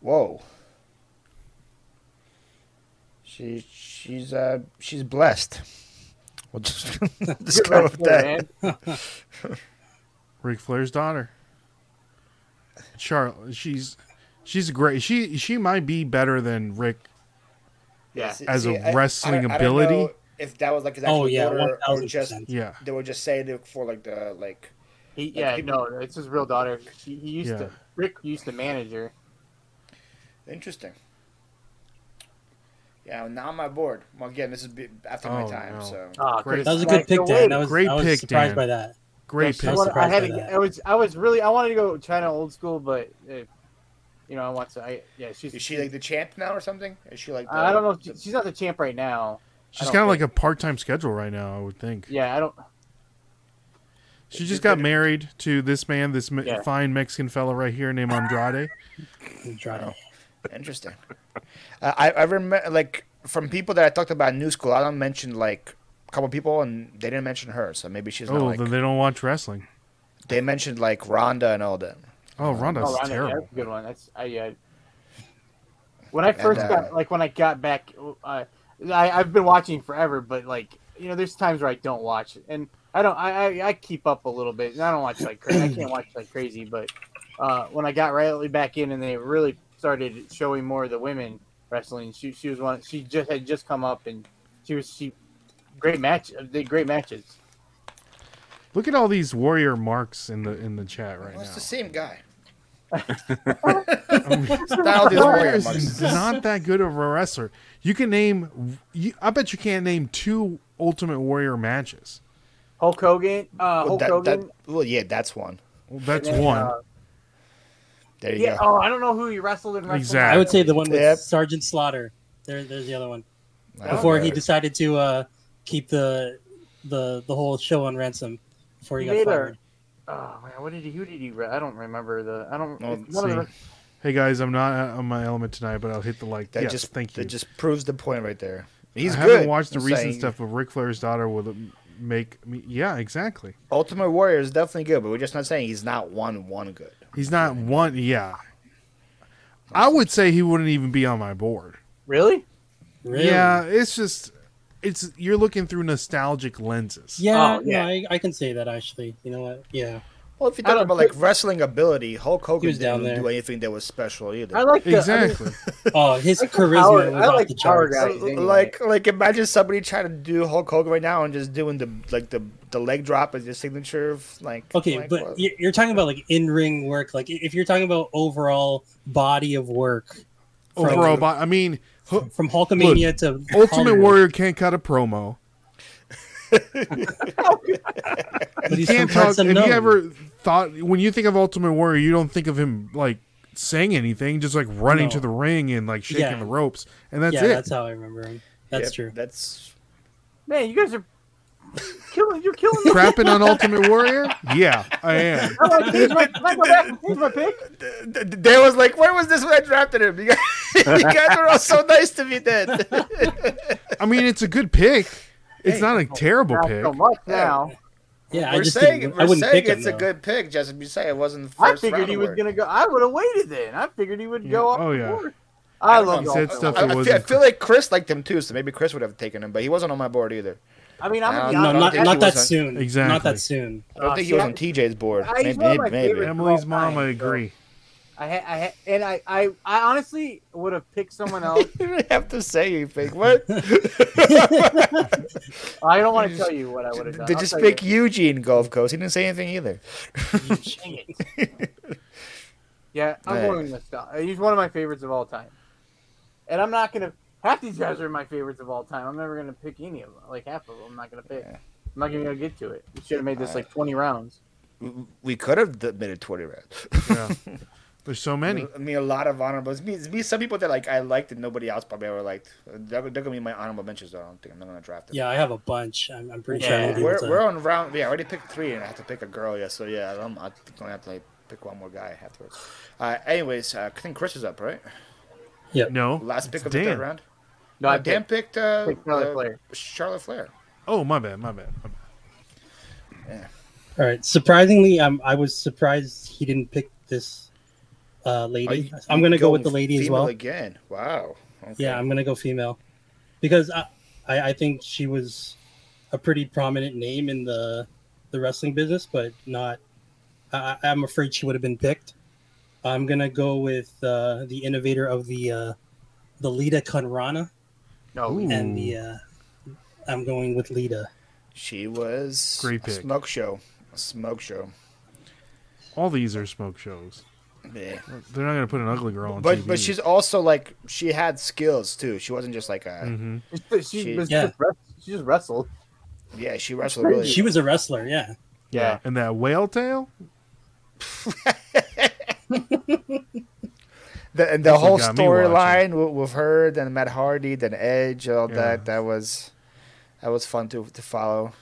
Speaker 2: Whoa. She she's uh she's blessed. We'll just, just
Speaker 4: Good
Speaker 2: go with
Speaker 4: wrestler,
Speaker 2: that.
Speaker 4: man.
Speaker 3: Ric Flair's daughter. Charlotte. She's she's great. She she might be better than Rick
Speaker 4: Yeah.
Speaker 2: See-
Speaker 3: as
Speaker 2: see,
Speaker 3: a
Speaker 2: I- I
Speaker 3: wrestling
Speaker 2: don't- I don't
Speaker 3: ability.
Speaker 2: know if that was like his actual
Speaker 5: Oh yeah, one
Speaker 2: daughter or
Speaker 5: thousand
Speaker 2: just
Speaker 5: percent.
Speaker 3: Yeah.
Speaker 2: they were just saying it for like the like
Speaker 4: He, yeah,
Speaker 2: people-
Speaker 4: no, it's his real daughter. He, he used
Speaker 3: Yeah.
Speaker 4: to Rick used to manage her.
Speaker 2: Interesting. Yeah, well, now I'm on board. Well, again, this is be- after my
Speaker 3: Oh,
Speaker 2: time,
Speaker 3: no.
Speaker 2: so
Speaker 4: Ah,
Speaker 3: Great.
Speaker 5: That was a good
Speaker 4: Like,
Speaker 5: pick,
Speaker 4: no way.
Speaker 5: Dan. That was,
Speaker 3: Great
Speaker 5: I was
Speaker 3: pick,
Speaker 5: surprised
Speaker 3: Dan.
Speaker 5: by that.
Speaker 3: Great
Speaker 5: I
Speaker 4: I,
Speaker 3: pick.
Speaker 5: was
Speaker 4: wanna- I
Speaker 5: surprised
Speaker 4: had
Speaker 5: by
Speaker 4: to,
Speaker 5: that.
Speaker 4: I was I was really I wanted to go China old school, but uh, you know I want to. I yeah, she's
Speaker 2: is she like the champ now or something? Is she like? The,
Speaker 4: I don't know. If she,
Speaker 2: the-
Speaker 4: she's not the champ right now.
Speaker 3: She's
Speaker 4: I don't
Speaker 3: got like
Speaker 4: think-
Speaker 3: a part time schedule right now, I would think.
Speaker 4: Yeah, I don't.
Speaker 3: She just got married to this man, this me-
Speaker 4: Yeah.
Speaker 3: fine Mexican fella right here named Andrade.
Speaker 2: Oh,
Speaker 5: Andrade.
Speaker 2: Interesting. uh, I I remember like from people that I talked about in New School. I don't mention like a couple people, and they didn't mention her. So maybe she's not
Speaker 3: oh,
Speaker 2: like
Speaker 3: then they don't watch wrestling.
Speaker 2: they mentioned like Rhonda and all that.
Speaker 3: Oh, Ronda's
Speaker 4: Oh, I know, yeah,
Speaker 3: terrible.
Speaker 4: That's a good one. That's I. Uh, when I first
Speaker 2: uh,
Speaker 4: got like when I got back, uh, I I've been watching forever, but like you know, there's times where I don't watch it, and I don't. I I, I keep up a little bit, and I don't watch like crazy. I can't watch like crazy, but uh, when I got rightly back in, and they really started showing more of the women wrestling, she she was one. She just had just come up, and she was she great match. uh, Did great matches.
Speaker 3: Look at all these warrior marks in the in the chat right
Speaker 2: Well, it's
Speaker 3: now.
Speaker 2: the same guy.
Speaker 3: I mean,
Speaker 2: Style this
Speaker 3: Warrior
Speaker 2: warrior
Speaker 3: is
Speaker 2: marks.
Speaker 3: not that good of a wrestler. You can name, you, I bet you can't name two Ultimate Warrior matches.
Speaker 4: Hulk Hogan, uh,
Speaker 2: Well,
Speaker 4: Hulk
Speaker 2: that,
Speaker 4: Hogan,
Speaker 2: that, well, yeah, that's one.
Speaker 3: Well, that's
Speaker 4: and then,
Speaker 3: one.
Speaker 4: uh,
Speaker 2: There you
Speaker 4: Yeah.
Speaker 2: go.
Speaker 4: Oh, I don't know who he wrestled in wrestling.
Speaker 3: Exactly.
Speaker 6: I would say the one with
Speaker 2: Yep. Oh,
Speaker 6: Sergeant Slaughter. There, there's the other one.
Speaker 2: I don't
Speaker 6: Before
Speaker 2: know.
Speaker 6: he decided to uh, keep the the the whole show on ransom. Before he got
Speaker 4: Neither.
Speaker 6: fired.
Speaker 4: Oh man, what did he? Who did he? Re- I don't remember the. I don't.
Speaker 2: Well,
Speaker 4: it's one of the,
Speaker 3: Hey guys, I'm not uh, on my element tonight, but I'll hit the like.
Speaker 2: That
Speaker 3: yes,
Speaker 2: just
Speaker 3: thank you.
Speaker 2: That just proves the point right there. He's
Speaker 3: I
Speaker 2: good.
Speaker 3: haven't watched the
Speaker 2: I'm
Speaker 3: recent
Speaker 2: saying
Speaker 3: stuff, but Ric Flair's daughter will make me. Yeah, exactly.
Speaker 2: Ultimate Warrior is definitely good, but we're just not saying he's not one one good.
Speaker 3: He's not one. Yeah, I would say he wouldn't even be on my board.
Speaker 4: really?
Speaker 6: Really?
Speaker 3: Yeah, it's just it's you're looking through nostalgic lenses.
Speaker 6: Yeah,
Speaker 4: Oh, yeah.
Speaker 6: no, I, I can say that actually. You know what? Yeah,
Speaker 2: Well, if you
Speaker 4: I
Speaker 2: talk
Speaker 4: don't-
Speaker 2: about like wrestling ability, Hulk Hogan
Speaker 6: He was
Speaker 2: didn't
Speaker 6: down there.
Speaker 2: do anything that was special either.
Speaker 4: I like the,
Speaker 3: Exactly.
Speaker 6: Oh, his
Speaker 4: Like the
Speaker 6: charisma
Speaker 4: power-
Speaker 6: was
Speaker 4: I
Speaker 6: off
Speaker 4: like
Speaker 6: the
Speaker 4: power
Speaker 6: charts.
Speaker 4: guys.
Speaker 2: L-
Speaker 4: anyway.
Speaker 2: Like, like imagine somebody trying to do Hulk Hogan right now and just doing the like the the leg drop as your signature. f- Like,
Speaker 6: Okay,
Speaker 2: like,
Speaker 6: but
Speaker 2: what?
Speaker 6: you're, you're talking about like in-ring work. Like if you're talking about overall body of work, from,
Speaker 3: Overall, bo- I mean, Hu-
Speaker 6: from Hulkamania to
Speaker 3: Ultimate
Speaker 6: Hollywood,
Speaker 3: Warrior can't cut a promo.
Speaker 6: but he's
Speaker 3: Can't talk.
Speaker 6: from parts
Speaker 3: Have you
Speaker 6: unknown.
Speaker 3: ever thought when you think of Ultimate Warrior, you don't think of him like saying anything, just like running
Speaker 6: No.
Speaker 3: to the ring and like shaking
Speaker 6: Yeah.
Speaker 3: the ropes, and that's
Speaker 6: yeah,
Speaker 3: it.
Speaker 6: that's how I remember him. That's
Speaker 2: Yep,
Speaker 6: true.
Speaker 2: That's
Speaker 4: man, you guys are killing. You're killing. me.
Speaker 3: Crapping on Ultimate Warrior? Yeah, I am.
Speaker 4: I like change my, can I go back and change my pick?
Speaker 2: th- th- there was like, where was this when I drafted him? You guys, you guys were all so nice to me then.
Speaker 3: I mean, it's a good pick. It's
Speaker 2: Hey,
Speaker 3: not a terrible
Speaker 4: Not
Speaker 3: pick.
Speaker 4: so much now.
Speaker 6: Yeah, I
Speaker 2: we're
Speaker 6: just
Speaker 2: saying,
Speaker 6: didn't,
Speaker 2: we're
Speaker 6: I wouldn't
Speaker 2: saying
Speaker 6: pick him.
Speaker 2: it's
Speaker 6: though.
Speaker 2: a good pick, Justin. You say it wasn't
Speaker 4: I
Speaker 2: first.
Speaker 4: figured
Speaker 2: round
Speaker 4: he was
Speaker 2: award.
Speaker 4: gonna go. I would have waited then. I figured he would go
Speaker 3: Yeah.
Speaker 4: off.
Speaker 3: Oh,
Speaker 4: the
Speaker 3: yeah.
Speaker 4: board. I love
Speaker 2: He
Speaker 3: said
Speaker 4: Dolph.
Speaker 3: stuff
Speaker 2: I, I,
Speaker 3: It
Speaker 2: feel, I
Speaker 3: wasn't-
Speaker 2: feel like Chris liked him too, so maybe Chris would have taken him, but he wasn't on my board either.
Speaker 4: I mean, I'm
Speaker 2: I
Speaker 4: gonna be
Speaker 2: don't
Speaker 6: No,
Speaker 4: honest.
Speaker 2: know.
Speaker 6: not
Speaker 2: think
Speaker 6: not
Speaker 2: he
Speaker 6: that
Speaker 2: was a-
Speaker 6: soon.
Speaker 3: Exactly.
Speaker 6: Not that soon.
Speaker 2: I don't
Speaker 4: Uh,
Speaker 2: think he
Speaker 4: see,
Speaker 2: was
Speaker 4: I-
Speaker 2: on TJ's board.
Speaker 4: I- he's
Speaker 2: Maybe,
Speaker 4: one of my
Speaker 2: maybe.
Speaker 4: favorites.
Speaker 3: Emily's
Speaker 4: Oh,
Speaker 3: mom, I
Speaker 4: fine.
Speaker 3: agree.
Speaker 4: I, ha- I ha- and I, I, I honestly would have picked someone else.
Speaker 2: You didn't have to say anything. What?
Speaker 4: I don't want to tell you what I would have done.
Speaker 2: They
Speaker 4: I'll
Speaker 2: just
Speaker 4: tell
Speaker 2: pick
Speaker 4: you.
Speaker 2: Eugene Gulf Coast. He didn't say anything either.
Speaker 4: Dang it. Yeah, I'm
Speaker 2: Hey.
Speaker 4: going with Stout. He's one of my favorites of all time, and I'm not gonna. Half these guys are my favorites of all time. I'm never gonna pick any of them. Like half of them, I'm not gonna pick. I'm not gonna get to it. We should have made this like 20 rounds.
Speaker 2: We could have admitted 20 rounds.
Speaker 3: Yeah. There's so many.
Speaker 2: I mean, a lot of honorables. Me, me, some people that like I liked and nobody else probably ever liked. They're, they're gonna be my honorable mentions. Though. I don't think I'm not gonna draft them.
Speaker 6: Yeah, I have a bunch. I'm, I'm pretty sure. I
Speaker 2: Yeah,
Speaker 6: won't be
Speaker 2: we're,
Speaker 6: able to-
Speaker 2: we're on round. Yeah, I already picked three, and I have to pick a girl. Yeah, so yeah, I'm, I'm gonna have to like, pick one more guy afterwards. Uh, anyways, uh, I think Chris is up, right?
Speaker 3: No.
Speaker 2: Last pick
Speaker 3: it's
Speaker 2: of the
Speaker 3: Dan.
Speaker 2: third round.
Speaker 4: No, I
Speaker 2: Uh, Dan
Speaker 4: picked,
Speaker 2: picked, uh,
Speaker 4: picked Charlotte
Speaker 2: uh,
Speaker 4: Flair.
Speaker 2: Charlotte Flair.
Speaker 3: Oh, my bad. My bad. my bad.
Speaker 6: All right. Surprisingly, um, I was surprised he didn't pick this uh,
Speaker 2: Are
Speaker 6: lady.
Speaker 2: you-
Speaker 6: I'm gonna go
Speaker 2: going
Speaker 6: with the lady as
Speaker 2: female
Speaker 6: well.
Speaker 2: Again, wow. Okay.
Speaker 6: Yeah, I'm gonna go female because I, I, I think she was a pretty prominent name in the the wrestling business, but not. I, I- I'm afraid she would have been picked. I'm gonna go with uh, the innovator of the uh, the Lita Conrana
Speaker 4: No, we-
Speaker 3: Ooh.
Speaker 6: and the.
Speaker 2: Hmm.
Speaker 6: Uh, I'm going with Lita.
Speaker 2: She was
Speaker 3: Great
Speaker 2: a
Speaker 3: pick.
Speaker 2: smoke show. A smoke show.
Speaker 3: All these are smoke shows.
Speaker 2: Yeah.
Speaker 3: They're not gonna put an ugly girl on
Speaker 2: But
Speaker 3: TV.
Speaker 2: but she's also like she had skills too. She wasn't just like a
Speaker 3: Mhm.
Speaker 4: she, she,
Speaker 2: She-
Speaker 4: was
Speaker 6: Yeah.
Speaker 4: just wrest- she just wrestled.
Speaker 2: yeah. She wrestled really.
Speaker 6: She was a wrestler, yeah.
Speaker 4: Yeah.
Speaker 3: And that whale tail.
Speaker 2: The, and the
Speaker 3: That's what
Speaker 2: whole
Speaker 3: got me watching.
Speaker 2: storyline with, with her, then Matt Hardy, then Edge, all
Speaker 3: Yeah.
Speaker 2: that that was that was fun to to follow.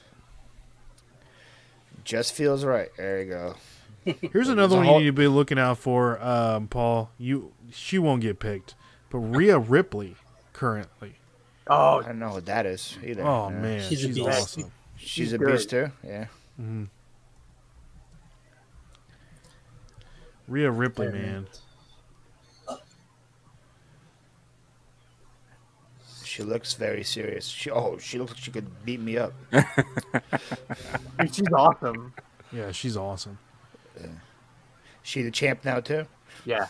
Speaker 2: Just feels right. There you go.
Speaker 3: Here's another
Speaker 2: a
Speaker 3: one you
Speaker 2: whole-
Speaker 3: need to be looking out for, um, Paul. You she won't get picked, but Rhea Ripley currently.
Speaker 4: Oh,
Speaker 2: I don't know what that is either.
Speaker 3: Oh
Speaker 2: Yeah.
Speaker 3: man, she's,
Speaker 6: She's a beast.
Speaker 3: awesome. Mm-hmm.
Speaker 2: she's,
Speaker 4: She's
Speaker 2: a
Speaker 4: great.
Speaker 2: beast too. Yeah,
Speaker 3: Rhea Ripley, man.
Speaker 2: she looks very serious. She oh she looks like she could beat me up.
Speaker 4: dude, she's awesome.
Speaker 3: Yeah, she's awesome.
Speaker 2: She the champ now too.
Speaker 4: Yeah,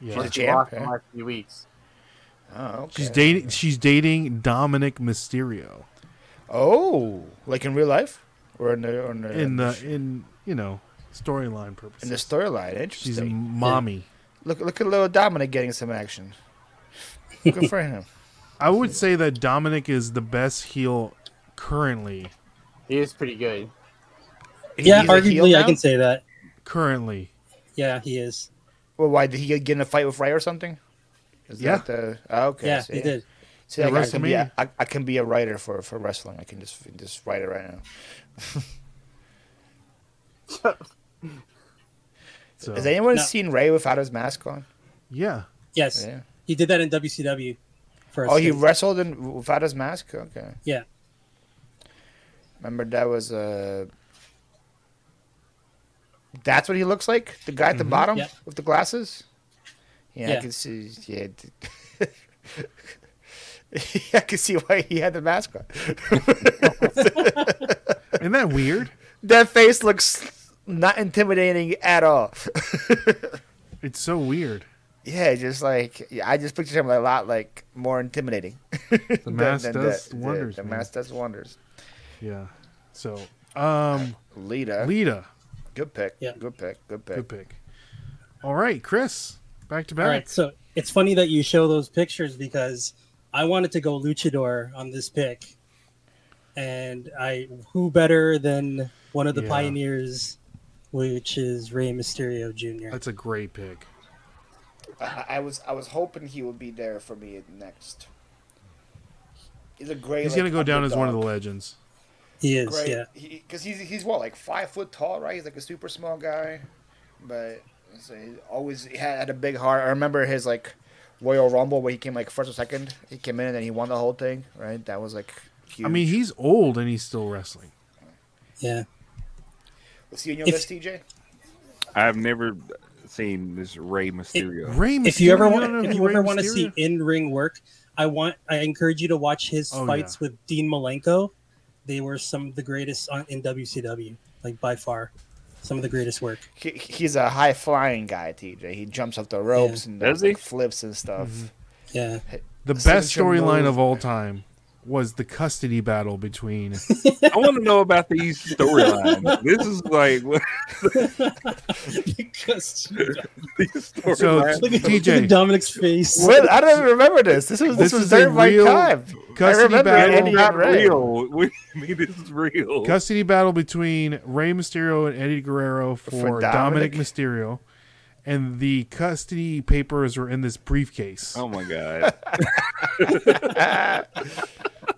Speaker 3: Yeah,
Speaker 2: She's a
Speaker 4: she
Speaker 2: champ,
Speaker 4: lost in
Speaker 2: yeah.
Speaker 4: the last few weeks.
Speaker 2: Oh, okay.
Speaker 3: she's dating. She's dating Dominic Mysterio
Speaker 2: Oh, like in real life or in the or in the
Speaker 3: in the in you know storyline purposes.
Speaker 2: in the storyline.
Speaker 3: she's a
Speaker 2: Interesting.
Speaker 3: mommy.
Speaker 2: Look look at little Dominic getting some action. Good for him.
Speaker 3: I would say that Dominic is the best heel currently.
Speaker 4: He is pretty good.
Speaker 2: He-
Speaker 6: Yeah,
Speaker 2: he's a heel
Speaker 6: arguably, I
Speaker 2: now?
Speaker 6: can say that.
Speaker 3: Currently,
Speaker 6: Yeah, he is.
Speaker 2: Well, why did he get in a fight with Ray or something? Is
Speaker 3: Yeah.
Speaker 2: that the oh, okay?
Speaker 6: yeah,
Speaker 2: see?
Speaker 6: he did.
Speaker 2: See,
Speaker 3: Yeah,
Speaker 2: like, I, can be
Speaker 3: WrestleMania.
Speaker 2: a, I, I can be a writer for, for wrestling. I can just just write it right now.
Speaker 3: So,
Speaker 2: Has anyone
Speaker 6: No.
Speaker 2: seen Ray without his mask on?
Speaker 3: yeah.
Speaker 6: Yes,
Speaker 2: Yeah.
Speaker 6: he did that in WCW. For a
Speaker 2: Oh, he
Speaker 6: stint.
Speaker 2: wrestled in, without his mask. Okay.
Speaker 6: Yeah.
Speaker 2: Remember that was Uh... That's what he looks like. The guy at the bottom
Speaker 6: Yep.
Speaker 2: with the glasses. Yeah, I
Speaker 6: Mm-hmm. Yeah.
Speaker 2: can see. Yeah. I can see why he had the mask on.
Speaker 3: Isn't that weird?
Speaker 2: that face looks not intimidating at all.
Speaker 3: It's so weird.
Speaker 2: yeah, just like yeah, I just pictured him a lot like more intimidating.
Speaker 3: The mask does wonders.
Speaker 2: The,
Speaker 3: man.
Speaker 2: mask does wonders.
Speaker 3: Yeah. So, um,
Speaker 2: Lita,
Speaker 3: Lita,
Speaker 2: good pick.
Speaker 6: Yeah.
Speaker 2: Good pick. Good pick.
Speaker 3: good pick. All right, Chris, back to back.
Speaker 6: All right, so it's funny that you show those pictures because I wanted to go luchador on this pick, and I who better than one of the
Speaker 3: Yeah.
Speaker 6: pioneers, which is Rey Mysterio Jr.
Speaker 3: That's a great pick.
Speaker 2: I, I was I was hoping he would be there for me next. He's a great.
Speaker 3: He's
Speaker 2: like,
Speaker 3: gonna go down as one of the
Speaker 2: underdog.
Speaker 3: legends.
Speaker 6: He is,
Speaker 2: Great.
Speaker 6: yeah,
Speaker 2: Because he's he's what like five foot tall, right? He's like a super small guy, but so he always had, had a big heart. I remember his like Royal Rumble where he came like first or second. He came in and then he won the whole thing, right? That was like. Huge.
Speaker 3: I mean, he's old and he's still wrestling.
Speaker 6: yeah.
Speaker 2: was he on your
Speaker 6: if-
Speaker 2: list, TJ?
Speaker 1: I've never seen this Ray Mysterio.
Speaker 3: Ray
Speaker 6: if you ever
Speaker 3: Mysterio? I don't
Speaker 6: want,
Speaker 3: know
Speaker 6: if
Speaker 3: who
Speaker 6: you
Speaker 3: Rey
Speaker 6: ever want to
Speaker 3: Mysterio-
Speaker 6: see in ring work, I want, I encourage you to watch his
Speaker 3: Oh,
Speaker 6: fights with Dean Malenko. They were some of the greatest on, in WCW, like by far, some of the greatest work.
Speaker 2: He, he's a high flying guy, TJ. He jumps off the ropes and does
Speaker 1: Does he?
Speaker 2: like, flips and stuff.
Speaker 3: Mm-hmm.
Speaker 6: Yeah,
Speaker 3: the
Speaker 2: signature
Speaker 3: best storyline
Speaker 2: move.
Speaker 3: of all time was the custody battle between
Speaker 1: I want to know about these storylines. this is like what
Speaker 6: because
Speaker 1: these
Speaker 3: so
Speaker 1: storylines.
Speaker 6: look at, look
Speaker 3: TJ
Speaker 6: at Dominic's face.
Speaker 2: Well, I don't even remember this. This was this,
Speaker 3: This
Speaker 2: was
Speaker 3: is a
Speaker 2: during my
Speaker 3: real
Speaker 2: time. I
Speaker 3: custody
Speaker 2: remember
Speaker 3: battle.
Speaker 1: It's
Speaker 2: Eddie
Speaker 1: not
Speaker 2: and Ray.
Speaker 1: real. What do you mean this is real?
Speaker 3: custody battle between Rey Mysterio and Eddie Guerrero for, Dominic?
Speaker 2: Dominic?
Speaker 3: Mysterio, and the custody papers were in this briefcase.
Speaker 1: Oh my god!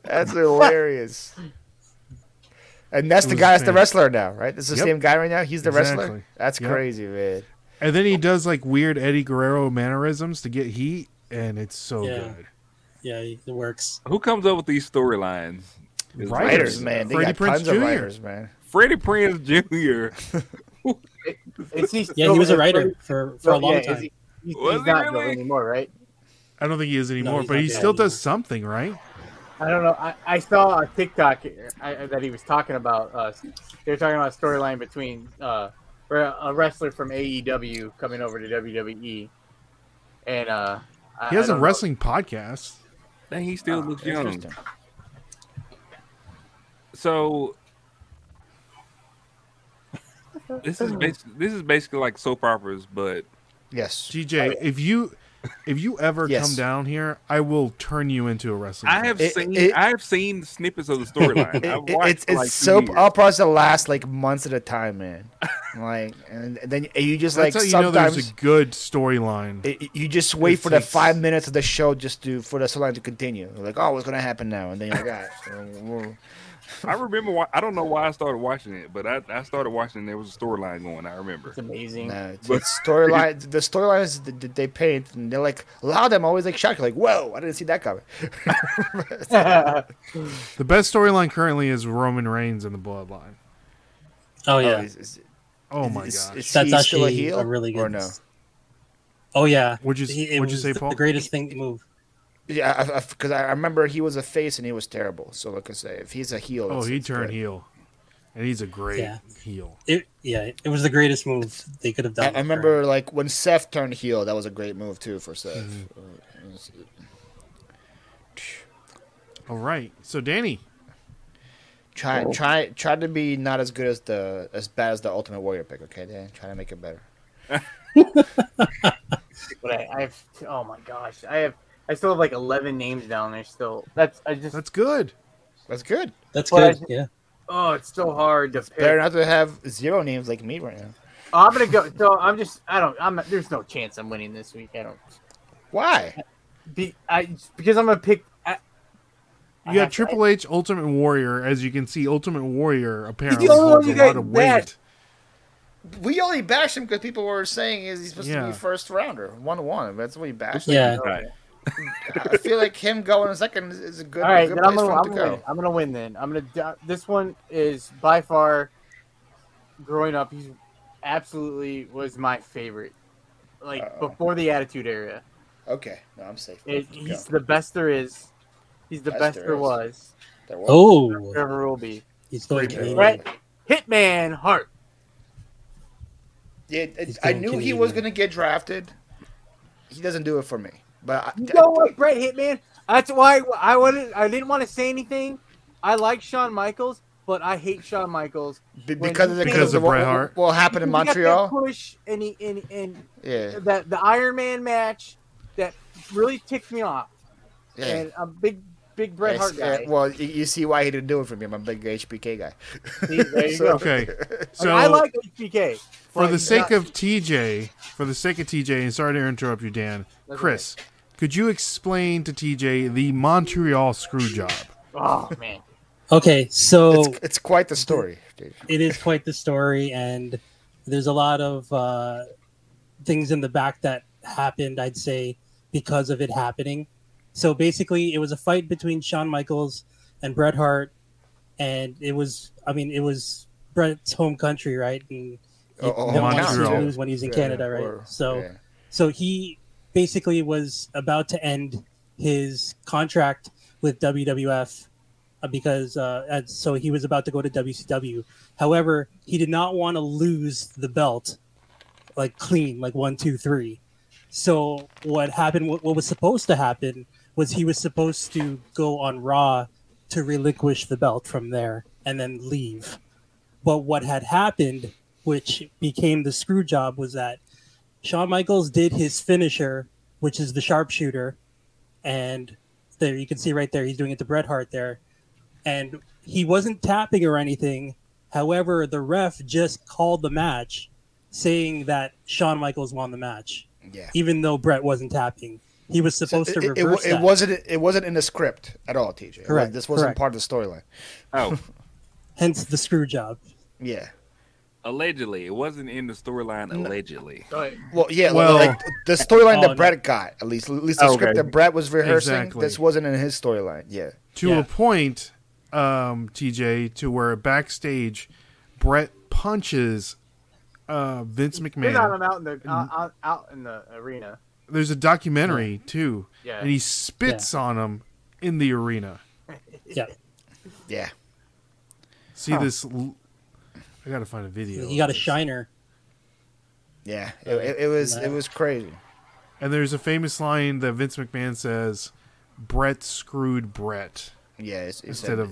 Speaker 2: That's hilarious. And that's
Speaker 3: It
Speaker 2: the
Speaker 3: was
Speaker 2: guy that's the
Speaker 3: fantastic.
Speaker 2: wrestler now, right? This is the
Speaker 3: Yep.
Speaker 2: same guy right now. He's the
Speaker 3: Exactly.
Speaker 2: wrestler. That's
Speaker 3: Yep.
Speaker 2: crazy, man.
Speaker 3: And then he does like weird Eddie Guerrero mannerisms to get heat, and it's so
Speaker 6: Yeah.
Speaker 3: good.
Speaker 6: Yeah, it works.
Speaker 1: Who comes up with these storylines? Is
Speaker 3: Writers.
Speaker 2: Writers, man. They
Speaker 3: Freddie
Speaker 2: got
Speaker 3: Prinze
Speaker 2: tons
Speaker 3: Jr..
Speaker 2: of writers, man.
Speaker 1: Freddie Prinze Jr.
Speaker 4: It's he's
Speaker 6: Yeah, he was a
Speaker 4: still-
Speaker 6: writer for, for a
Speaker 4: so,
Speaker 6: long
Speaker 4: yeah,
Speaker 6: time.
Speaker 4: Is he, he's,
Speaker 1: Was
Speaker 4: he's
Speaker 1: he really?
Speaker 4: not though anymore, right?
Speaker 3: I don't think he is anymore,
Speaker 6: he's
Speaker 3: but
Speaker 6: not
Speaker 3: he
Speaker 6: dead
Speaker 3: still does
Speaker 6: anymore.
Speaker 3: something, right?
Speaker 4: I don't know. I, I saw a TikTok I, I- that he was talking about. Uh, they were talking about a storyline between uh, re- a wrestler from AEW coming over to WWE, and uh, I-
Speaker 3: He has
Speaker 4: I
Speaker 3: a
Speaker 4: don't know.
Speaker 3: wrestling podcast.
Speaker 1: Dang, he still looks young.
Speaker 2: Oh, Interesting.
Speaker 1: So this is basically, this is basically like soap operas, but
Speaker 2: Yes.
Speaker 3: TJ, if you if you ever
Speaker 2: Yes.
Speaker 3: come down here, I will turn you into a wrestling.
Speaker 1: I have
Speaker 2: It-
Speaker 1: seen
Speaker 2: it-
Speaker 1: I have seen snippets of the storyline.
Speaker 2: It-
Speaker 1: I've
Speaker 2: it-
Speaker 1: watched
Speaker 2: it's
Speaker 1: for,
Speaker 2: it's
Speaker 1: like two
Speaker 2: soap
Speaker 1: years.
Speaker 2: operas that last like months at a time, man. Like, and then you just like
Speaker 3: That's how you know
Speaker 2: sometimes
Speaker 3: there's a good storyline.
Speaker 2: It- it- you just wait
Speaker 3: It
Speaker 2: for the
Speaker 3: takes-
Speaker 2: five minutes of the show just to for the storyline to continue. You're like, oh, what's gonna happen now? And then you're like, ah,
Speaker 1: I remember. Why, I don't know why I started watching it, but I, I started watching. and There was a storyline going. I remember.
Speaker 4: It's amazing.
Speaker 2: no, it's,
Speaker 1: But-
Speaker 2: it's storyline. The storylines that that they paint, and they're like, a lot of them always like shocked. Like, whoa, I didn't see that coming.
Speaker 3: The best storyline currently is Roman Reigns and the Bloodline.
Speaker 6: Oh yeah,
Speaker 2: is, is,
Speaker 3: Oh my
Speaker 2: is,
Speaker 3: gosh!
Speaker 2: is
Speaker 6: that's
Speaker 2: he
Speaker 6: actually
Speaker 2: still a heel
Speaker 6: a really good.
Speaker 2: or no?
Speaker 6: Oh yeah,
Speaker 3: Would you-
Speaker 6: He- it
Speaker 3: would you
Speaker 6: was
Speaker 3: say,
Speaker 6: the
Speaker 3: Paul?
Speaker 6: greatest thing to move?
Speaker 2: Yeah, because I, I, remember he was a face and he was terrible. So like I say, if he's a heel,
Speaker 3: Oh,
Speaker 2: it's-
Speaker 3: he
Speaker 2: it's
Speaker 3: turned
Speaker 2: good.
Speaker 3: heel, and he's a great
Speaker 6: Yeah.
Speaker 3: heel.
Speaker 6: It yeah, it was the greatest move they could have
Speaker 2: I,
Speaker 6: done.
Speaker 2: I remember like when Seth turned heel, that was a great move too for Seth.
Speaker 3: Mm-hmm.
Speaker 2: Uh, it was-
Speaker 3: All right, so Danny,
Speaker 2: Try, try, try to be not as good as the as bad as the Ultimate Warrior pick, okay? Dan, try to make it better.
Speaker 4: But I, I have oh my gosh, I have I still have like eleven names down there. Still, that's I just
Speaker 3: that's good.
Speaker 2: That's good.
Speaker 6: That's
Speaker 4: Well,
Speaker 6: good. Yeah,
Speaker 4: oh, it's so hard to
Speaker 2: Better
Speaker 4: pick.
Speaker 2: not to have zero names like me right now.
Speaker 4: Oh, I'm gonna go. So I'm just. I don't. I'm. There's no chance I'm winning this week. I don't.
Speaker 2: Why?
Speaker 4: Be, I because I'm gonna pick. I, I
Speaker 3: You got
Speaker 4: have to-
Speaker 3: Triple H Ultimate Warrior. As you can see, Ultimate Warrior apparently
Speaker 4: only one
Speaker 3: holds a
Speaker 4: you got
Speaker 3: lot of weight.
Speaker 4: that.
Speaker 2: We only bashed him because people were saying is he's supposed to
Speaker 3: Yeah.
Speaker 2: be first rounder, one to one. That's what he bashed. him.
Speaker 6: Yeah,
Speaker 1: Right.
Speaker 2: I feel like him going second is- is a good,
Speaker 4: All right,
Speaker 2: good
Speaker 4: then I'm
Speaker 2: place
Speaker 4: gonna,
Speaker 2: for him
Speaker 4: I'm,
Speaker 2: to
Speaker 4: gonna
Speaker 2: go.
Speaker 4: win. I'm gonna win. Then I'm gonna. do- This one is by far. Growing up, he's absolutely was my favorite. Like
Speaker 2: Uh-oh.
Speaker 4: before the Attitude Era,
Speaker 2: Okay, no, I'm safe.
Speaker 4: it,
Speaker 2: Go.
Speaker 4: he's the best there is. He's the
Speaker 2: Best
Speaker 4: best,
Speaker 2: there
Speaker 4: there,
Speaker 2: is.
Speaker 4: was.
Speaker 2: There was-
Speaker 6: Oh,
Speaker 4: There ever will be.
Speaker 6: he's going
Speaker 2: Freaking
Speaker 6: Canadian.
Speaker 4: Right? Hitman Hart.
Speaker 2: Yeah, it-
Speaker 6: He's
Speaker 2: I
Speaker 6: going
Speaker 2: knew he
Speaker 6: Canadian.
Speaker 2: was going to get drafted. He doesn't do it for me. But I,
Speaker 4: You know what, Brett Hitman? That's why I wanted. I didn't want to say anything. I like Shawn Michaels, but I hate Shawn Michaels.
Speaker 2: be-
Speaker 4: When
Speaker 2: because of the
Speaker 4: he-
Speaker 3: Because of
Speaker 2: what,
Speaker 3: Bret Hart.
Speaker 2: what, what happened in
Speaker 4: He got that
Speaker 2: Montreal.
Speaker 4: push and he and, and
Speaker 2: Yeah,
Speaker 4: that the Iron Man match that really ticked me off.
Speaker 2: yeah.
Speaker 4: And I'm a big big Bret Hart
Speaker 2: Yes,
Speaker 4: guy.
Speaker 2: yeah, well, you, you see why he didn't do it for me. I'm a big HBK guy.
Speaker 4: See, there you
Speaker 2: So-
Speaker 4: go. Like,
Speaker 3: Okay, so
Speaker 4: I like HBK.
Speaker 3: for
Speaker 4: but
Speaker 3: the sake
Speaker 4: not-
Speaker 3: of TJ, for the sake of TJ, and sorry to interrupt you, Dan.
Speaker 4: That's
Speaker 3: Chris, could you explain to TJ the Montreal screw job?
Speaker 4: Oh man.
Speaker 6: Okay, so
Speaker 2: It's, it's quite the story. dude.
Speaker 6: it is quite the story, and there's a lot of uh, things in the back that happened. I'd say because of it happening. So basically, it was a fight between Shawn Michaels and Bret Hart, and it was, I mean, it was Bret's home country, right? And
Speaker 2: Oh, oh,
Speaker 6: no one wants to
Speaker 3: Montreal.
Speaker 6: lose when he's in
Speaker 2: Yeah,
Speaker 6: Canada, right?
Speaker 2: or-
Speaker 6: so.
Speaker 2: yeah.
Speaker 6: So he basically was about to end his contract with WWF uh, because uh, and so he was about to go to WCW. However, he did not want to lose the belt like clean, like one, two, three. So what happened? What, what was supposed to happen was he was supposed to go on Raw to relinquish the belt from there and then leave. But what had happened, which became the screw job, was that Shawn Michaels did his finisher, which is the sharpshooter, and there you can see right there he's doing it to Bret Hart there, and he wasn't tapping or anything. However, the ref just called the match, saying that Shawn Michaels won the match,
Speaker 2: Yeah.
Speaker 6: even though Bret wasn't tapping. He was supposed
Speaker 2: it,
Speaker 6: to
Speaker 2: it- it
Speaker 6: reverse
Speaker 2: wa- it
Speaker 6: that.
Speaker 2: wasn't. It wasn't in the script at all, TJ. It was-
Speaker 6: Correct,
Speaker 2: This wasn't
Speaker 6: correct.
Speaker 2: part of the storyline.
Speaker 1: Oh,
Speaker 6: hence the screw job.
Speaker 2: Yeah.
Speaker 1: allegedly, it wasn't in the storyline. Allegedly,
Speaker 4: But
Speaker 2: Well, yeah.
Speaker 3: Well-
Speaker 2: like the storyline
Speaker 6: Oh, no.
Speaker 2: that Brett got, at least, at least the
Speaker 1: Okay.
Speaker 2: script that Brett was rehearsing.
Speaker 3: Exactly.
Speaker 2: This wasn't in his storyline. Yeah.
Speaker 3: To
Speaker 6: Yeah.
Speaker 3: a point, um, TJ, to where backstage, Brett punches uh, Vince
Speaker 4: they're
Speaker 3: McMahon.
Speaker 4: not I'm out in the out,
Speaker 3: Mm-hmm.
Speaker 4: out- out in the arena.
Speaker 3: There's a documentary too,
Speaker 4: Yeah.
Speaker 3: and he spits on him in the arena.
Speaker 6: Yeah,
Speaker 2: Yeah.
Speaker 3: See this? L- I gotta find a video.
Speaker 6: he got a
Speaker 3: of this.
Speaker 6: shiner.
Speaker 2: Yeah. It, it, it was. It was crazy.
Speaker 3: And there's a famous line that Vince McMahon says, "Brett screwed Brett,"
Speaker 2: Yeah. It's, it's
Speaker 3: instead of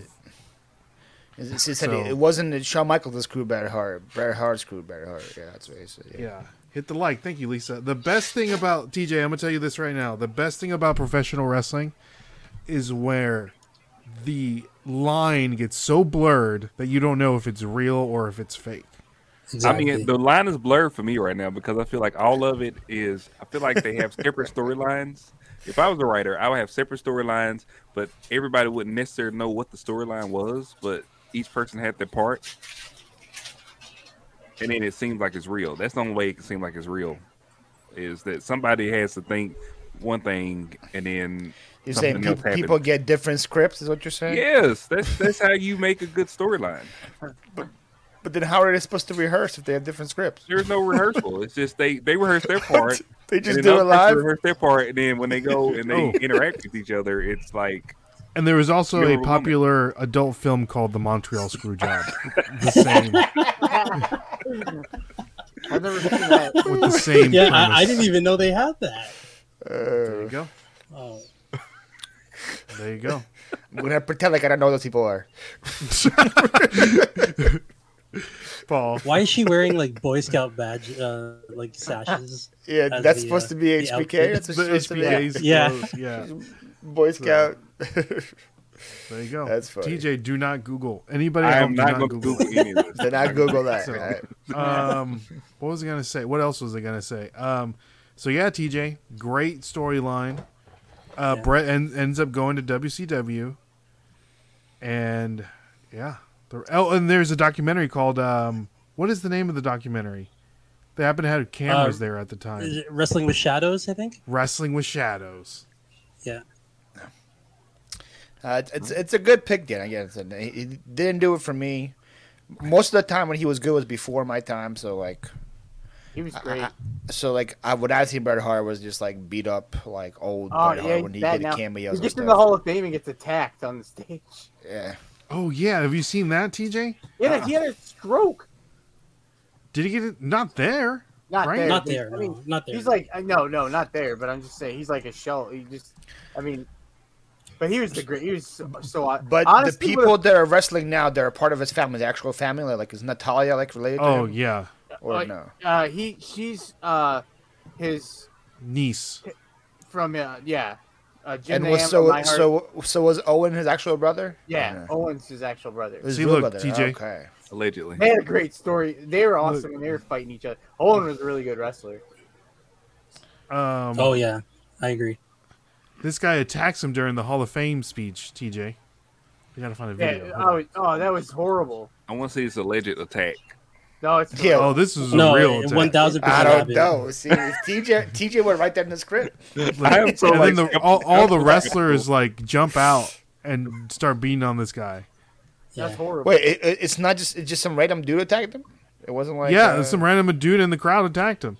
Speaker 2: It's- it's- it's-
Speaker 3: So-
Speaker 2: it wasn't that Shawn Michaels that screwed Bret Hart. Bret Hart screwed Bret Hart. Yeah, that's what he said. Yeah.
Speaker 3: Yeah. Hit the like. Thank you, Lisa. The best thing about TJ, I'm gonna tell you this right now. The best thing about professional wrestling is where the line gets so blurred that you don't know if it's real or if it's fake.
Speaker 6: Exactly.
Speaker 1: I mean, the line is blurred for me right now because I feel like all of it is. I feel like they have separate storylines. If I was a writer, I would have separate storylines, but everybody wouldn't necessarily know what the storyline was. But each person had their part, and then it seems like it's real. That's the only way it can seem like it's real, is that somebody has to think one thing and then
Speaker 2: You're
Speaker 1: something
Speaker 2: saying
Speaker 1: else
Speaker 2: people,
Speaker 1: happened.
Speaker 2: people get different scripts, is what you're saying?
Speaker 1: Yes, that's that's how you make a good storyline.
Speaker 2: But then how are they supposed to rehearse if they have different scripts?
Speaker 1: There's no rehearsal. It's just they they rehearse their part.
Speaker 2: They just
Speaker 1: and then
Speaker 2: do it
Speaker 1: other people
Speaker 2: live?
Speaker 1: Rehearse their part, and then when they go and they
Speaker 3: Oh.
Speaker 1: interact with each other, it's like
Speaker 3: And there was also
Speaker 1: You're a
Speaker 3: a
Speaker 1: woman.
Speaker 3: popular adult film called The Montreal Screwjob. the same
Speaker 4: I've never seen that.
Speaker 3: with the same
Speaker 6: yeah,
Speaker 3: premise.
Speaker 6: I, I didn't even know they had that.
Speaker 3: There you
Speaker 2: Uh,
Speaker 3: go.
Speaker 6: Oh,
Speaker 3: There you go.
Speaker 2: I'm going to pretend like I don't know those people are.
Speaker 3: Paul.
Speaker 6: why is she wearing like Boy Scout badge, uh, like sashes?
Speaker 2: Yeah,
Speaker 6: As
Speaker 2: that's
Speaker 6: the,
Speaker 2: supposed
Speaker 6: uh,
Speaker 2: to be
Speaker 6: the
Speaker 2: HBK.
Speaker 6: outfit.
Speaker 2: That's
Speaker 3: The
Speaker 2: what she's supposed to be.
Speaker 3: HBA's
Speaker 6: Yeah.
Speaker 3: clothes, yeah.
Speaker 2: Boy Scout.
Speaker 3: There you go.
Speaker 2: That's funny.
Speaker 3: TJ, do Oh, not Google. Anybody
Speaker 1: I
Speaker 3: out,
Speaker 1: am
Speaker 3: do
Speaker 1: not going to
Speaker 3: Google.
Speaker 1: Google any of this.
Speaker 2: then I Google that.
Speaker 3: So-
Speaker 2: right?
Speaker 3: um, what was I gonna say? What else was I gonna say? Um, so yeah, TJ, great storyline. Uh, Brett en- ends up going to WCW, and yeah, the- oh, and there's a documentary called um, what is the name of the documentary? They happened to have cameras
Speaker 6: Uh,
Speaker 3: there at the time.
Speaker 6: Wrestling with Shadows, I think.
Speaker 3: Wrestling with Shadows.
Speaker 6: Yeah.
Speaker 2: Uh, it's- it's it's a good pick, Dan. Again, it's a, he he didn't do it for me. Most of the time when he was good was before my time. So like,
Speaker 4: He was great.
Speaker 2: so like, I what I seen Bret Hart was just like beat up like old
Speaker 4: Oh
Speaker 2: Bret
Speaker 4: yeah,
Speaker 2: Hart
Speaker 4: he's
Speaker 2: when he
Speaker 4: bad
Speaker 2: did
Speaker 4: now.
Speaker 2: cameos.
Speaker 4: He
Speaker 2: and
Speaker 4: gets in
Speaker 2: stuff.
Speaker 4: the Hall of Fame and gets attacked on the stage.
Speaker 2: yeah.
Speaker 3: Oh yeah, have you seen that, TJ?
Speaker 4: He had a, he had
Speaker 3: Uh-huh.
Speaker 4: a stroke.
Speaker 3: Did he get it? Not there.
Speaker 4: Not
Speaker 3: Right.
Speaker 4: there.
Speaker 6: Not
Speaker 4: but,
Speaker 6: there.
Speaker 4: I mean,
Speaker 6: no, not there.
Speaker 4: he's like I- no, no, not there. But I'm just saying he's like a shell. He just, I mean, but he was the great. He was so. so
Speaker 2: But the
Speaker 4: honestly, what a-
Speaker 2: people that are wrestling now, they're a part of his family, his actual family. Like, is Natalia like related to
Speaker 3: Oh
Speaker 2: him?
Speaker 3: yeah,
Speaker 2: Or
Speaker 4: like,
Speaker 2: no?
Speaker 4: Uh, he she's uh, his
Speaker 3: niece.
Speaker 4: from uh, yeah. Uh, Jim
Speaker 2: And
Speaker 4: the
Speaker 2: was
Speaker 4: Hammer,
Speaker 2: so
Speaker 4: My Heart-
Speaker 2: so so was Owen his actual brother?
Speaker 4: yeah,
Speaker 2: Or no?
Speaker 4: Owen's his actual brother.
Speaker 2: His
Speaker 3: See,
Speaker 2: real
Speaker 3: look,
Speaker 2: brother.
Speaker 3: TJ.
Speaker 2: Okay.
Speaker 1: allegedly.
Speaker 4: They had a great story. They were awesome and they were fighting each other. Owen was a really good wrestler.
Speaker 3: Um,
Speaker 6: oh yeah, I agree.
Speaker 3: This guy attacks him during the Hall of Fame speech, TJ. We gotta find a video.
Speaker 4: Yeah.
Speaker 3: Hold
Speaker 4: Oh,
Speaker 3: on.
Speaker 4: oh, that was horrible.
Speaker 1: I want to see his alleged attack.
Speaker 4: No, it's
Speaker 2: Yeah.
Speaker 3: Oh, this is
Speaker 6: no,
Speaker 3: a real
Speaker 6: it-
Speaker 3: attack.
Speaker 6: one thousand
Speaker 2: I
Speaker 6: percent.
Speaker 2: don't
Speaker 6: happened.
Speaker 2: know. See, TJ TJ went right down in the script.
Speaker 1: I am so
Speaker 3: and
Speaker 1: like,
Speaker 3: then the, all, all the wrestlers like jump out and start beating on this guy.
Speaker 4: that's
Speaker 6: Yeah.
Speaker 4: horrible.
Speaker 2: Wait, it, it- it's not just it's just some random dude attacked him. It wasn't like
Speaker 3: yeah,
Speaker 2: uh,
Speaker 3: some random dude in the crowd attacked him.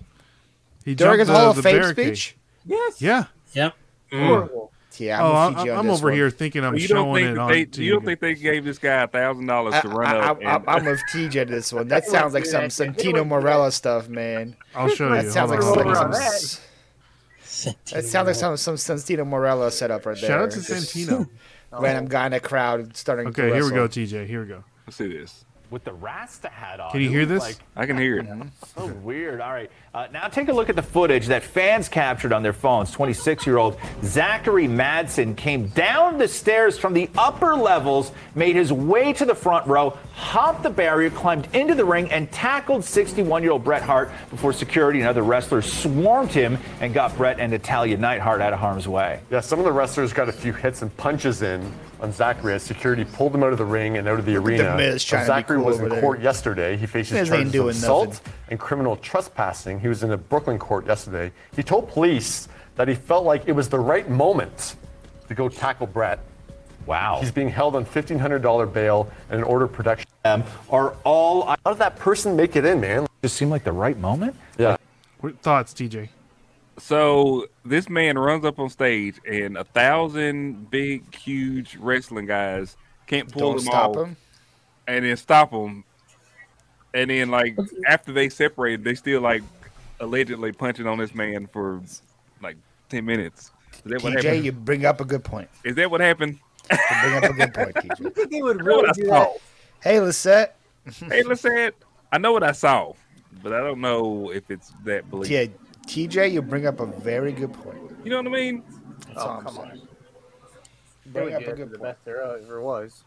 Speaker 3: He
Speaker 2: during
Speaker 3: jumped
Speaker 2: his
Speaker 3: the,
Speaker 2: Hall of
Speaker 3: Uh, the
Speaker 2: Fame
Speaker 3: barricade.
Speaker 2: speech.
Speaker 4: Yes.
Speaker 3: Yeah.
Speaker 6: Yeah.
Speaker 4: Horrible.
Speaker 2: Yeah,
Speaker 3: oh,
Speaker 2: I'm, with
Speaker 3: I'm,
Speaker 2: TJ on
Speaker 3: I'm, I'm
Speaker 2: this
Speaker 3: over
Speaker 2: one.
Speaker 3: here thinking I'm
Speaker 1: you don't
Speaker 3: showing
Speaker 1: think
Speaker 3: it
Speaker 1: that
Speaker 3: on.
Speaker 1: they,
Speaker 3: TV.
Speaker 1: you don't think they gave this guy a thousand dollars
Speaker 2: I,
Speaker 1: to run up?
Speaker 2: I, I,
Speaker 1: and-
Speaker 2: I, am with TJ on this one. That
Speaker 4: They
Speaker 2: sounds like
Speaker 4: wouldn't do
Speaker 2: some
Speaker 4: that. They
Speaker 2: Santino
Speaker 4: wouldn't do
Speaker 2: Morella stuff, man.
Speaker 3: I'll show
Speaker 2: That
Speaker 3: you.
Speaker 2: sounds like,
Speaker 3: Hold
Speaker 4: Hold
Speaker 3: on.
Speaker 2: some,
Speaker 4: on.
Speaker 2: like some,
Speaker 4: That-
Speaker 2: s- that sounds like some some Santino Morella setup right there.
Speaker 3: Shout out to
Speaker 2: Just
Speaker 3: Santino.
Speaker 2: Random guy in a crowd starting.
Speaker 3: Okay,
Speaker 2: to
Speaker 3: here we go,
Speaker 2: wrestle.
Speaker 3: TJ. Here we go.
Speaker 1: Let's see this.
Speaker 8: Mm. with the Rasta hat on.
Speaker 3: Can you
Speaker 8: it
Speaker 3: hear
Speaker 8: looked
Speaker 3: this?
Speaker 8: Like,
Speaker 1: I can hear it.
Speaker 3: Mm-hmm.
Speaker 8: so weird. All right. Uh, now take a look at the footage that fans captured on their phones. 26 year old Zachary Madsen came down the stairs from the upper levels, made his way to the front row, hopped the barrier, climbed into the ring, and tackled 61 year old Bret Hart before security and other wrestlers swarmed him and got Bret and Natalia Neidhart out of harm's way.
Speaker 9: Yeah, some of the wrestlers got a few hits and punches in on Zachary as security pulled him out of the ring and out of the
Speaker 2: at the
Speaker 9: arena.
Speaker 2: Miz trying to be
Speaker 9: Zachary
Speaker 2: cool
Speaker 9: was
Speaker 2: over
Speaker 9: in
Speaker 2: there.
Speaker 9: court yesterday. He faces
Speaker 2: Miz ain't
Speaker 9: charges of
Speaker 2: doing
Speaker 9: assault
Speaker 2: nothing.
Speaker 9: and criminal trespassing. He was in a Brooklyn court yesterday. He told police that he felt like it was the right moment to go tackle Brett.
Speaker 8: Wow.
Speaker 9: He's being held on $1,500 bail and an order of protection. Um, Are all how did that person make it in, man?
Speaker 8: just seemed like the right moment.
Speaker 9: Yeah.
Speaker 3: What thoughts, TJ?
Speaker 1: So this man runs up on stage, and a thousand big, huge wrestling guys can't pull
Speaker 2: Don't
Speaker 1: him
Speaker 2: stop
Speaker 1: off
Speaker 2: him.
Speaker 1: and then stop him. And then, like after they separated, they still like allegedly punching on this man for like ten minutes. Is that what
Speaker 2: TJ,
Speaker 1: happened?
Speaker 2: you bring up a good point.
Speaker 1: Is that what happened?
Speaker 2: You bring up a good point, TJ.
Speaker 4: I think they would
Speaker 1: I know
Speaker 4: really
Speaker 1: what I
Speaker 4: do that.
Speaker 1: saw.
Speaker 2: Hey, Lisette.
Speaker 1: Hey, let's say it. I know what I saw, but I don't know if it's that believable.
Speaker 2: Yeah, TJ, you bring up a very good point.
Speaker 1: You know what I mean?
Speaker 2: That's all
Speaker 4: Oh,
Speaker 2: I'm
Speaker 4: come
Speaker 2: saying.
Speaker 4: on. They
Speaker 2: Bring
Speaker 4: would
Speaker 2: up
Speaker 4: do
Speaker 2: a
Speaker 4: it for
Speaker 2: good
Speaker 4: the
Speaker 2: point.
Speaker 4: best there ever was.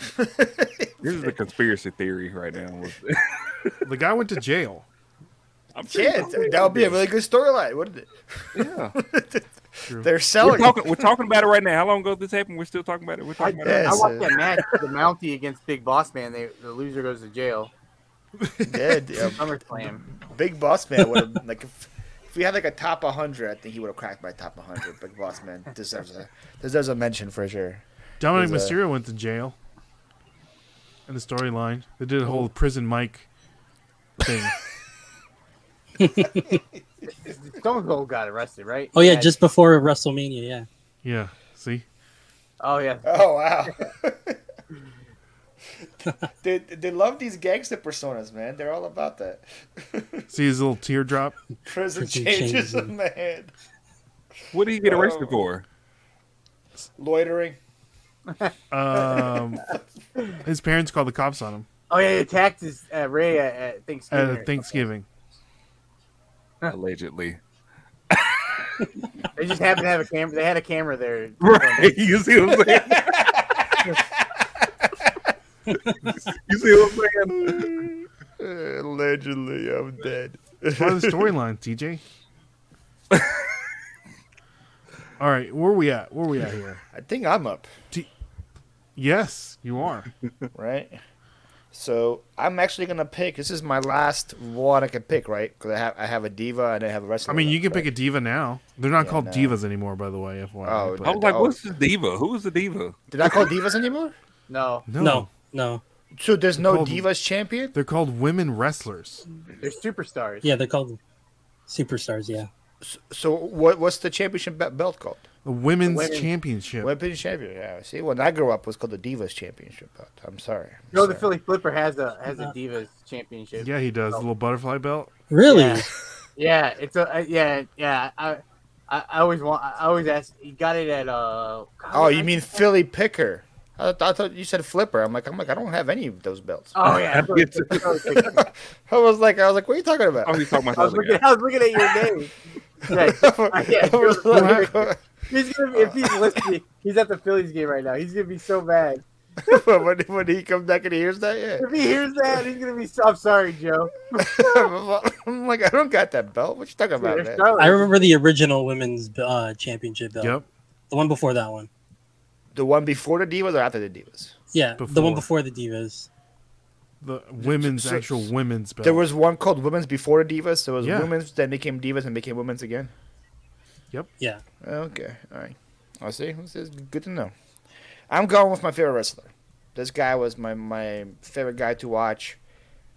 Speaker 1: This is the conspiracy theory right now.
Speaker 3: The guy went to jail.
Speaker 1: I'm pretty
Speaker 2: Yeah,
Speaker 1: sure-
Speaker 2: that would be a really good storyline, wouldn't it?
Speaker 1: Yeah.
Speaker 2: They're
Speaker 1: We're
Speaker 2: selling.
Speaker 1: talking, we're talking about it right now. How long ago did this happen? We're still talking about it. We're
Speaker 4: I,
Speaker 1: talking about
Speaker 4: I
Speaker 2: Yes.
Speaker 4: watched that match, the Mountie against Big Boss Man. They, the loser goes to jail.
Speaker 2: Yeah, yeah,
Speaker 4: SummerSlam.
Speaker 2: Big Boss Man would have like if, if we had like a top 100, I think he would have cracked my top 100. Big Boss Man deserves a deserves a mention for sure.
Speaker 3: Dominic
Speaker 2: There's a-
Speaker 3: Mysterio went to jail. In the storyline, they did a
Speaker 2: Oh.
Speaker 3: whole prison mic thing.
Speaker 4: Stone Cold got arrested, right?
Speaker 6: Oh yeah, just before WrestleMania. Yeah.
Speaker 3: yeah, see,
Speaker 4: Oh yeah.
Speaker 2: Oh wow. they, they love these gangster personas, man. They're all about that.
Speaker 3: see his little teardrop.
Speaker 2: Prison
Speaker 6: Prison
Speaker 2: changes
Speaker 6: changes.
Speaker 2: on the head.
Speaker 1: it. What did he get arrested for?
Speaker 2: Loitering.
Speaker 3: Um, his parents called the cops on him
Speaker 4: Oh yeah. He attacked his uh, Ray at, at Thanksgiving.
Speaker 3: at Thanksgiving.
Speaker 1: Allegedly.
Speaker 4: They just happened to have a camera. They had a camera there.
Speaker 1: Right. You see what I'm saying? you see what I'm saying?
Speaker 9: Allegedly, I'm dead.
Speaker 3: Part of the storyline, TJ. All right, where we at? Where we at here?
Speaker 2: I think I'm up,
Speaker 3: Yes, you are.
Speaker 2: right? So I'm actually gonna pick. This is my last one I can pick, right? Because I have I have a diva and I have a wrestler.
Speaker 3: I mean, you
Speaker 2: left,
Speaker 3: can pick
Speaker 2: right?
Speaker 3: a diva now. They're not
Speaker 2: Yeah,
Speaker 3: called
Speaker 2: no.
Speaker 3: divas anymore, by the way. FYI.
Speaker 2: Oh,
Speaker 3: but-
Speaker 1: I was like,
Speaker 2: Oh.
Speaker 1: what's the diva? Who is the diva?
Speaker 2: Did I call divas anymore?
Speaker 4: No,
Speaker 3: no,
Speaker 6: No, no.
Speaker 2: So there's no
Speaker 3: Call them-
Speaker 2: divas champion.
Speaker 3: they're called women wrestlers.
Speaker 4: they're superstars.
Speaker 6: Yeah, they're called superstars. Yeah.
Speaker 2: So what? What's the championship be- belt called?
Speaker 3: The women's
Speaker 4: Women-
Speaker 3: championship.
Speaker 2: Women's champion. Yeah. See, when I grew up, it was called the divas championship belt. I'm sorry. I'm
Speaker 4: No, the
Speaker 2: sorry.
Speaker 4: Philly Flipper has a has a Divas Championship.
Speaker 3: yeah, he does. The little butterfly belt.
Speaker 6: Really?
Speaker 4: Yeah. Yeah, it's a uh, yeah yeah. I, I I always want. I always ask. You got it at uh.
Speaker 2: Oh, you mean Philly Picker? I, th- I thought you said Flipper. I'm like, I'm like, I don't have any of those belts.
Speaker 4: Oh yeah.
Speaker 1: I get
Speaker 2: I was like, I was like, what are you talking about?
Speaker 1: Oh, he's talking
Speaker 4: I
Speaker 1: about
Speaker 4: was
Speaker 1: the
Speaker 4: looking.
Speaker 1: other guy.
Speaker 4: I was looking at your name. Yeah, I can't.
Speaker 2: I was like, what-
Speaker 4: he's gonna be, if he's listening, he's at the Phillies game right now. He's gonna be so mad.
Speaker 2: when, when he comes back and he hears that, yeah.
Speaker 4: If he hears that, he's gonna be. So, I'm sorry, Joe.
Speaker 2: I'm like, I don't got that belt. What you talking about,
Speaker 4: They're
Speaker 2: man?
Speaker 4: Charlotte.
Speaker 6: I remember the original women's uh, championship belt.
Speaker 3: Yep.
Speaker 6: The one before that one.
Speaker 2: The one before the Divas or after the Divas?
Speaker 6: Yeah, the one
Speaker 3: Before.
Speaker 6: before the divas.
Speaker 3: The women's
Speaker 2: So-
Speaker 3: actual women's belt.
Speaker 2: There was one called Women's before the Divas. There was
Speaker 3: Yeah.
Speaker 2: Women's, then became Divas and became Women's again.
Speaker 6: Yeah.
Speaker 2: Okay, all right. I see. This is good to know. I'm going with my favorite wrestler. This guy was my, my favorite guy to watch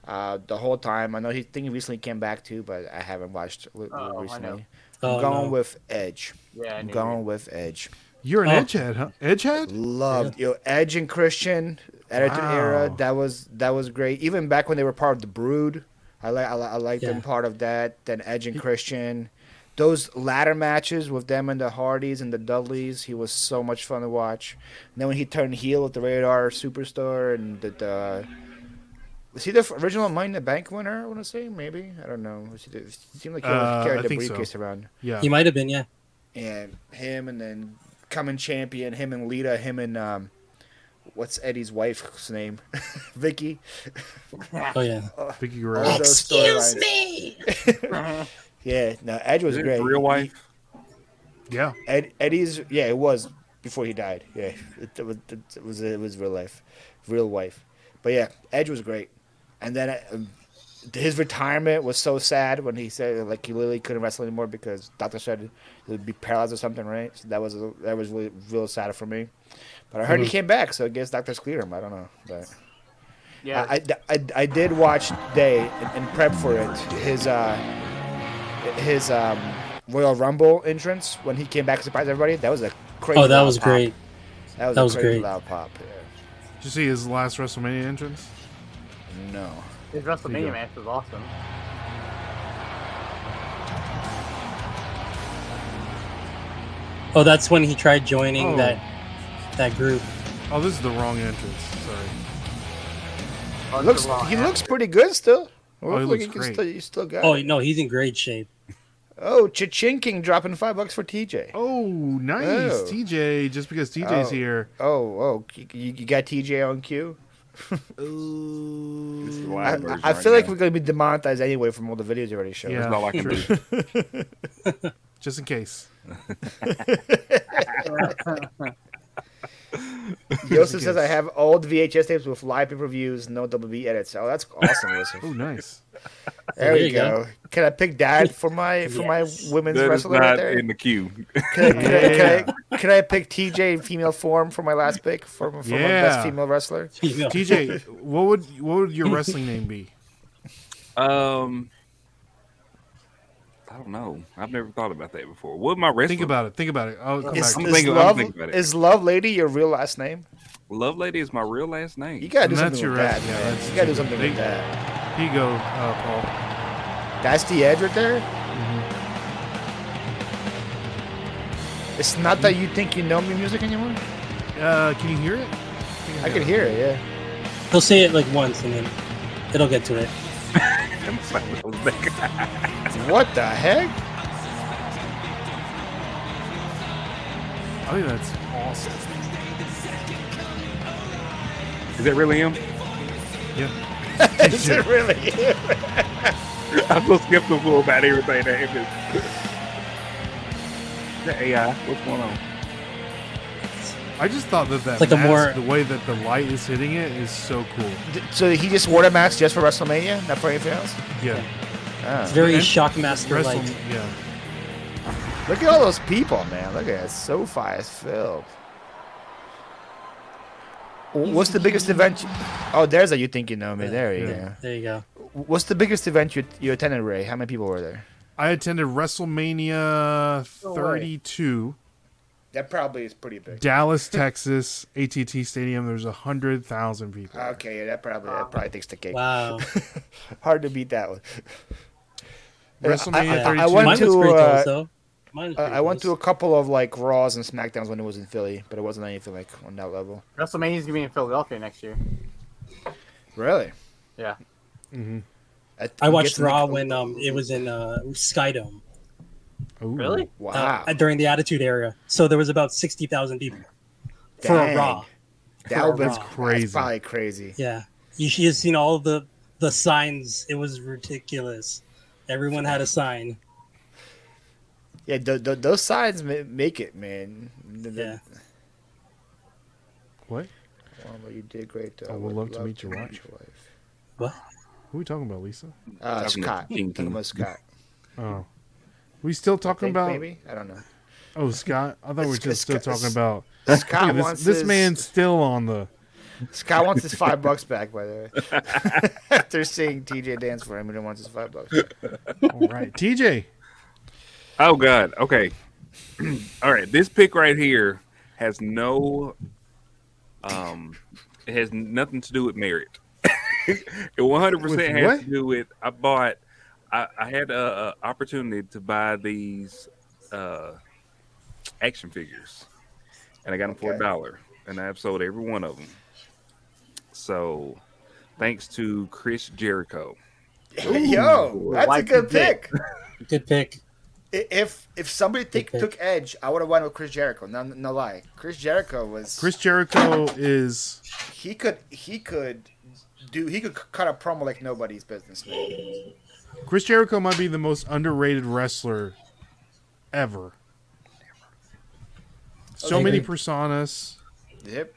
Speaker 2: uh, the whole time. I know he think he recently came back too, but I haven't watched li-
Speaker 4: Oh, I know.
Speaker 2: recently.
Speaker 6: Oh,
Speaker 2: I'm going
Speaker 6: no.
Speaker 2: with Edge.
Speaker 4: Yeah, I
Speaker 2: I'm
Speaker 4: knew
Speaker 2: going with Edge.
Speaker 3: You're an
Speaker 6: Oh.
Speaker 3: edgehead, huh? Edgehead?
Speaker 2: Loved yo Edge and Christian Attitude
Speaker 3: Wow.
Speaker 2: Era. That was that was great. Even back when they were part of the Brood, I like I, li- I like them
Speaker 6: Yeah.
Speaker 2: part of that. Then Edge and Christian, those ladder matches with them and the Hardys and the Dudleys, he was so much fun to watch. And then when he turned heel with the Radar Superstar and the, the was he the f- original Money in the Bank winner? I want to say maybe I don't know. Was he the, it seemed like he always
Speaker 3: Uh,
Speaker 2: carried
Speaker 3: I
Speaker 2: the
Speaker 3: think so.
Speaker 2: briefcase around
Speaker 3: Yeah.
Speaker 6: He might have been, yeah.
Speaker 2: and him and then coming champion him and Lita him and um what's Eddie's wife's name Vicky
Speaker 6: Oh yeah.
Speaker 3: Vicky
Speaker 2: All
Speaker 3: Guerrero.
Speaker 2: those storylines.
Speaker 6: me.
Speaker 2: yeah no Edge was
Speaker 1: Is it
Speaker 2: great
Speaker 1: Real wife?
Speaker 3: Yeah.
Speaker 2: Ed, Eddie's yeah it was before he died yeah it, was it was it was real life real wife but yeah Edge was great and then uh, his retirement was so sad when he said like he literally couldn't wrestle anymore because doctor said he would be paralyzed or something right so that was that was really real sad for me but I heard he came back so I guess doctors cleared him I don't know but.
Speaker 4: Yeah,
Speaker 2: I, I, I- I did watch Day and, and prep for it. His uh, his um, Royal Rumble entrance when he came back and surprised everybody. That was a crazy.
Speaker 6: Oh, that
Speaker 2: loud
Speaker 6: was
Speaker 2: pop.
Speaker 6: great.
Speaker 2: That was,
Speaker 6: That
Speaker 2: a
Speaker 6: was
Speaker 2: crazy
Speaker 6: great.
Speaker 2: loud pop.
Speaker 3: Did you see his last WrestleMania entrance?
Speaker 2: Yeah. No.
Speaker 4: his
Speaker 3: There you go.
Speaker 4: WrestleMania match was awesome.
Speaker 6: Oh, that's when he tried joining
Speaker 3: Oh.
Speaker 6: that that group.
Speaker 3: Oh, this is the wrong entrance. Sorry.
Speaker 4: Oh,
Speaker 2: Looks
Speaker 4: Raw
Speaker 2: he
Speaker 4: match.
Speaker 2: looks pretty good still.
Speaker 3: Oh, he
Speaker 2: Looks
Speaker 3: looks
Speaker 2: like can
Speaker 3: great.
Speaker 2: Still, you still got.
Speaker 6: Oh
Speaker 2: it.
Speaker 6: no, he's in great shape.
Speaker 2: oh, Chichinking dropping five bucks for TJ.
Speaker 3: Oh, nice,
Speaker 2: Oh.
Speaker 3: TJ. Just because TJ's
Speaker 2: Oh.
Speaker 3: here,
Speaker 2: Oh, oh, you, you got TJ on cue.
Speaker 1: It's the
Speaker 2: I,
Speaker 1: live
Speaker 2: I-
Speaker 1: version
Speaker 2: I
Speaker 1: right
Speaker 2: feel like
Speaker 1: now.
Speaker 2: we're gonna be demonetized anyway from all the videos you already showed.
Speaker 3: Yeah.
Speaker 1: That's all I can
Speaker 3: True.
Speaker 1: do.
Speaker 3: just in case.
Speaker 2: Joseph
Speaker 3: Yes.
Speaker 2: says I have old VHS tapes with live pay per views, no WB edits. Oh, that's awesome, Joseph.
Speaker 3: Oh, nice.
Speaker 2: There, we
Speaker 6: you
Speaker 2: go.
Speaker 6: go.
Speaker 2: Can I pick dad for my for
Speaker 6: Yes.
Speaker 2: my women's
Speaker 1: That is
Speaker 2: wrestler right
Speaker 1: not
Speaker 2: there?
Speaker 1: in the queue.
Speaker 2: Can, I, can, I, can, I, can I pick TJ in female form for my last pick for, for my
Speaker 3: Yeah.
Speaker 2: best female wrestler?
Speaker 3: TJ, what would what would your wrestling name be?
Speaker 1: Um, I don't know. I've never thought about that before. What my wrestling?
Speaker 3: Think about it. Think about it. I'll come
Speaker 2: Is,
Speaker 3: back.
Speaker 1: I'm
Speaker 2: is,
Speaker 1: thinking- I'm
Speaker 2: love,
Speaker 1: thinking about it.
Speaker 2: is Love Lady your real last name?
Speaker 1: Love Lady is my real last name.
Speaker 2: You gotta do
Speaker 3: And that's
Speaker 2: something
Speaker 3: your
Speaker 2: with
Speaker 3: rest-
Speaker 2: that.
Speaker 3: yeah,
Speaker 2: man.
Speaker 3: that's
Speaker 2: you gotta do
Speaker 3: too
Speaker 2: something
Speaker 3: big.
Speaker 2: with that.
Speaker 3: Here you go, uh,
Speaker 2: That's the edge right there.
Speaker 3: Mm-hmm.
Speaker 2: It's not that you think you know me music anymore.
Speaker 3: Paul. Uh, can you hear it?
Speaker 2: I can hear it. Yeah.
Speaker 6: He'll say it like once and then it'll get to it.
Speaker 2: What the heck?
Speaker 3: I think that's awesome.
Speaker 1: Is that really him?
Speaker 3: Yeah.
Speaker 2: Is it really?
Speaker 1: I'm so skeptical about everything that happens. The AI, what's going on?
Speaker 3: I just thought that that
Speaker 6: It's like a
Speaker 3: mask,
Speaker 6: more-
Speaker 3: the way that the light is hitting it is so cool.
Speaker 2: D- so he just wore a mask just for WrestleMania, not for anything else.
Speaker 3: Yeah,
Speaker 6: It's very
Speaker 3: And-
Speaker 6: shockmaster like.
Speaker 3: Wrestle- yeah.
Speaker 2: Look at all those people, man. Look at it. SoFi is filled. W- What's the biggest event? you- Oh, there's a you think you know me. There you go.
Speaker 6: There you go.
Speaker 2: What's the biggest event you, you attended, Ray? How many people were there?
Speaker 3: I attended WrestleMania
Speaker 2: No way.
Speaker 3: 32,
Speaker 10: That probably is pretty big.
Speaker 3: Dallas, Texas, AT&T Stadium. There's a hundred thousand people. there.
Speaker 2: Okay, yeah, that probably that probably takes the cake.
Speaker 6: Wow.
Speaker 2: Hard to beat that one.
Speaker 3: WrestleMania
Speaker 6: I-
Speaker 3: 32.
Speaker 2: I went
Speaker 6: Mine was
Speaker 2: to,
Speaker 6: pretty
Speaker 2: uh,
Speaker 6: close though. Mine was
Speaker 2: Uh,
Speaker 6: pretty
Speaker 2: I went to
Speaker 6: close.
Speaker 2: a couple of like Raws and Smackdowns when it was in Philly, but it wasn't anything like on that level.
Speaker 4: WrestleMania's gonna be in Philadelphia next year.
Speaker 2: Really?
Speaker 4: Yeah.
Speaker 6: Mm-hmm. I watched Raw when um it was in uh Skydome
Speaker 3: Ooh.
Speaker 2: Wow.
Speaker 6: uh, during the Attitude Era. So there was about sixty thousand people for a
Speaker 2: Dang.
Speaker 6: Raw.
Speaker 2: that
Speaker 6: for
Speaker 2: was
Speaker 6: Raw.
Speaker 3: Crazy.
Speaker 2: That's probably crazy.
Speaker 6: Yeah, you should have seen all the the signs. It was ridiculous. Everyone had a sign.
Speaker 2: Yeah, th- th- those sides ma- make it, man. Th- th-
Speaker 6: Yeah.
Speaker 3: What?
Speaker 2: Well, you did great. Though.
Speaker 3: I would love to meet your wife.
Speaker 2: wife.
Speaker 6: What?
Speaker 3: Who are we talking about, Lisa?
Speaker 2: Uh,
Speaker 1: Talking to
Speaker 2: Scott.
Speaker 1: King
Speaker 2: Talking
Speaker 1: King.
Speaker 2: about Scott.
Speaker 3: Oh, we still talking
Speaker 2: Think
Speaker 3: about?
Speaker 2: maybe I don't know.
Speaker 3: Oh, Scott. I thought we were
Speaker 2: It's-
Speaker 3: just still
Speaker 2: it's-
Speaker 3: talking about.
Speaker 2: Scott
Speaker 3: Look at
Speaker 2: wants
Speaker 3: this, this
Speaker 2: his,
Speaker 3: man's still on the.
Speaker 2: Scott wants his five bucks back. By the way, after seeing TJ dance for him, he wants his five bucks.
Speaker 3: All right, TJ.
Speaker 1: Oh God. Okay. All right. This pick right here has no um it has nothing to do with merit. it one hundred percent
Speaker 3: With
Speaker 1: has
Speaker 3: what?
Speaker 1: to do with I bought I, I had a, a opportunity to buy these uh action figures. And I got them for a
Speaker 2: Okay.
Speaker 1: dollar. And I have sold every one of them. So thanks to Chris Jericho.
Speaker 2: Yo, that's a
Speaker 4: Wipe
Speaker 2: good
Speaker 4: the dick.
Speaker 2: pick.
Speaker 6: Good pick.
Speaker 2: I- If if somebody take,
Speaker 6: Okay.
Speaker 2: took Edge, I would have went with Chris Jericho. No, no lie. Chris Jericho was
Speaker 3: Chris Jericho is.
Speaker 2: He could he could do he could c- cut a promo like nobody's business. Man.
Speaker 3: Chris Jericho might be the most underrated wrestler ever. So
Speaker 6: Okay.
Speaker 3: many personas.
Speaker 2: Yep.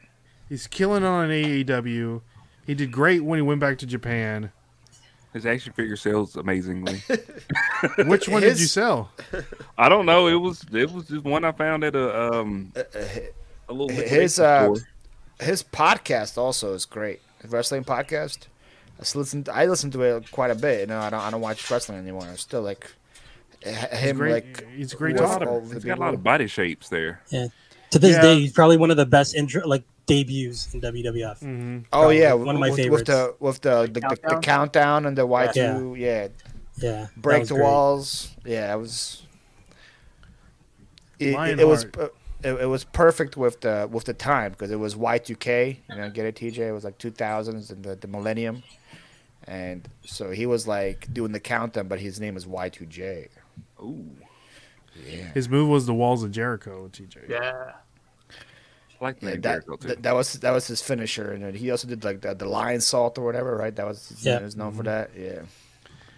Speaker 3: He's killing it on AEW. He did great when he went back to Japan.
Speaker 1: His action figure sells amazingly.
Speaker 3: Which one did
Speaker 2: His-
Speaker 3: you sell?
Speaker 1: I don't know. It was it was just one I found at a um a little
Speaker 2: His
Speaker 1: liquidation
Speaker 2: uh,
Speaker 1: store.
Speaker 2: his podcast also is great. His wrestling podcast. I s- listened. I listened to it quite a bit. You know, I don't. I don't watch wrestling anymore. I'm still like h- him.
Speaker 3: great-
Speaker 2: Like
Speaker 3: he's a great
Speaker 2: with
Speaker 3: daughter.
Speaker 2: all the
Speaker 1: He's got a
Speaker 2: people.
Speaker 1: lot of body shapes there.
Speaker 6: To this
Speaker 3: Yeah.
Speaker 6: day, he's probably one of the best intro like debuts in WWF.
Speaker 3: Mm-hmm.
Speaker 2: Oh yeah,
Speaker 6: One of
Speaker 2: with,
Speaker 6: my
Speaker 2: With
Speaker 6: favorites.
Speaker 2: the with the the, the, the
Speaker 4: Countdown?
Speaker 2: countdown and the Y two. Yeah.
Speaker 6: Yeah, that
Speaker 2: break
Speaker 6: was
Speaker 2: the
Speaker 6: great.
Speaker 2: walls. Yeah, it was. It, it, it was.
Speaker 3: Lionheart.
Speaker 2: per- It, it was perfect with the with the time because it was Y two K. You know, get it, TJ. It was like two thousands and the, the millennium, and so he was like doing the countdown, but his name is Y two J.
Speaker 1: Ooh,
Speaker 3: His move was the walls of Jericho, TJ.
Speaker 4: Yeah.
Speaker 1: I like the name
Speaker 2: That,
Speaker 1: Jericho too.
Speaker 2: that that was that was his finisher, and then he also did like the, the lion salt or whatever, right? That was
Speaker 6: Yeah.
Speaker 2: yeah. he was known for that. Yeah,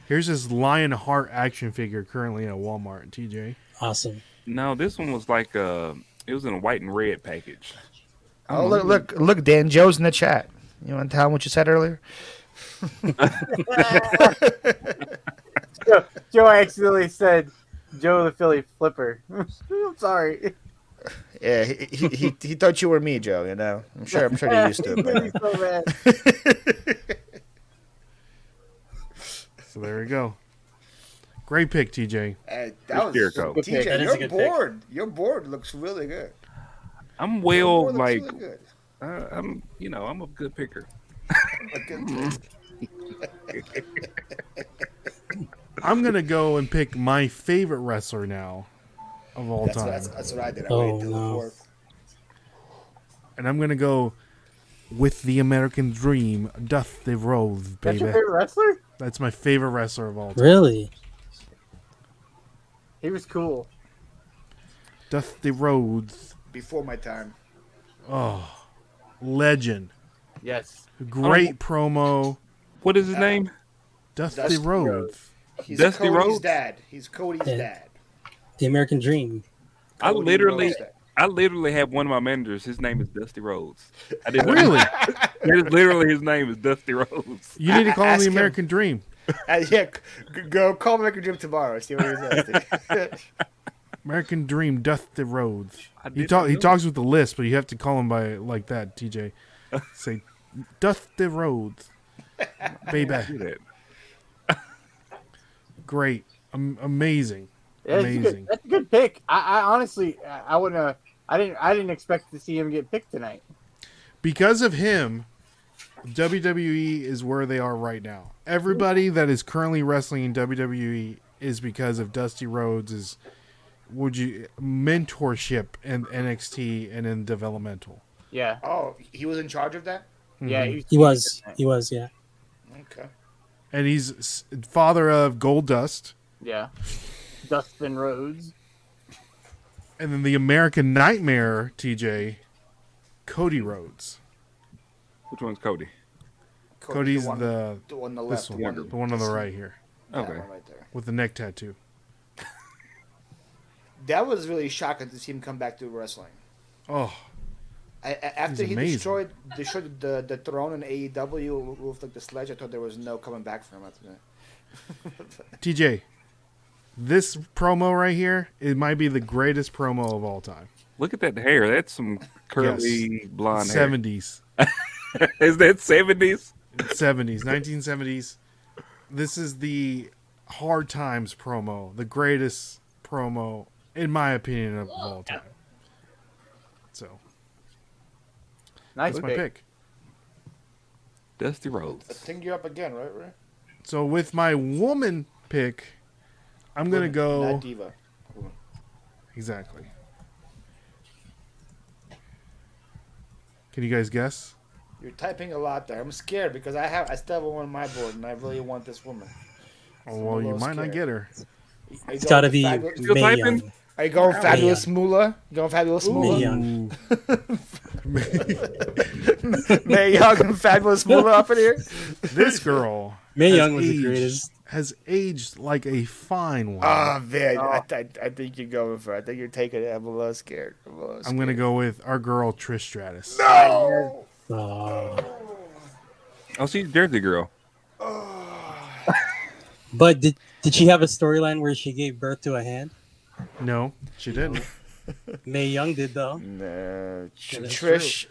Speaker 3: Here's his Lionheart action figure currently at Walmart, TJ.
Speaker 6: Awesome.
Speaker 1: no, this one was like uh it was in a white and red package.
Speaker 2: Oh look look look! Dan Joe's in the chat. You want to tell him what you said earlier?
Speaker 4: Joe, Joe accidentally said Joe the Philly Flipper. I'm sorry.
Speaker 2: Yeah, he, he, he, he thought you were me, Joe. You know, I'm sure I'm sure you're used to it. But,
Speaker 4: He's so bad.
Speaker 3: So there we go. Great pick, TJ.
Speaker 10: Hey,
Speaker 1: Chris
Speaker 10: that was
Speaker 1: Jericho.
Speaker 10: TJ,
Speaker 6: That is a
Speaker 10: your
Speaker 6: good pick.
Speaker 10: board, your board looks really good.
Speaker 1: I'm
Speaker 10: Your
Speaker 1: well
Speaker 10: board looks
Speaker 1: like
Speaker 10: really good.
Speaker 1: uh, I'm you know I'm a good picker.
Speaker 10: Like, good.
Speaker 3: I'm gonna go and pick my favorite wrestler now of all
Speaker 10: That's,
Speaker 3: time,
Speaker 10: what, that's, that's what I did. I
Speaker 6: Oh,
Speaker 10: waited till the
Speaker 6: no.
Speaker 10: fourth.
Speaker 3: and I'm gonna go with the American Dream, Death They Rose,
Speaker 4: That's
Speaker 3: baby.
Speaker 4: your favorite wrestler?
Speaker 3: That's my favorite wrestler of all time.
Speaker 6: Really?
Speaker 4: He was cool.
Speaker 3: Death They Rose,
Speaker 10: Before my time.
Speaker 3: oh, legend,
Speaker 4: Yes.
Speaker 3: great promo.
Speaker 1: What is his name?
Speaker 3: Dusty,
Speaker 2: Dusty
Speaker 3: Rhodes.
Speaker 2: Rhodes. He's
Speaker 1: Dusty
Speaker 2: Cody's
Speaker 1: Rhodes?
Speaker 2: dad. He's Cody's
Speaker 6: Yeah.
Speaker 2: dad.
Speaker 6: The American Dream.
Speaker 1: I
Speaker 2: Cody
Speaker 1: literally,
Speaker 2: Rhodes.
Speaker 1: I literally have one of my managers. His name is Dusty Rhodes. I didn't
Speaker 3: Really?
Speaker 1: That is literally his name is Dusty Rhodes.
Speaker 3: You need to call him
Speaker 2: Ask
Speaker 3: the
Speaker 2: him.
Speaker 3: American Dream.
Speaker 2: Uh, yeah, g- go call Michael Jim tomorrow. See what he's asking.
Speaker 3: American Dream Dusty Rhodes.
Speaker 1: I
Speaker 3: He
Speaker 1: did
Speaker 3: talk,
Speaker 1: not
Speaker 3: he
Speaker 1: know
Speaker 3: talks with the list, but you have to call him by like that, TJ. Say Dusty Rhodes.
Speaker 1: Do
Speaker 3: Baby.
Speaker 1: that.
Speaker 3: Great. Am- amazing.
Speaker 4: Yeah, that's, a
Speaker 3: Amazing.
Speaker 4: good, that's a good pick. I, I honestly, I I wouldn't. Uh, I didn't. I didn't expect to see him get picked tonight.
Speaker 3: Because of him, WWE is where they are right now. Everybody that is currently wrestling in WWE is because of Dusty Rhodes' is would you mentorship in NXT and in developmental.
Speaker 4: Yeah,
Speaker 2: oh, he was in charge of that.
Speaker 4: yeah. He was,
Speaker 6: He was. He was. Yeah.
Speaker 2: Okay.
Speaker 3: And he's s- father of Gold Dust.
Speaker 4: yeah. Dustin Rhodes.
Speaker 3: And then the American Nightmare, TJ, Cody Rhodes.
Speaker 1: Which one's Cody?
Speaker 3: Cody's
Speaker 2: one,
Speaker 3: the
Speaker 2: the one on the
Speaker 3: this
Speaker 2: left,
Speaker 3: one,
Speaker 2: the one,
Speaker 3: the one on the right here
Speaker 2: that
Speaker 1: Okay.
Speaker 2: one right there.
Speaker 3: with the neck tattoo.
Speaker 2: That was really shocking to see him come back to wrestling.
Speaker 3: Oh,
Speaker 2: I, I- after
Speaker 3: He's
Speaker 2: he
Speaker 3: amazing.
Speaker 2: destroyed destroyed the, the throne in E AEW with like the sledge, I thought there was no coming back from him after that.
Speaker 3: TJ, this promo right here, it might be the greatest promo of all time.
Speaker 1: Look at that hair. That's some curly blonde
Speaker 3: Seventies,
Speaker 1: hair. Is that seventies?
Speaker 3: seventies, nineteen seventies. This is the hard times promo, the greatest promo in my opinion of all time. So
Speaker 4: Nice
Speaker 3: that's my
Speaker 4: pick.
Speaker 3: pick.
Speaker 1: Dusty Rhodes.
Speaker 2: Think you're up again, right? Ray?
Speaker 3: So with my woman pick, I'm gonna go
Speaker 2: Not diva.
Speaker 3: exactly. Can you guys guess?
Speaker 2: You're typing a lot there. I'm scared because I have I still have one on my board and I really want this woman.
Speaker 3: Oh, well, you
Speaker 2: little
Speaker 3: might not
Speaker 2: scared.
Speaker 3: get her.
Speaker 2: Are you
Speaker 6: It's gotta
Speaker 2: going
Speaker 6: be
Speaker 2: fabu-
Speaker 1: Still
Speaker 6: Mae
Speaker 1: typing?
Speaker 6: Young.
Speaker 2: Are you going fabulous
Speaker 6: yeah.
Speaker 2: Moolah? You going fabulous
Speaker 6: Mae
Speaker 2: Moolah?
Speaker 6: Young.
Speaker 2: May Young and fabulous Moolah up in here.
Speaker 3: This girl
Speaker 6: Mae
Speaker 3: has
Speaker 6: Young was the
Speaker 3: aged-
Speaker 6: greatest.
Speaker 3: Has aged like a fine wine.
Speaker 2: Ah, man, I, I, I think you're going for. it. I think you're taking it. I'm a little scared. I'm a little
Speaker 3: I'm
Speaker 2: scared.
Speaker 3: gonna go with our girl Trish Stratus.
Speaker 6: Aw.
Speaker 1: Oh, she's Jersey girl.
Speaker 6: but did did she have a storyline where she gave birth to a hand?
Speaker 3: No, she didn't.
Speaker 6: Mae Young did though.
Speaker 2: No, Tr-
Speaker 6: that's
Speaker 2: Trish.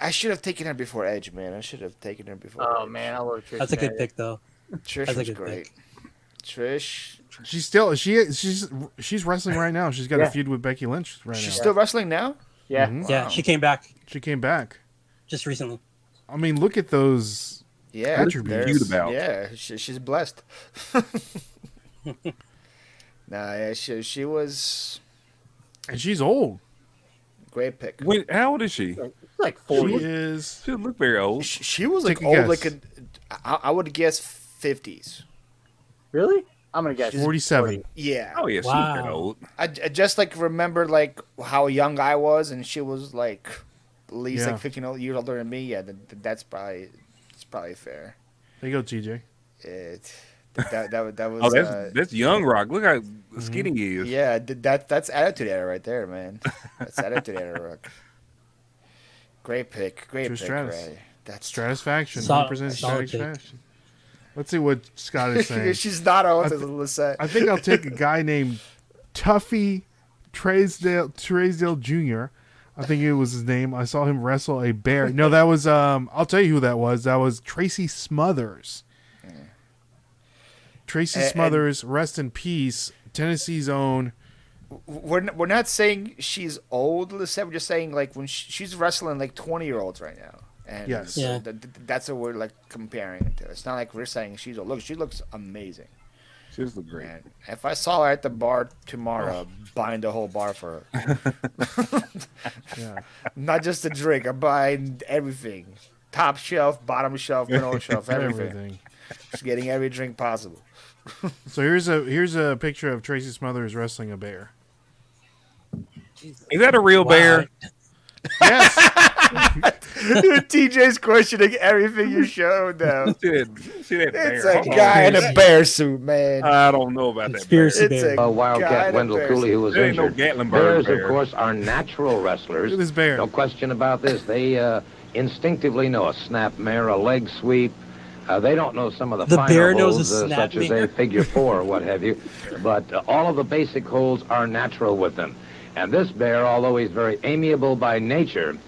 Speaker 2: I should have taken her before Edge, man. I should have taken her before.
Speaker 4: Oh
Speaker 2: Edge.
Speaker 4: man, I love Trish.
Speaker 6: That's a good pick though.
Speaker 2: Trish
Speaker 6: that's a
Speaker 2: was
Speaker 6: good
Speaker 2: great. Trish,
Speaker 3: She's still she she's she's wrestling right now. She's got a
Speaker 4: Yeah.
Speaker 3: feud with Becky Lynch right
Speaker 2: she's
Speaker 3: now.
Speaker 2: still wrestling now.
Speaker 4: Yeah,
Speaker 6: Yeah, she came back
Speaker 3: she came back.
Speaker 6: just recently.
Speaker 3: I mean, look at those.
Speaker 2: Yeah,
Speaker 3: What is she
Speaker 2: there's-
Speaker 1: cute about?
Speaker 2: Yeah, she, she's blessed. nah, yeah, she she was
Speaker 3: And she's old.
Speaker 2: great pick.
Speaker 1: Wait, how old is she?
Speaker 4: like
Speaker 3: She
Speaker 4: forty.
Speaker 3: is.
Speaker 1: She look very old.
Speaker 2: She, she was like
Speaker 3: Take a
Speaker 2: old,
Speaker 3: guess.
Speaker 2: like a, I, I would guess fifties.
Speaker 4: Really? I'm gonna guess.
Speaker 3: 47.
Speaker 2: Yeah,
Speaker 1: Oh yeah, she's
Speaker 6: Wow.
Speaker 1: that old.
Speaker 2: I, I just like remember like how young I was, and she was like at least
Speaker 3: Yeah.
Speaker 2: like fifteen o- years older than me. Yeah, that, that- that's probably it's probably fair.
Speaker 3: There you go, TJ.
Speaker 2: It that that, that, was- that was
Speaker 1: Oh, that's
Speaker 2: uh,
Speaker 1: that's young rock. Look how skinny he is.
Speaker 2: yeah th- that that's attitude era right there, man. That's attitude era. Rock. Great pick, great
Speaker 3: Drew
Speaker 2: pick.
Speaker 3: Stratus.
Speaker 2: Ray. That's
Speaker 3: Stratisfaction.
Speaker 6: Sol-
Speaker 3: 100%
Speaker 6: solid pick.
Speaker 3: Stratisfaction. Let's see what Scott is saying.
Speaker 2: she's not old.
Speaker 3: I
Speaker 2: as Lissette.
Speaker 3: I think I'll take a guy named Tuffy Traysdale Traysdale Jr. I think it was his name. I saw him wrestle a bear. No, that was um I'll tell you who that was. That was Tracy Smothers. Tracy
Speaker 2: A- and-
Speaker 3: Smothers, rest in peace, Tennessee's own.
Speaker 2: we're n- we're not saying she's old, Lissette. We're just saying like when sh she's wrestling like twenty year olds right now. And
Speaker 3: Yes.
Speaker 2: so
Speaker 6: Yeah.
Speaker 2: th- th- that's what we're like comparing it to. It's not like we're saying she's a look. She looks amazing.
Speaker 1: She's look great.
Speaker 2: Man. If I saw her at the bar tomorrow, I'd buying the whole bar for her.
Speaker 3: Yeah.
Speaker 2: Not just a drink. I'm buying everything. Top shelf, bottom shelf, middle shelf, everything.
Speaker 3: Everything.
Speaker 2: She's getting every drink possible.
Speaker 3: So here's a here's a picture of Tracy Smothers wrestling a bear.
Speaker 1: Is that a real bear?
Speaker 3: Yes.
Speaker 2: TJ's questioning everything you showed now.
Speaker 1: See that, see that
Speaker 2: It's
Speaker 1: bear?
Speaker 2: a guy in a bear suit, man.
Speaker 1: I don't know about that. Uh, bear.
Speaker 6: Conspiracy
Speaker 2: It's
Speaker 6: bear.
Speaker 2: a
Speaker 11: Uh, Wildcat
Speaker 2: guy
Speaker 11: Wendell
Speaker 2: in a bear
Speaker 11: Cooley,
Speaker 2: suit.
Speaker 11: who was
Speaker 1: There ain't no
Speaker 11: injured.
Speaker 1: Gatlinburg
Speaker 11: Bears,
Speaker 1: bear.
Speaker 11: of course, are natural wrestlers.
Speaker 3: Look at this bear.
Speaker 11: No question about this. They uh, instinctively know a snap mare, a leg sweep. Uh, they don't know some of the,
Speaker 5: The
Speaker 11: finer
Speaker 5: bear knows
Speaker 11: holds,
Speaker 5: a
Speaker 11: uh,
Speaker 5: snap
Speaker 11: such as
Speaker 5: mare?
Speaker 11: a figure four or what have you, but uh, all of the basic holds are natural with them. And this bear, although he's very amiable by nature,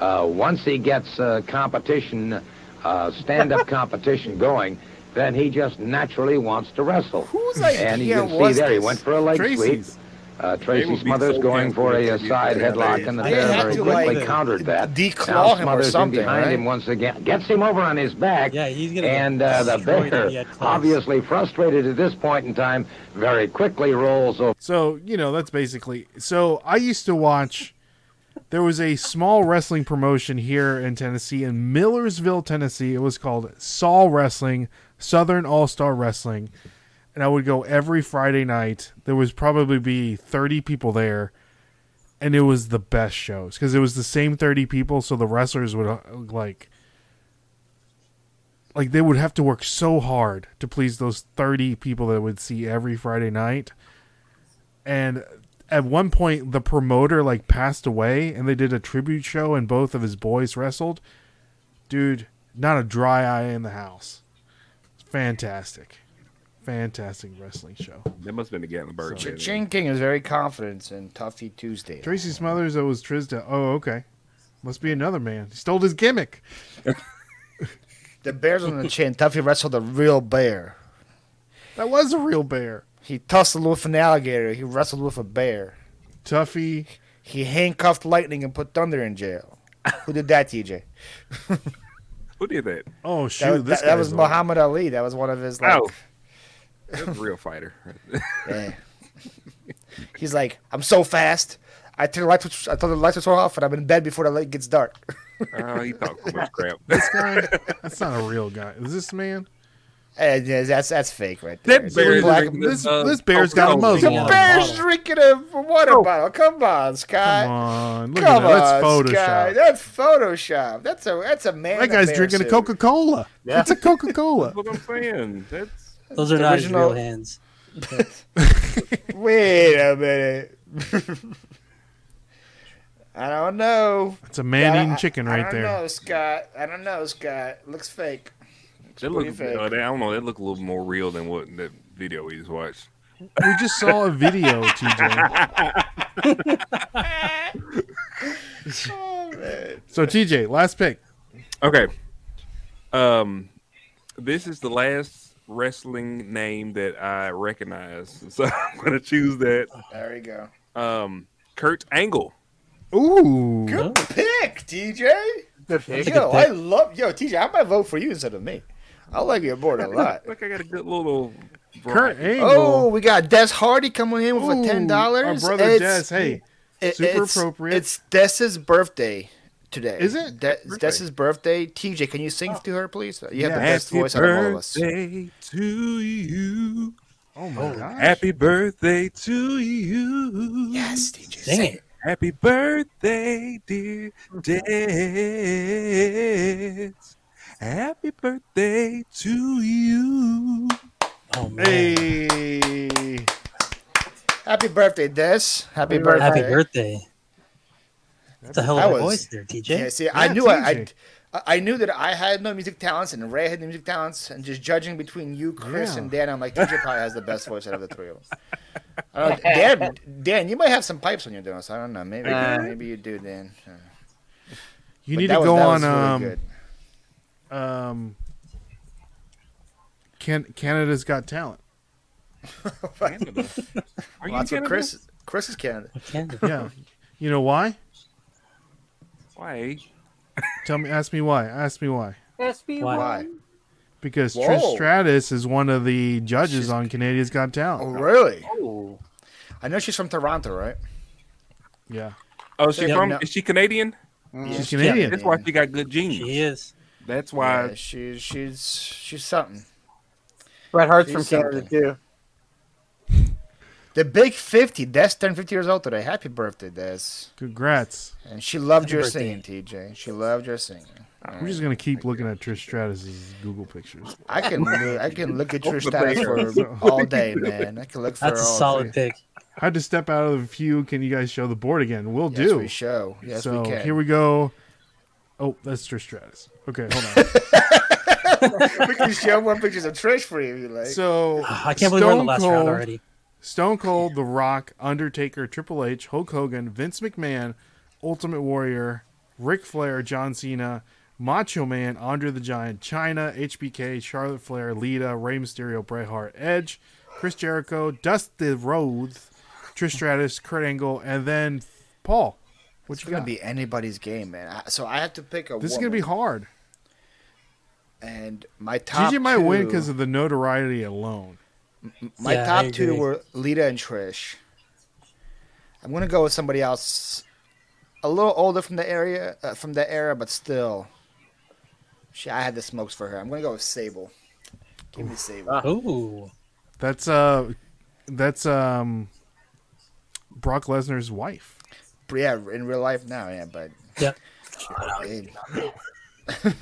Speaker 11: uh, once he gets uh, competition, uh, stand-up competition going, then he just naturally wants to wrestle.
Speaker 2: Whose
Speaker 11: and you
Speaker 2: idea
Speaker 11: can see
Speaker 2: was
Speaker 11: there he
Speaker 2: this?
Speaker 11: went for a leg sweep.
Speaker 3: Tracy's.
Speaker 11: Uh,
Speaker 1: They
Speaker 11: Tracy
Speaker 1: would be
Speaker 11: Smothers
Speaker 1: so
Speaker 11: going for a, uh,
Speaker 1: fancy
Speaker 11: side
Speaker 1: if they had
Speaker 11: headlock,
Speaker 1: a-
Speaker 11: and the
Speaker 2: They
Speaker 11: bear
Speaker 2: had
Speaker 11: very
Speaker 2: to,
Speaker 11: quickly
Speaker 2: like,
Speaker 11: countered that.
Speaker 2: declaw him
Speaker 11: Now
Speaker 2: or
Speaker 11: Smothers in
Speaker 2: something,
Speaker 11: behind
Speaker 2: right?
Speaker 11: him once again, gets him over on his back.
Speaker 6: Yeah, he's gonna get
Speaker 11: And uh, the
Speaker 6: destroyed if he
Speaker 11: bear,
Speaker 6: had claws.
Speaker 11: obviously frustrated at this point in time, very quickly rolls over.
Speaker 3: So, you know, that's basically. So, I used to watch. There was a small wrestling promotion here in Tennessee, in Millersville, Tennessee. It was called Saw Wrestling, Southern All Star Wrestling. And I would go every Friday night. There was probably be 30 people there. And it was the best shows because it was the same 30 people. So the wrestlers would, uh, like, like they would have to work so hard to please those 30 people that would see every Friday night and at one point the promoter like passed away and they did a tribute show and both of his boys wrestled dude not a dry eye in the house fantastic fantastic wrestling show
Speaker 1: That must have been the Gatlinburg. bear.
Speaker 2: Ching King is very confident in Tuffy Tuesday.
Speaker 3: tracy smothers that was trisda oh okay must be another man he stole his gimmick
Speaker 2: The bear's on the chin. Tuffy wrestled a real bear.
Speaker 3: that was a real bear
Speaker 2: He tussled with an alligator. He wrestled with a bear.
Speaker 3: tuffy
Speaker 2: He handcuffed Lightning and put Thunder in jail. Who did that, TJ?
Speaker 1: Who did that?
Speaker 3: oh shoot
Speaker 2: That, was-
Speaker 3: this
Speaker 2: that- that was
Speaker 3: guy's
Speaker 2: Muhammad Ali. That was one of his. Like,
Speaker 1: Oh, that's a real fighter.
Speaker 2: yeah. He's like, I'm so fast. I turn the light switch. I turn the light switch off, and I'm in bed before the light gets dark.
Speaker 1: oh, he talked so much crap.
Speaker 3: old. that's not a real guy is this man
Speaker 2: and, yeah, that's that's fake, right there.
Speaker 1: That
Speaker 2: It's
Speaker 1: bear is
Speaker 2: black-
Speaker 1: like
Speaker 3: this,
Speaker 1: uh,
Speaker 3: this bear's got a
Speaker 1: oh,
Speaker 3: muzzle
Speaker 2: the
Speaker 3: on.
Speaker 2: bear's drinking a water bottle. Come on, Scott.
Speaker 3: come on look
Speaker 2: Oh. Come
Speaker 3: at that that's
Speaker 2: on, Sky.
Speaker 3: photoshop
Speaker 2: That's Photoshop. That's a that's a man.
Speaker 3: That
Speaker 2: in a
Speaker 3: guy's
Speaker 2: bear
Speaker 3: drinking a
Speaker 2: suit.
Speaker 3: Coca Cola.
Speaker 2: Yeah.
Speaker 3: It's a Coca Cola.
Speaker 1: That's what I'm saying. That's
Speaker 6: Those are not his
Speaker 2: original-
Speaker 6: real hands.
Speaker 2: Wait a minute. I don't know.
Speaker 3: It's a man eating
Speaker 2: I-
Speaker 3: chicken
Speaker 2: I
Speaker 3: right
Speaker 2: don't
Speaker 3: there.
Speaker 2: know, Scott. I don't know, Scott. Looks fake.
Speaker 1: that
Speaker 2: pretty
Speaker 1: look.
Speaker 2: fake.
Speaker 1: Uh, that, I don't know. That look a little more real than what that video we just watched.
Speaker 3: We just saw a video, TJ.
Speaker 2: Oh, man.
Speaker 3: So TJ, last pick.
Speaker 1: Okay. Um, this is the last wrestling name that I recognize, so I'm gonna choose that.
Speaker 2: There we go.
Speaker 1: Um, Kurt Angle.
Speaker 3: Ooh.
Speaker 2: Good pick, TJ.
Speaker 4: Good pick.
Speaker 2: Yo, I love yo, TJ. I might vote for you instead of me. I like your board a lot.
Speaker 1: Look, I got a good little.
Speaker 3: Kurt Angle.
Speaker 2: Oh, we got Des Hardy coming in with
Speaker 3: Ooh,
Speaker 2: a ten dollars.
Speaker 3: Our brother Des. Hey,
Speaker 2: It-
Speaker 3: Super
Speaker 2: it's,
Speaker 3: appropriate.
Speaker 2: It's Des's birthday today.
Speaker 3: Is it?
Speaker 2: De- it's Des's birthday. TJ, can you sing to her, please? You have the
Speaker 3: Yeah.
Speaker 2: best voice out of all of us.
Speaker 1: birthday to you.
Speaker 3: oh my gosh.
Speaker 1: Happy birthday to you.
Speaker 2: Yes, TJ.
Speaker 6: Dang
Speaker 2: sing
Speaker 6: it.
Speaker 1: Happy birthday, dear Des. Happy birthday to you.
Speaker 6: Oh man.
Speaker 3: Hey.
Speaker 2: Happy birthday, Des. Happy birthday.
Speaker 6: Happy birthday. What the hell
Speaker 2: That
Speaker 6: of a
Speaker 2: was-
Speaker 6: voice there, TJ?
Speaker 2: Yeah, see, I
Speaker 3: Yeah,
Speaker 2: knew I, I,
Speaker 3: TJ.
Speaker 2: I knew that I had no music talents and Ray had no music talents, and just judging between you, Chris,
Speaker 3: Yeah.
Speaker 2: and Dan, I'm like, TJ probably has the best voice out of the three of us. I don't- Dan, Dan, you might have some pipes on your nose. I don't know. Maybe,
Speaker 4: Uh,
Speaker 2: maybe you do, Dan.
Speaker 3: You
Speaker 2: But
Speaker 3: need
Speaker 2: that
Speaker 3: to
Speaker 2: was-
Speaker 3: go
Speaker 2: that was
Speaker 3: on
Speaker 2: really
Speaker 3: um
Speaker 2: good.
Speaker 3: um Can- Canada's Got Talent.
Speaker 1: Canada. Are
Speaker 2: Well, that's
Speaker 1: you
Speaker 2: what
Speaker 1: Canada?
Speaker 2: Chris. Chris is Canada.
Speaker 6: Canada.
Speaker 3: Yeah. you know why?
Speaker 1: Why?
Speaker 3: Tell me ask me why. Ask me why.
Speaker 6: Why?
Speaker 2: Why?
Speaker 3: Oh, Because Trish
Speaker 2: Whoa.
Speaker 3: Stratus is one of the judges on Canada's Got
Speaker 2: Oh,
Speaker 3: Talent.
Speaker 2: really? I know she's from Toronto, right?
Speaker 3: Yeah.
Speaker 1: Oh, she
Speaker 2: Yeah,
Speaker 1: from?
Speaker 2: no.
Speaker 1: Is she Canadian?
Speaker 3: She's Canadian.
Speaker 1: That's why she got good genes.
Speaker 6: She is.
Speaker 1: That's why.
Speaker 2: Yeah, she, she's she's something.
Speaker 4: Bret Hart's
Speaker 2: She's
Speaker 4: from Canada
Speaker 2: something.
Speaker 4: too.
Speaker 2: The big 50. Des turned 50 years old today. Happy birthday, Des.
Speaker 3: Congrats.
Speaker 2: And she loved your singing, TJ. She loved your singing.
Speaker 3: I'm just gonna keep looking at Trish Stratus's Google pictures.
Speaker 2: I can look, I can look at Trish Stratus for all day, man. I can look for
Speaker 6: That's a
Speaker 2: her all
Speaker 6: solid
Speaker 2: day.
Speaker 6: pick.
Speaker 3: Had to step out of the few. Can you guys show the board again? We'll
Speaker 2: Yes,
Speaker 3: do.
Speaker 2: we show. Yes,
Speaker 3: so
Speaker 2: we can.
Speaker 3: here we go. Oh, that's Trish Stratus. Okay, hold on.
Speaker 2: we can show more pictures of Trish for you. if you Like,
Speaker 3: so
Speaker 6: Ah, I can't believe we're on the
Speaker 3: Stone
Speaker 6: last round
Speaker 3: Cold-
Speaker 6: already.
Speaker 3: Stone Cold, The Rock, Undertaker, Triple H, Hulk Hogan, Vince McMahon, Ultimate Warrior, Ric Flair, John Cena, Macho Man, Andre the Giant, China, HBK, Charlotte Flair, Lita, Rey Mysterio, Bret Hart, Edge, Chris Jericho, Dusty Rhodes, Trish Stratus, Kurt Angle, and then Paul. What
Speaker 2: it's
Speaker 3: you
Speaker 2: gonna
Speaker 3: got?
Speaker 2: be anybody's game, man. I, so I have to pick a.
Speaker 3: this is
Speaker 2: woman,
Speaker 3: gonna be hard.
Speaker 2: And my top.
Speaker 3: Gigi might win
Speaker 2: two-
Speaker 3: because of the notoriety alone.
Speaker 2: My
Speaker 6: Yeah, I
Speaker 2: top two
Speaker 6: agree.
Speaker 2: were Lita and Trish. I'm gonna go with somebody else, a little older from the area, uh, from the era, but still. She, I had the smokes for her. I'm gonna go with Sable. Give me Sable.
Speaker 6: Ah. Ooh,
Speaker 3: That's uh, that's um, Brock Lesnar's wife.
Speaker 2: But yeah, in real life now, yeah, but
Speaker 6: yeah.
Speaker 2: Hey.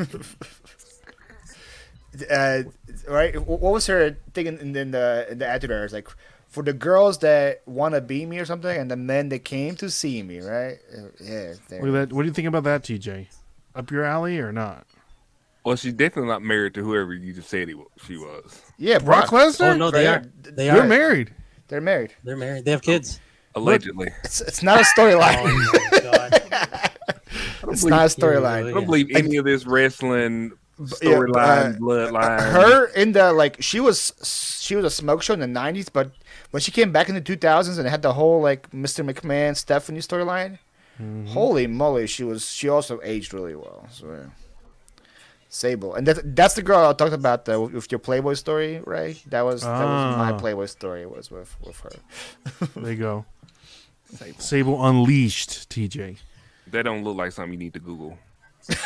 Speaker 2: uh, right? Wh- What was her thing in, in, the in the attitude era? It's like for the girls that want to be me or something, and the men that came to see me, right? Uh, Yeah, there.
Speaker 3: Look at that. What do you think about that, TJ? Up your alley or not?
Speaker 1: Well, she's definitely not married to whoever you just said he wa- she was.
Speaker 2: yeah,
Speaker 3: Brock Lesnar?
Speaker 6: Oh no, they
Speaker 2: Right. Oh
Speaker 6: are. They
Speaker 3: They're
Speaker 6: are.
Speaker 3: married.
Speaker 2: they're married.
Speaker 6: They're married. They have kids.
Speaker 1: Allegedly,
Speaker 2: It's, it's not a storyline.
Speaker 6: Oh my god.
Speaker 2: it's not a
Speaker 1: I
Speaker 2: storyline.
Speaker 1: don't believe any of this wrestling
Speaker 2: Yeah,
Speaker 1: storyline,
Speaker 2: uh,
Speaker 1: bloodline.
Speaker 2: Her in the like she was she was a smoke show in the '90s, but when she came back in the 2000s and had the whole like Mr. McMahon Stephanie storyline, holy moly, she was she also aged really well. So yeah. Sable, and that, that's the girl I talked about uh, with your Playboy story, right? That was that was my
Speaker 3: Ah.
Speaker 2: Playboy story was with with her.
Speaker 3: There you go. Sable. Unleashed, TJ.
Speaker 1: That don't look like something you need to Google. Do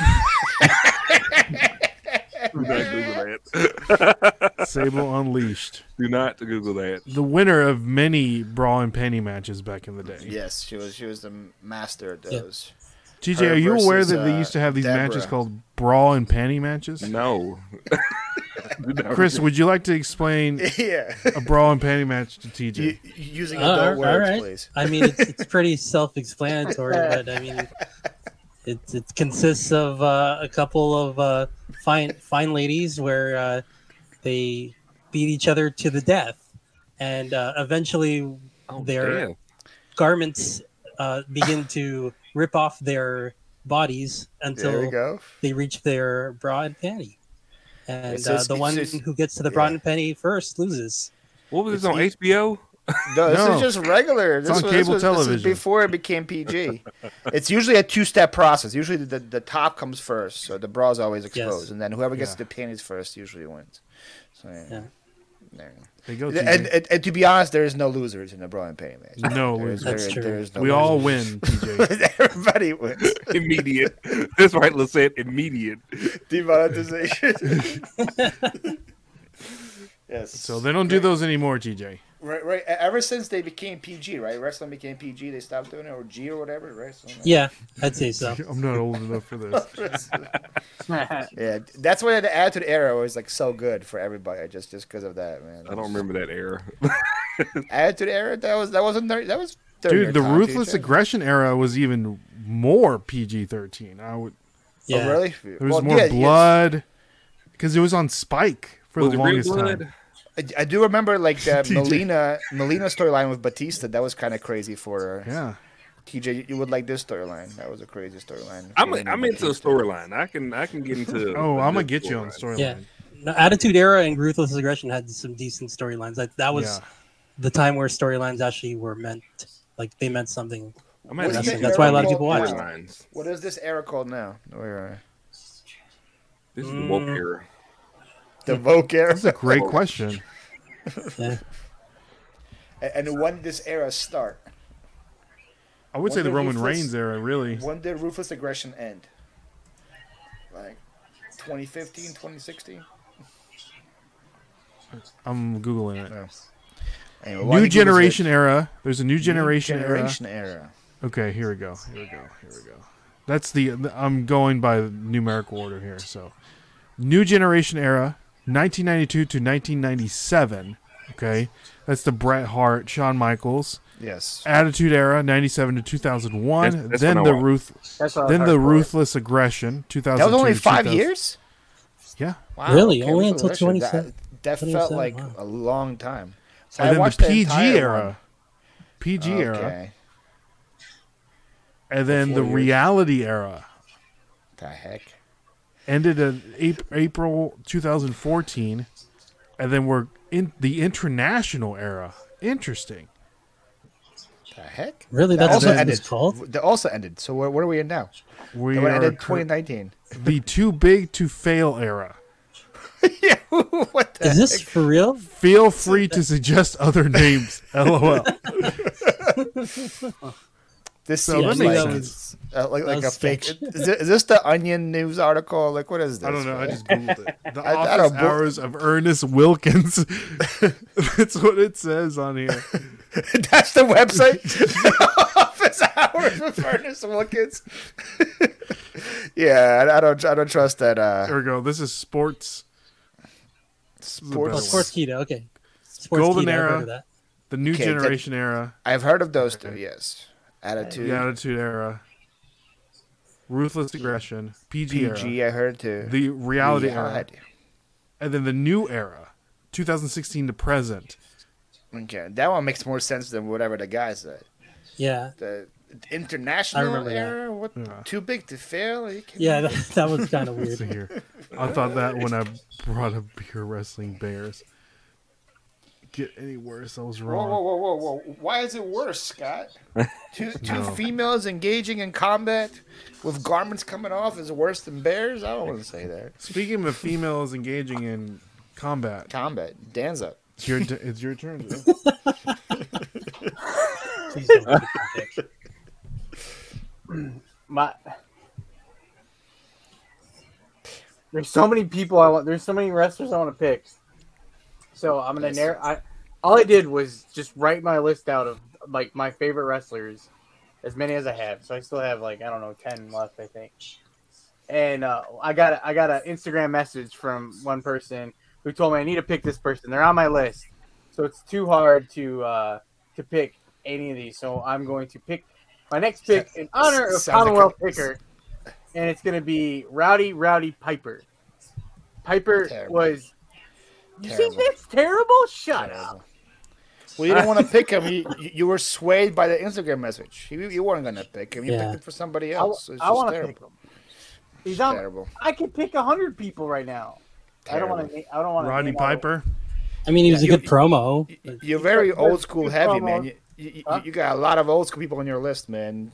Speaker 1: not Google that.
Speaker 3: Sable Unleashed.
Speaker 1: Do not Google that.
Speaker 3: The winner of many bra and panty matches back in the day.
Speaker 2: Yes, she was she was the master of
Speaker 6: Yeah.
Speaker 2: those.
Speaker 3: TJ,
Speaker 2: Her
Speaker 3: are you aware
Speaker 2: versus,
Speaker 3: that they
Speaker 2: uh,
Speaker 3: used to have these matches
Speaker 2: Deborah.
Speaker 3: called bra and panty matches?
Speaker 1: No.
Speaker 3: Chris, would you like to explain
Speaker 2: Yeah,
Speaker 3: a bra and panty match to TJ?
Speaker 2: U- using
Speaker 6: Uh,
Speaker 2: adult
Speaker 6: all
Speaker 2: words,
Speaker 6: right.
Speaker 2: please.
Speaker 6: I mean, it's, it's pretty self-explanatory, but I mean, it, it consists of uh, a couple of uh, fine fine ladies where uh, they beat each other to the death, and uh, eventually
Speaker 2: Oh,
Speaker 6: their
Speaker 1: Oh, Damn.
Speaker 6: garments uh, begin to rip off their bodies
Speaker 2: there we
Speaker 6: until
Speaker 2: go.
Speaker 6: they reach their bra and panty. And
Speaker 2: So
Speaker 6: uh,
Speaker 2: it's-
Speaker 6: the
Speaker 2: it's
Speaker 6: one
Speaker 2: just-
Speaker 6: who gets to the bra
Speaker 2: yeah.
Speaker 6: and panty first loses.
Speaker 1: What was this on HBO?
Speaker 2: No, this
Speaker 3: No.
Speaker 2: is just regular. This
Speaker 3: on
Speaker 2: was,
Speaker 3: cable
Speaker 2: this was, this is
Speaker 3: television.
Speaker 2: before it became PG. it's usually a two-step process. Usually, the, the, the top comes first, so the bra is always exposed, and then whoever gets
Speaker 3: Yeah.
Speaker 2: the panties first usually wins. So, yeah.
Speaker 6: Yeah.
Speaker 2: There you go.
Speaker 3: There you go,
Speaker 2: And,
Speaker 3: TJ.
Speaker 2: and, and to be honest, there is no losers in the bra and panty match.
Speaker 3: no,
Speaker 2: There is-
Speaker 3: loser.
Speaker 6: That's
Speaker 2: there-
Speaker 6: true.
Speaker 2: there is no
Speaker 3: we all
Speaker 2: losers.
Speaker 3: win, TJ.
Speaker 2: Everybody wins.
Speaker 1: Immediate. That's right, Lisette. Immediate.
Speaker 2: Demonetization. yes.
Speaker 3: So they don't do those anymore, TJ.
Speaker 2: right, right. e- Ever since they became PG, right? Wrestling became PG. They stopped doing it, or G, or whatever, right? So,
Speaker 6: Yeah, I'd say so.
Speaker 3: I'm not old enough for this.
Speaker 2: Yeah, that's why the attitude era was like so good for everybody, just just because of that, man.
Speaker 1: I don't remember that era.
Speaker 2: attitude era. That was that wasn't thir- that was during your
Speaker 3: Dude, the
Speaker 2: time,
Speaker 3: ruthless
Speaker 2: teacher.
Speaker 3: aggression era was even more PG thirteen. I would
Speaker 6: Yeah.
Speaker 2: Oh, really?
Speaker 3: there was
Speaker 2: Well,
Speaker 3: more
Speaker 2: yeah, yes.
Speaker 3: blood because it was on Spike for
Speaker 1: Was
Speaker 3: the
Speaker 1: it Real
Speaker 3: longest
Speaker 1: Blood?
Speaker 3: time.
Speaker 2: I, I do remember like the
Speaker 3: TJ.
Speaker 2: Melina Melina storyline with Batista. That was kind of crazy for her.
Speaker 3: Yeah,
Speaker 2: TJ, you, you would like this storyline. That was a crazy storyline.
Speaker 1: I'm
Speaker 2: Melina
Speaker 1: I'm into a
Speaker 2: Batista.
Speaker 1: storyline. I can I can get into.
Speaker 3: Oh,
Speaker 1: a
Speaker 3: I'm gonna
Speaker 1: good
Speaker 3: get you on
Speaker 1: storyline.
Speaker 3: storyline.
Speaker 6: Yeah. No, Attitude Era and Ruthless Aggression had some decent storylines. That that was
Speaker 3: Yeah.
Speaker 6: the time where storylines actually were meant, like they meant something.
Speaker 1: I'm gonna
Speaker 2: What's
Speaker 1: have to
Speaker 2: that
Speaker 1: get
Speaker 6: That's why a lot of
Speaker 1: into
Speaker 6: people watch.
Speaker 1: storylines.
Speaker 2: What is this era called now? Where, uh,
Speaker 1: This is the woke
Speaker 6: Mm.
Speaker 1: era.
Speaker 2: the Vogue era.
Speaker 3: That's a great question.
Speaker 6: Yeah.
Speaker 2: And when did this era start?
Speaker 3: I would say the
Speaker 2: Wonder
Speaker 3: Roman
Speaker 2: Ruthless-
Speaker 3: Reigns era, really.
Speaker 2: When did ruthless aggression end? Like 2015, 2016? Oh,
Speaker 3: I'm googling it.
Speaker 2: Anyway, why did you do
Speaker 3: New
Speaker 2: this
Speaker 3: generation
Speaker 2: with-
Speaker 3: era. There's a new generation,
Speaker 2: generation era.
Speaker 3: era. Okay, here we go. Here we go. Here we go. That's the I'm going by numerical order here. So, new generation era, 1992 to 1997. Okay, that's the Bret Hart, Shawn Michaels.
Speaker 2: Yes.
Speaker 3: Attitude Era, 97 to 2001.
Speaker 1: That's- that's
Speaker 3: then
Speaker 1: when I
Speaker 3: the
Speaker 1: watched.
Speaker 3: ruth,
Speaker 4: That's what I
Speaker 3: then
Speaker 4: was
Speaker 3: the
Speaker 4: hardcore.
Speaker 3: ruthless aggression. 2002
Speaker 2: That was only
Speaker 3: to
Speaker 2: five
Speaker 3: 2000
Speaker 2: years.
Speaker 3: Yeah.
Speaker 2: Wow,
Speaker 6: Really?
Speaker 2: okay,
Speaker 6: Only
Speaker 2: we
Speaker 6: until
Speaker 2: were listening. That-
Speaker 6: 27
Speaker 2: That, felt
Speaker 6: 27,
Speaker 2: like
Speaker 6: wow.
Speaker 2: a long time. So
Speaker 3: And
Speaker 2: I
Speaker 3: then
Speaker 2: watched
Speaker 3: the
Speaker 2: the
Speaker 3: PG
Speaker 2: entire
Speaker 3: era.
Speaker 2: one.
Speaker 3: PG era.
Speaker 2: Okay.
Speaker 3: And then the
Speaker 2: years.
Speaker 3: reality era
Speaker 2: The heck.
Speaker 3: ended in Ap- April 2014. And then we're in the international era. Interesting.
Speaker 2: The heck.
Speaker 6: Really?
Speaker 2: That
Speaker 6: That's
Speaker 2: also
Speaker 6: what it
Speaker 2: ended.
Speaker 6: was called?
Speaker 2: That also ended. So where, what are we in now?
Speaker 3: We
Speaker 2: That one
Speaker 3: are
Speaker 2: ended
Speaker 3: cur-
Speaker 2: 2019.
Speaker 3: the too big to fail era.
Speaker 2: yeah. What the
Speaker 6: Is this for real?
Speaker 3: Feel free to suggest other names. LOL.
Speaker 2: This
Speaker 3: So
Speaker 2: seems
Speaker 3: let me-
Speaker 2: like,
Speaker 3: that
Speaker 6: was-
Speaker 2: uh, like, like a
Speaker 6: was
Speaker 2: fake.
Speaker 6: sketch.
Speaker 2: Is this, is this the Onion news article? Like, what is this?
Speaker 3: I don't know. I
Speaker 2: man?
Speaker 3: just googled it. The
Speaker 2: I- I
Speaker 3: office
Speaker 2: don't bo-
Speaker 3: hours of Ernest Wilkins. That's what it says on here.
Speaker 2: That's the website. Office hours with Ernest Wilkins. yeah, I, I don't. I don't trust that.
Speaker 3: There
Speaker 2: Uh,
Speaker 3: we go. This is sports.
Speaker 6: Oh,
Speaker 2: sports.
Speaker 3: best one.
Speaker 6: sports keto. Okay. Sports
Speaker 3: Golden
Speaker 6: keto, I've
Speaker 3: era.
Speaker 6: heard of that.
Speaker 3: The new
Speaker 2: Okay, that-
Speaker 3: generation era,
Speaker 2: I've heard of those two. Yes, attitude.
Speaker 3: the attitude era, ruthless aggression, PG, era,
Speaker 2: PG. I heard too.
Speaker 3: uh, the reality era,
Speaker 2: Reality.
Speaker 3: and then the new era, 2016 to present.
Speaker 2: Okay, that one makes more sense than whatever the guy said.
Speaker 6: Yeah.
Speaker 2: The
Speaker 6: I
Speaker 2: international
Speaker 6: remember that.
Speaker 2: era. What?
Speaker 3: Yeah.
Speaker 2: Too big to fail. Are you kidding
Speaker 6: Yeah,
Speaker 2: me?
Speaker 6: that, that was kind of
Speaker 3: Let's see
Speaker 6: weird.
Speaker 3: here. I thought that when I brought up beer wrestling bears. Get any worse? I was
Speaker 2: Whoa,
Speaker 3: wrong.
Speaker 2: whoa, whoa, whoa, whoa! Why is it worse, Scott? two two
Speaker 3: No.
Speaker 2: females engaging in combat with garments coming off is worse than bears. I don't want to say that.
Speaker 3: Speaking of females engaging in combat,
Speaker 2: Combat. Dan's up.
Speaker 3: it's your it's your turn. Joe.
Speaker 6: Please don't make me pick.
Speaker 4: my there's so many people I want. There's so many wrestlers I want to pick. So I'm gonna narrow. I all I did was just write my list out of like my favorite wrestlers, as many as I have. So I still have like I don't know ten left, I think. And uh, I got a, I got an Instagram message from one person who told me I need to pick this person. They're on my list, so it's too hard to uh, to pick any of these. So I'm going to pick my next pick in honor of
Speaker 2: Sounds like
Speaker 4: Commonwealth
Speaker 2: a-
Speaker 4: Picker, and it's going to be Rowdy Rowdy Piper. Piper
Speaker 2: Terrible.
Speaker 4: was. You
Speaker 2: Terrible.
Speaker 4: think that's terrible? Shut up.
Speaker 2: Well, you didn't want to pick him. You, you you were swayed by the Instagram message. You, you weren't going to pick him. You
Speaker 6: Yeah.
Speaker 2: picked him for somebody
Speaker 4: I,
Speaker 2: else. It's just
Speaker 4: want to
Speaker 2: terrible.
Speaker 4: pick him. He's on.
Speaker 2: Terrible.
Speaker 4: I could pick a hundred people right now. I don't want to. I don't want to.
Speaker 3: Rodney Piper.
Speaker 6: I mean, he was a
Speaker 2: You-
Speaker 6: good promo.
Speaker 2: Y- You're very
Speaker 4: Because
Speaker 2: old school
Speaker 4: it's
Speaker 2: heavy,
Speaker 4: from,
Speaker 2: man.
Speaker 4: uh,
Speaker 2: You, you, you-
Speaker 4: huh?
Speaker 2: you got a lot of old school people on your list, man.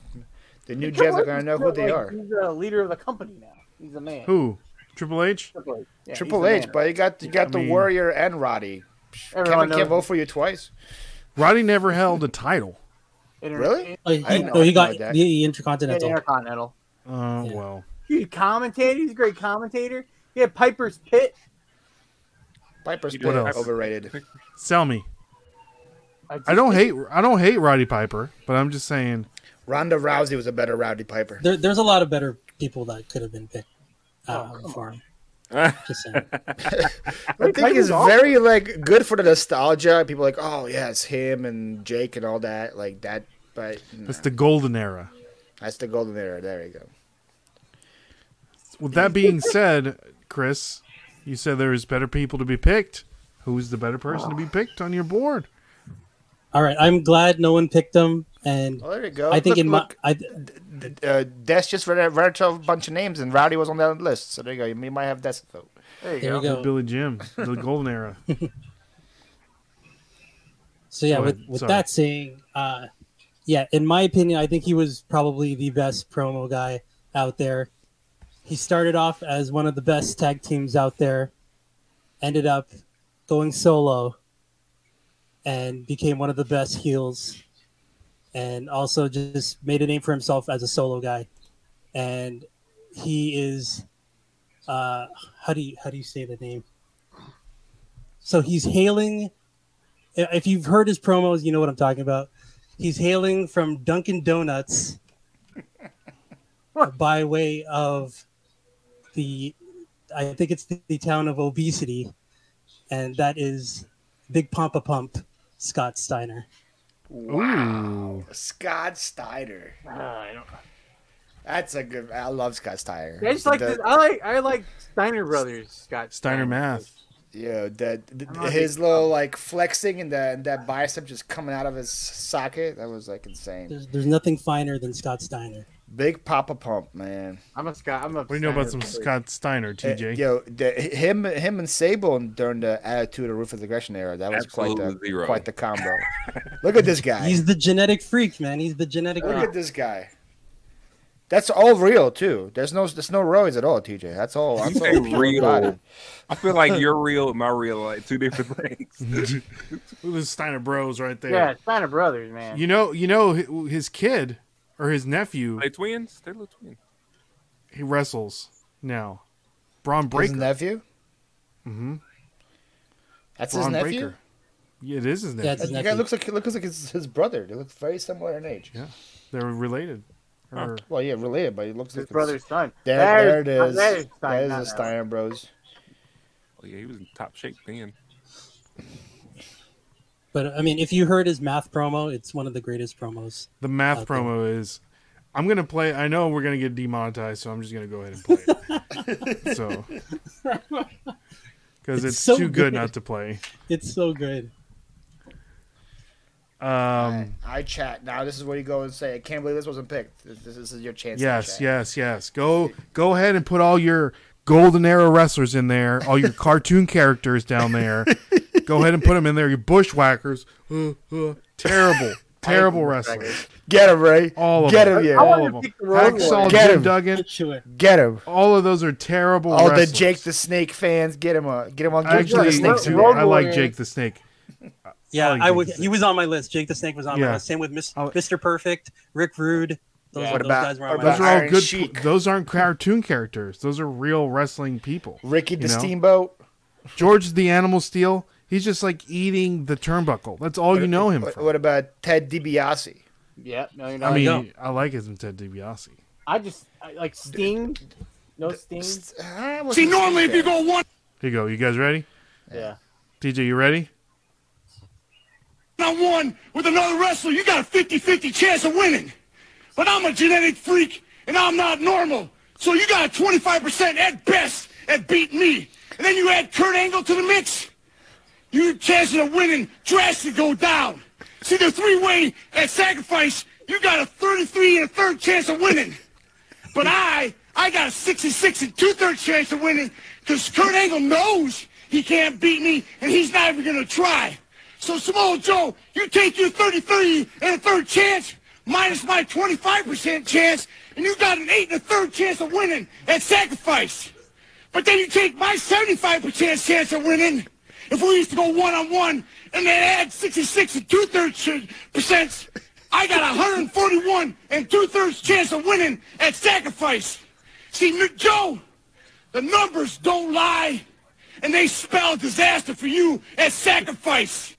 Speaker 2: The new Jets are going to know who they are.
Speaker 4: He's the leader of the company now. He's a man.
Speaker 3: Who? Triple H.
Speaker 4: Triple H. Yeah, he's
Speaker 2: Triple
Speaker 4: the
Speaker 2: H,
Speaker 4: man.
Speaker 2: but you got you got the
Speaker 3: mean-
Speaker 2: Warrior and Roddy.
Speaker 4: Everyone
Speaker 2: Kevin can't
Speaker 4: knows-
Speaker 2: vote for you twice.
Speaker 3: Roddy never held a title.
Speaker 4: Inter-
Speaker 2: Really?
Speaker 6: Like,
Speaker 2: I
Speaker 6: oh, he,
Speaker 2: know-
Speaker 6: no,
Speaker 2: I
Speaker 6: he
Speaker 2: know
Speaker 6: got
Speaker 2: that.
Speaker 6: the
Speaker 4: Yeah,
Speaker 6: Intercontinental.
Speaker 4: Intercontinental.
Speaker 3: Oh
Speaker 6: Yeah.
Speaker 3: well.
Speaker 4: He commentated. He's a great commentator. He had Piper's Pit.
Speaker 2: Piper's
Speaker 1: What
Speaker 2: Pit,
Speaker 3: else?
Speaker 2: overrated.
Speaker 3: Sell me.
Speaker 4: just
Speaker 3: I don't hate. I don't hate Roddy Piper, but I'm just saying.
Speaker 2: Ronda Rousey was a better Rowdy Piper.
Speaker 6: There, there's a lot of better people that could have been picked
Speaker 4: Oh,
Speaker 6: uh, for him. Just saying.
Speaker 2: I think it's very like good for the nostalgia. People are like, oh yes, him and Jake and all that, like that. But nah,
Speaker 3: That's the golden era.
Speaker 2: that's the golden era. There you go.
Speaker 3: With that being said, Chris, you said there is better people to be picked. Who's the better person to be picked on your board?
Speaker 6: All right, I'm glad no one picked him, and
Speaker 2: Well, there you go.
Speaker 6: I think
Speaker 2: Look,
Speaker 6: in my
Speaker 2: look,
Speaker 6: I,
Speaker 2: th- uh, Des just read, a- read a bunch of names, and Rowdy was on that list. So there you go. You might have Des vote.
Speaker 4: There you
Speaker 6: there
Speaker 4: go.
Speaker 6: we go.
Speaker 3: Billy Jim, the golden era.
Speaker 6: So yeah,
Speaker 3: Go
Speaker 6: with,
Speaker 3: ahead.
Speaker 6: with
Speaker 3: Sorry.
Speaker 6: that saying, uh, yeah, in my opinion, I think he was probably the best promo guy out there. He started off as one of the best tag teams out there, ended up going solo, and became one of the best heels, and also just made a name for himself as a solo guy. And he is, uh, how do you how do you say the name? So he's hailing if you've heard his promos, you know what I'm talking about. He's hailing from Dunkin' Donuts by way of the, I think it's the, the town of obesity, and that is Big Pompa Pump, Scott Steiner.
Speaker 3: Ooh.
Speaker 2: Scott Steiner.
Speaker 4: Uh, I don't.
Speaker 2: That's a good. I love Scott Steiner.
Speaker 4: I just like
Speaker 2: The-
Speaker 4: this. I like I like Steiner Brothers. Scott
Speaker 3: Steiner math.
Speaker 2: Yeah, that th-
Speaker 4: I'm not
Speaker 2: his little like flexing and that that bicep just coming out of his socket. That was like insane.
Speaker 6: There's, there's nothing finer than Scott Steiner.
Speaker 2: Big Papa Pump, man.
Speaker 4: I'm a Scott. I'm a.
Speaker 3: What do you know about some
Speaker 4: Steiner Brothers.
Speaker 3: Scott Steiner,
Speaker 2: Eh,
Speaker 3: TJ?
Speaker 2: Yo, the, him him and Sable during the attitude of Ruthless aggression era. That was quite the
Speaker 1: Absolutely zero.
Speaker 2: quite the combo. Look at this guy.
Speaker 6: He's the genetic freak, man. He's the genetic
Speaker 2: Look
Speaker 6: freak.
Speaker 2: at this guy. That's all real too. There's no there's no roids at all, TJ. That's all. That's all
Speaker 1: say
Speaker 2: pure
Speaker 1: real.
Speaker 2: body.
Speaker 1: I feel like your real and my real are like two different
Speaker 3: Mm-hmm.
Speaker 1: things.
Speaker 3: Look at the Steiner Bros right there.
Speaker 4: Yeah, Steiner Brothers, man.
Speaker 3: You know, you know hi- his kid or his nephew.
Speaker 1: they twins? They're little twins.
Speaker 3: He wrestles now. Braun
Speaker 2: His
Speaker 3: Breaker.
Speaker 2: nephew.
Speaker 6: Mm-hmm.
Speaker 3: Mhm.
Speaker 2: That's his
Speaker 3: Braun
Speaker 2: nephew. Uh,
Speaker 3: Breaker. Yeah, it is his
Speaker 6: Yeah,
Speaker 3: nephew.
Speaker 6: it's his
Speaker 2: The guy
Speaker 6: nephew.
Speaker 2: looks like he looks like his, his brother. They look very similar in age.
Speaker 3: They're related. Or-
Speaker 2: Well, yeah, related, but he looks
Speaker 4: His
Speaker 2: like
Speaker 4: brother's son.
Speaker 2: There, there
Speaker 4: That
Speaker 2: it
Speaker 4: is-
Speaker 2: is.
Speaker 4: that is Stein-
Speaker 2: That is
Speaker 4: no, no.
Speaker 2: the Steiner Bros.
Speaker 1: Oh yeah, he was in top shape then.
Speaker 6: But I mean, if you heard his math promo, it's one of the greatest promos.
Speaker 3: The math
Speaker 6: Okay.
Speaker 3: promo is I'm gonna play I know we're gonna get demonetized, so I'm just gonna go ahead and play it. so because it's,
Speaker 6: It's so
Speaker 3: too good
Speaker 6: good.
Speaker 3: not to play.
Speaker 6: It's so good.
Speaker 3: Um
Speaker 2: I chat now. This is where you go and say, "I can't believe this wasn't picked. This, this, this is your chance." to
Speaker 3: yes,
Speaker 2: chat."
Speaker 3: yes, yes. Go go ahead and put all your golden era wrestlers in there, all your cartoon characters down there. Go ahead and put them in there, your bushwhackers. Uh, uh, terrible, terrible wrestlers.
Speaker 2: Get him, Ray.
Speaker 3: All of
Speaker 2: Get
Speaker 3: them.
Speaker 2: him, yeah.
Speaker 3: All of
Speaker 4: wanna
Speaker 3: them.
Speaker 4: pick the wrong
Speaker 3: Hacksaw
Speaker 2: one. Get
Speaker 3: Jim
Speaker 2: him.
Speaker 3: Duggan.
Speaker 6: Sure.
Speaker 2: Get him.
Speaker 3: All of those are terrible
Speaker 2: All Oh, the
Speaker 3: wrestlers.
Speaker 2: Jake the Snake fans, get him on. Get him on. Get
Speaker 3: Actually,
Speaker 2: the Snake's in
Speaker 4: Ro-
Speaker 2: there.
Speaker 3: I like Jake the Snake.
Speaker 6: Yeah,
Speaker 3: like
Speaker 6: I
Speaker 3: Jake
Speaker 6: would.
Speaker 3: the
Speaker 6: He was on my list. Jake the Snake was on
Speaker 3: Yeah.
Speaker 6: my list. Same with Mis-
Speaker 3: I'll-
Speaker 6: Mr. Perfect, Rick Rude.
Speaker 2: Oh. Yeah.
Speaker 6: Those, those
Speaker 2: What about-
Speaker 6: guys were
Speaker 2: what
Speaker 6: on my
Speaker 2: about
Speaker 3: Those
Speaker 6: list.
Speaker 3: are all
Speaker 2: Iron
Speaker 3: good.
Speaker 2: Sheik.
Speaker 3: Those aren't cartoon characters. Those are real wrestling people.
Speaker 2: Ricky the
Speaker 3: You know?
Speaker 2: Steamboat.
Speaker 3: George the Animal Steel. He's just like eating the turnbuckle. That's all you know him
Speaker 2: What,
Speaker 3: from.
Speaker 2: what about Ted DiBiase?
Speaker 4: Yeah, no, you're not.
Speaker 3: I
Speaker 6: I
Speaker 3: mean,
Speaker 6: don't.
Speaker 3: I like him, Ted DiBiase.
Speaker 4: I just I, like Sting. No Sting.
Speaker 2: See, normally if you go,
Speaker 3: Here you go. You guys ready?
Speaker 4: Yeah.
Speaker 3: TJ, you ready?
Speaker 12: Not one with another wrestler, you got a 50 50 chance of winning. But I'm a genetic freak and I'm not normal. So you got a 25% at best at beating me. And then you add Kurt Angle to the mix, your chances of winning drastically go down. See, the three way at sacrifice, you got a 33 and a third chance of winning. But I, I got a 66 and two thirds chance of winning because Kurt Angle knows he can't beat me and he's not even going to try. So, Samoa Joe, you take your 33 and a third chance minus my 25% chance and you got an eight and a third chance of winning at sacrifice. But then you take my 75% chance of winning if we used to go one on one and then add 66 and two thirds percent. I got 141 and two thirds chance of winning at sacrifice. See, Mick Joe, the numbers don't lie and they spell disaster for you at sacrifice.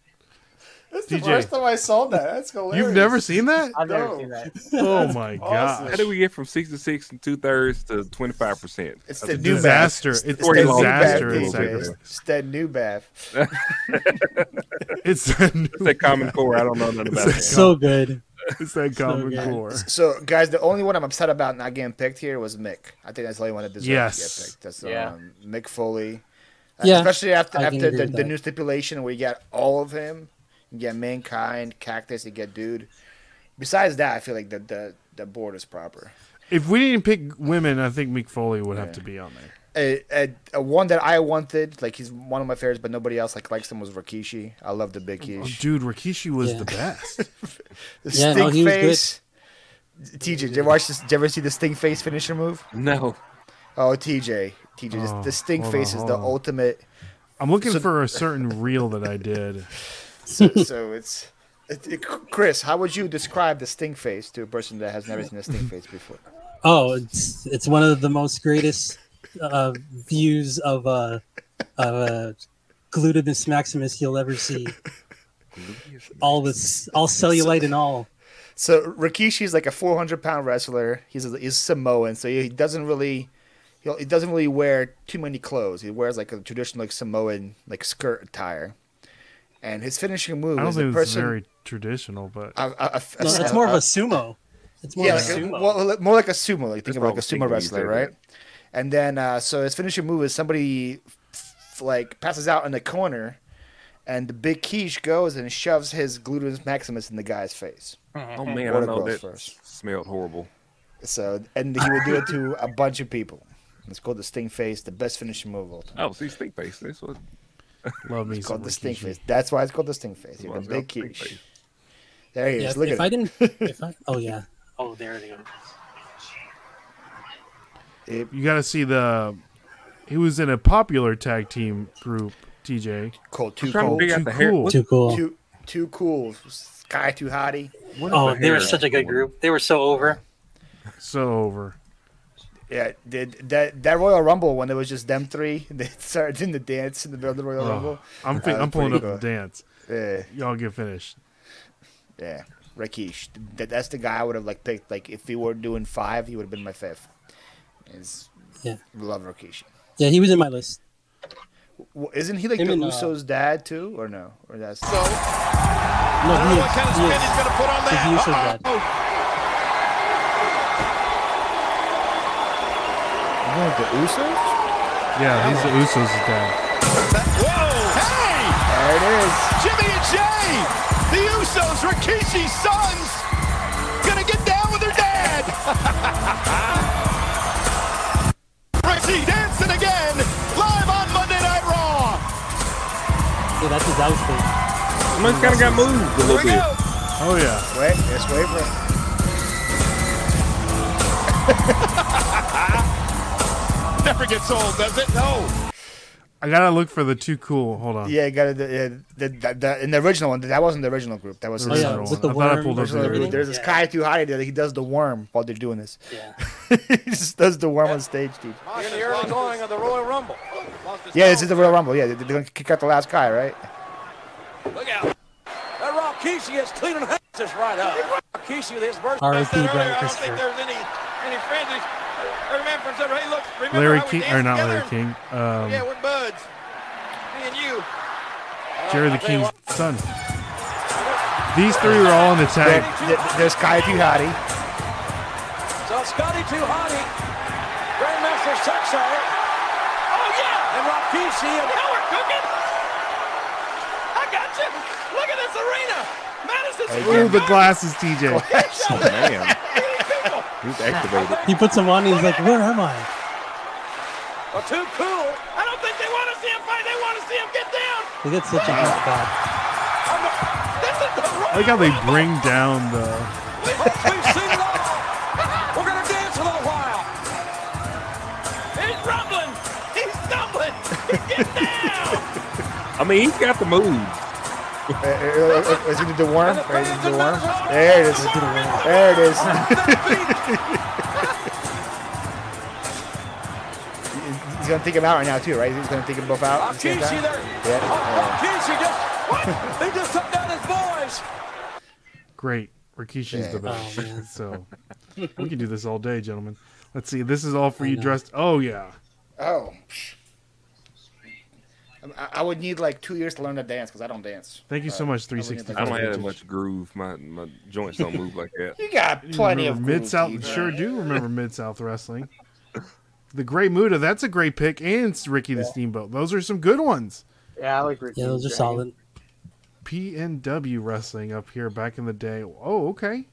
Speaker 2: that's
Speaker 3: the DJ. first
Speaker 2: time I saw that. That's hilarious.
Speaker 3: You've never seen that?
Speaker 4: I've never
Speaker 2: No.
Speaker 4: seen that.
Speaker 3: Oh my god!
Speaker 1: How do we get from sixty six and two thirds to twenty five percent?
Speaker 2: It's the new bath.
Speaker 3: Disaster! It's
Speaker 2: It's the new bath,
Speaker 3: disaster! in
Speaker 1: It's
Speaker 2: DJ.
Speaker 3: Cyprus.
Speaker 2: It's that new bath.
Speaker 3: It's that new-
Speaker 1: It's that common core. I don't know nothing about that.
Speaker 6: So good.
Speaker 3: it's that common
Speaker 6: good.
Speaker 3: core.
Speaker 2: So, guys, the only one I'm upset about not getting picked here was Mick. I think that's the only one that deserves to
Speaker 3: Yes.
Speaker 2: get picked. That's
Speaker 4: Yeah.
Speaker 2: um, Mick Foley. Uh,
Speaker 6: Yeah,
Speaker 2: Especially after
Speaker 6: I can
Speaker 2: after
Speaker 6: agree
Speaker 2: the,
Speaker 6: with
Speaker 2: the
Speaker 6: that.
Speaker 2: new stipulation where you got all of him, you get mankind, cactus, you get dude. Besides that, I feel like the the, the board is proper.
Speaker 3: If we didn't pick women, I think Mick Foley would have to be on there.
Speaker 2: a, a, a one that I wanted, like he's one of my favorites, but nobody else like likes him was Rikishi. I love the big Kish.
Speaker 3: Oh, Dude, Rikishi was
Speaker 6: Yeah.
Speaker 3: the best.
Speaker 2: The
Speaker 6: Yeah,
Speaker 2: stink
Speaker 6: no, he was good.
Speaker 2: face. TJ, did you watch this? Did you ever see the stink face finisher move?
Speaker 1: No.
Speaker 2: Oh, TJ, TJ, this-
Speaker 3: Oh,
Speaker 2: the stink
Speaker 3: hold
Speaker 2: face is
Speaker 3: on, hold
Speaker 2: the
Speaker 3: on.
Speaker 2: ultimate.
Speaker 3: I'm looking for a certain reel that I did.
Speaker 2: So, so it's. It, it- Chris, how would you describe the stink face to a person that has never seen a stink face before?
Speaker 6: Oh, it's it's one of the most greatest uh, views of uh, of uh, glutamus maximus you'll ever see. all this, all cellulite and all.
Speaker 2: So Rikishi's like a 400 pound wrestler. He's a, he's Samoan, so he doesn't really he'll- he doesn't really wear too many clothes. He wears like a traditional like Samoan like skirt attire, and his finishing move
Speaker 3: I don't
Speaker 2: is a
Speaker 3: think it's
Speaker 2: person.
Speaker 3: very traditional, but
Speaker 2: a- a- a-
Speaker 6: No,
Speaker 2: a-
Speaker 6: it's more of a sumo. It's more
Speaker 2: yeah,
Speaker 6: of
Speaker 2: like
Speaker 6: a
Speaker 2: a-
Speaker 6: sumo.
Speaker 2: well, li- more like a sumo. Like think
Speaker 1: That's
Speaker 2: of like
Speaker 1: probably
Speaker 2: a sumo wrestler,
Speaker 1: easier,
Speaker 2: right? And then uh, so his finishing move is somebody f- f- like passes out in the corner, and the big quiche goes and shoves his gluteus maximus in the guy's face.
Speaker 1: Oh man, I
Speaker 2: What a
Speaker 1: know that
Speaker 2: gross first.
Speaker 1: smelled horrible.
Speaker 2: So and he would do it to a bunch of people. It's called the Sting Face, the best finishing move of all time.
Speaker 1: Oh, see, stink face. This was
Speaker 3: love me
Speaker 2: It's
Speaker 3: some
Speaker 2: called the Sting
Speaker 3: Rikishi.
Speaker 2: Face. That's why it's called the Sting Face.
Speaker 1: Well,
Speaker 2: the
Speaker 1: it's
Speaker 2: big
Speaker 1: called Sting
Speaker 2: quiche.
Speaker 1: Face.
Speaker 2: There he
Speaker 6: Yeah,
Speaker 2: is.
Speaker 6: if,
Speaker 2: Look
Speaker 6: if
Speaker 2: at
Speaker 6: I
Speaker 2: it.
Speaker 6: didn't, if I, oh yeah,
Speaker 8: Oh, there they go.
Speaker 3: You got to see the. He was in a popular tag team group, TJ.
Speaker 2: Cold, too
Speaker 1: trying to
Speaker 2: cold,
Speaker 1: figure
Speaker 3: Too
Speaker 1: out the hair.
Speaker 3: cool.
Speaker 1: What,
Speaker 6: too cool.
Speaker 2: too too cool. Sky too hottie.
Speaker 1: what is
Speaker 8: Oh,
Speaker 1: the
Speaker 8: they were
Speaker 1: hair?
Speaker 8: such a good group. They were so over.
Speaker 3: So over.
Speaker 2: Yeah, did that that Royal Rumble when it was just them three they started in the dance in the middle of the Royal Rumble.
Speaker 3: Oh, I'm fi-
Speaker 2: That
Speaker 3: I'm
Speaker 2: was
Speaker 3: pulling up
Speaker 2: pretty
Speaker 3: the dance.
Speaker 2: Yeah,
Speaker 3: Y'all get finished.
Speaker 2: yeah. Rakish. That, that's the guy I would have like picked. Like if he were doing five, he would have been my fifth. Is
Speaker 6: Yeah.
Speaker 2: love Rakish.
Speaker 6: Yeah, he was in my list.
Speaker 2: Well, isn't he like
Speaker 6: Him
Speaker 2: the
Speaker 6: and, uh,
Speaker 2: Usos' dad too, or no? Or that's
Speaker 6: No, he is. He is. He's the Usos' dad.
Speaker 2: One of the Usos?
Speaker 3: Yeah, he's the Usos' dad.
Speaker 13: Hey!
Speaker 2: There it is.
Speaker 13: Jimmy and Jay! The Usos, Rikishi's sons! Gonna get down with their dad! Rikishi dancing again! Live on Monday Night Raw!
Speaker 6: Yeah, that's his outfit.
Speaker 1: Someone's kind of got moved a little
Speaker 13: Bring
Speaker 1: bit.
Speaker 13: out
Speaker 3: Oh yeah,
Speaker 2: Wait, let's wait for it.
Speaker 13: Never gets old, does it? No.
Speaker 3: I gotta look for the too cool. Hold on.
Speaker 2: Yeah, got it. Yeah, the, the, the, in the original one, that wasn't the original group. That was
Speaker 6: Oh,
Speaker 2: his uh,
Speaker 6: yeah,
Speaker 3: Original one.
Speaker 6: with the
Speaker 3: I thought I
Speaker 6: worm
Speaker 3: pulled up
Speaker 6: and
Speaker 2: There's
Speaker 3: the
Speaker 2: a-
Speaker 3: original.
Speaker 2: There's this guy too high that he does the worm while they're doing this.
Speaker 8: Yeah.
Speaker 2: he just does the worm on stage, dude.
Speaker 13: In the early going of the Royal Rumble.
Speaker 2: Yeah, this is the Royal Rumble. Yeah, they're gonna kick out the last guy, right?
Speaker 13: Look out. That Rakishi is cleaning house just right up. Rakishi, this verse.
Speaker 6: R.I.P. Brian Christopher.
Speaker 13: there's any, any friendly remembrance of, hey, look, remember
Speaker 3: Larry
Speaker 13: how we
Speaker 3: King
Speaker 13: danced
Speaker 3: or not
Speaker 13: together?
Speaker 3: Larry King? Um,
Speaker 13: Yeah, we're buds. Me and you.
Speaker 3: Jerry the
Speaker 13: I'll tell you
Speaker 3: King's son. These three were all in the
Speaker 2: There,
Speaker 3: tag.
Speaker 2: there- there's Kai Tuhati.
Speaker 13: So Scotty Tuhati, Grandmaster Sexo. Oh, yeah. And Rakishi. And now we're cooking. I got you. Look at this arena. Madison
Speaker 3: Ooh,
Speaker 13: Square
Speaker 3: the glasses, TJ.
Speaker 1: Oh man,
Speaker 13: Garden. People.
Speaker 1: he's activated.
Speaker 6: He puts them on. He's like, "Where am I?"
Speaker 13: are too cool. I don't think they want to see him fight. They want to see him get down. Ah.
Speaker 6: They get such a hot spot.
Speaker 13: I'm the, this is the
Speaker 3: I
Speaker 13: Royal
Speaker 3: like how they
Speaker 13: Rumble.
Speaker 3: bring down the.
Speaker 13: We hope we've seen it all. We're gonna dance a little while. He's rumbling. He's stumbling. He's getting down.
Speaker 1: I mean, he's got the move.
Speaker 2: Uh, uh, uh, Is he gonna do the
Speaker 13: And
Speaker 2: worm?
Speaker 13: the
Speaker 2: Right, is he
Speaker 13: fans
Speaker 2: gonna do the
Speaker 13: are
Speaker 2: worm?
Speaker 13: not-
Speaker 2: There it is.
Speaker 13: The worm is the
Speaker 2: There it is. He's gonna take him out right now too, right? He's gonna take them both out. at the same
Speaker 13: Akishi
Speaker 2: time?
Speaker 13: there.
Speaker 2: Yeah,
Speaker 13: Oh, Akishi just what? He just took down his boys.
Speaker 3: Great. Rikishi's the
Speaker 2: Yeah.
Speaker 3: best.
Speaker 6: Oh, man.
Speaker 3: so we can do this all day, gentlemen. Let's see. This is all for you dressed. Oh yeah.
Speaker 2: Oh. psh. I, I would need like two years to learn to dance because I don't dance.
Speaker 3: Thank you so much,
Speaker 2: I wouldn't
Speaker 3: 360.
Speaker 1: I don't have that
Speaker 3: Vintage.
Speaker 1: much groove. My my joints don't move like that.
Speaker 2: You got plenty of Uh,
Speaker 3: Mid South.
Speaker 2: groove, dude.
Speaker 3: Sure do remember Mid South wrestling. The Great Muda. That's a great pick, and Ricky the Steamboat. Those are some good ones.
Speaker 4: Yeah, I like Ricky.
Speaker 6: Yeah, those are
Speaker 4: Dragon.
Speaker 6: solid.
Speaker 3: PNW wrestling up here back in the day. Oh, okay.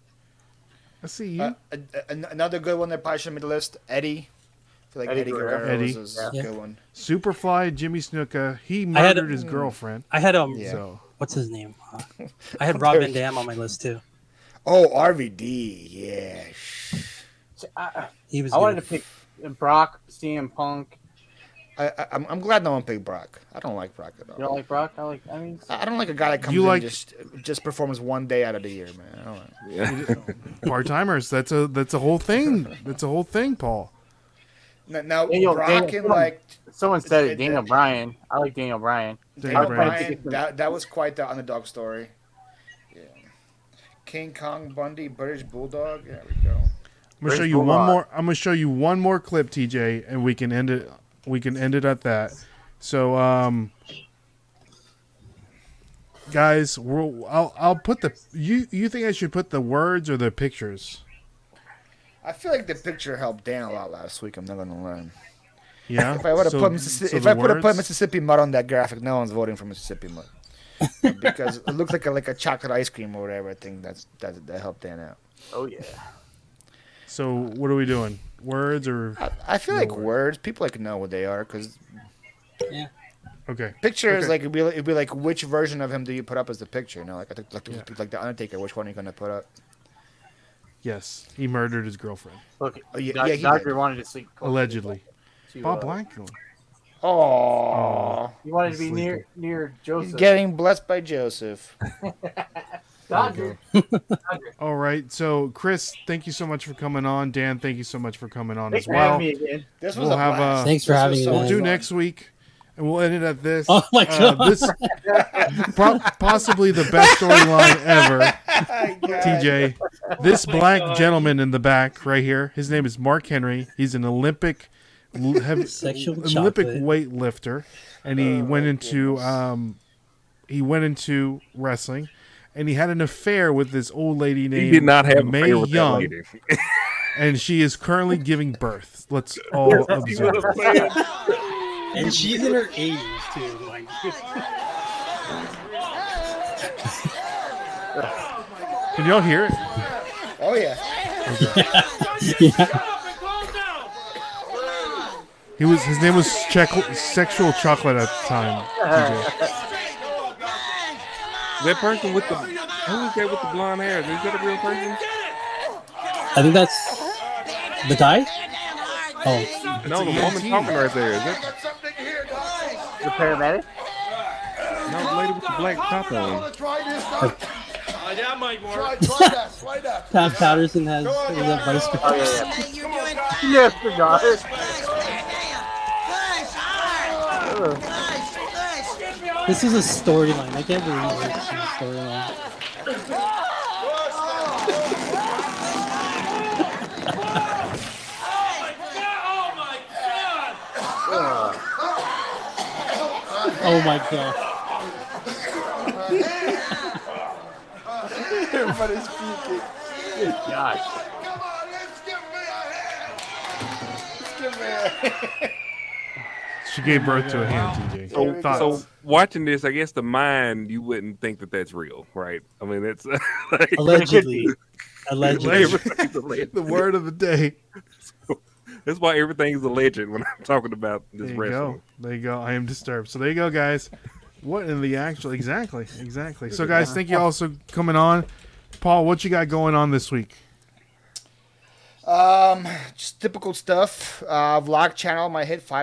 Speaker 3: I see you.
Speaker 2: Uh, a- a- an- another good one that probably should be the list. Eddie. I feel like Eddie,
Speaker 4: Eddie
Speaker 2: Guerrero
Speaker 3: Guerrero.
Speaker 2: is
Speaker 3: Eddie.
Speaker 2: a
Speaker 6: Yeah.
Speaker 2: good one.
Speaker 3: Superfly Jimmy Snuka. He
Speaker 6: I had-
Speaker 3: murdered his girlfriend.
Speaker 6: I had um,
Speaker 2: Yeah.
Speaker 3: So
Speaker 6: what's his name? Uh, I had Rob Van Dam on my list too.
Speaker 2: Oh, RVD. Yeah.
Speaker 4: I,
Speaker 6: He was.
Speaker 4: I wanted to
Speaker 6: good.
Speaker 4: pick Brock, CM Punk.
Speaker 2: I, I, I'm, I'm glad no one picked Brock. I don't like Brock at all.
Speaker 4: You don't like Brock? I like. I mean,
Speaker 2: I I don't like a guy that comes
Speaker 3: You
Speaker 2: in
Speaker 3: like-
Speaker 2: and just just performs one day out of the year, man. I don't like-
Speaker 1: Yeah.
Speaker 3: part timers. That's a that's a whole thing. That's a whole thing, Paul.
Speaker 2: Now, now
Speaker 4: Daniel-
Speaker 2: Brock
Speaker 4: Daniel-
Speaker 2: and like
Speaker 4: Someone said it, Daniel Bryan. I like Daniel Bryan. I
Speaker 2: Daniel
Speaker 4: was trying to think
Speaker 2: Bryan,
Speaker 4: of-
Speaker 2: that that was quite the underdog story. Yeah. King Kong Bundy, British Bulldog. There we go.
Speaker 3: I'm gonna show
Speaker 4: British
Speaker 3: you one
Speaker 4: Bulldog.
Speaker 3: more. I'm gonna show you one more clip, TJ, and we can end it. We can end it at that. So, um, guys, we'll, I'll I'll put the you. You think I should put the words or the pictures?
Speaker 2: I feel like the picture helped Dan a lot last week. I'm not gonna lie.
Speaker 3: Yeah.
Speaker 2: If I would have
Speaker 3: So-
Speaker 2: put Mississi-
Speaker 3: so
Speaker 2: if
Speaker 3: the
Speaker 2: I would have put
Speaker 3: words?
Speaker 2: Mississippi mud on that graphic, no one's voting for Mississippi mud because it looks like a, like a chocolate ice cream or whatever. I think that's that that helped Dan out.
Speaker 4: Oh yeah.
Speaker 3: So, what are we doing? Words or
Speaker 2: I, I feel like words people like know what they are because
Speaker 3: okay?
Speaker 2: picture is
Speaker 3: Okay.
Speaker 2: like it'd be, it'd be like which version of him do you put up as the picture? You know, like I think- like, the- like the Undertaker, which one are you gonna put up?
Speaker 3: Yes, he murdered his girlfriend
Speaker 4: Look,
Speaker 2: Oh, yeah,
Speaker 4: doc-
Speaker 2: yeah, he
Speaker 4: doctor
Speaker 2: did.
Speaker 4: wanted to sleep.
Speaker 3: allegedly.
Speaker 4: to,
Speaker 3: Bob
Speaker 4: uh,
Speaker 3: Blanco.
Speaker 2: Oh,
Speaker 4: He wanted to be
Speaker 3: He's
Speaker 4: near near
Speaker 2: he's
Speaker 4: Joseph.
Speaker 2: getting blessed by Joseph.
Speaker 4: Dodger.
Speaker 3: All right. So, Chris, thank you so much for coming on. Dan, thank you so much for coming on
Speaker 4: Thanks
Speaker 3: as
Speaker 4: for having
Speaker 3: well.
Speaker 4: me again.
Speaker 2: This was
Speaker 3: We'll
Speaker 2: a
Speaker 3: have,
Speaker 2: blast.
Speaker 3: uh,
Speaker 6: Thanks for
Speaker 2: This was
Speaker 6: having me,
Speaker 2: so
Speaker 6: man.
Speaker 3: We'll do
Speaker 2: fun.
Speaker 3: next week, and we'll end it at this. Uh,
Speaker 6: Oh my God.
Speaker 3: this pro- possibly the best storyline ever. TJ, this black gentleman in the back right here. His name is Mark Henry. He's an Olympic, l- heavy,
Speaker 6: Sexual
Speaker 3: Olympic
Speaker 6: chocolate.
Speaker 3: weightlifter, and he went into um, he went into wrestling, and he had an affair with this old lady named
Speaker 1: He did not have
Speaker 3: May
Speaker 1: May with
Speaker 3: Young,
Speaker 1: that lady.
Speaker 3: and she is currently giving birth. Let's all observe.
Speaker 6: And she's in her 80s, too. Like,
Speaker 3: Can y'all hear it?
Speaker 2: Oh yeah.
Speaker 3: He was his name was Chec- sexual chocolate at the time. TJ.
Speaker 1: That person with the who is that with the blonde hair? Is that a real person?
Speaker 6: I think that's the guy? Oh,
Speaker 1: No, the woman talking right there. Is that
Speaker 4: The paramedic.
Speaker 1: no the lady with the black top on?
Speaker 6: Pat Patterson has is that vice
Speaker 4: Oh yeah. yeah. Yes, the guy.
Speaker 6: This is a storyline. I can't believe this is a storyline. Oh my god.
Speaker 4: Gosh.
Speaker 3: She gave birth to a hand. TJ.
Speaker 1: So,
Speaker 3: Thoughts?
Speaker 1: so watching this, I guess the mind you wouldn't think that that's real, right? I mean, that's like,
Speaker 6: Allegedly. Allegedly.
Speaker 1: everything's a legend.
Speaker 3: the word of the day.
Speaker 1: That's why everything is a legend when I'm talking about
Speaker 3: There
Speaker 1: this
Speaker 3: you
Speaker 1: wrestling.
Speaker 3: go. There you go. I am disturbed. So there you go, guys. What in the actual? Exactly. Exactly. So guys, thank you all for coming on. Paul, what you got going on this week?
Speaker 2: Just typical stuff. Uh, vlog channel might hit five.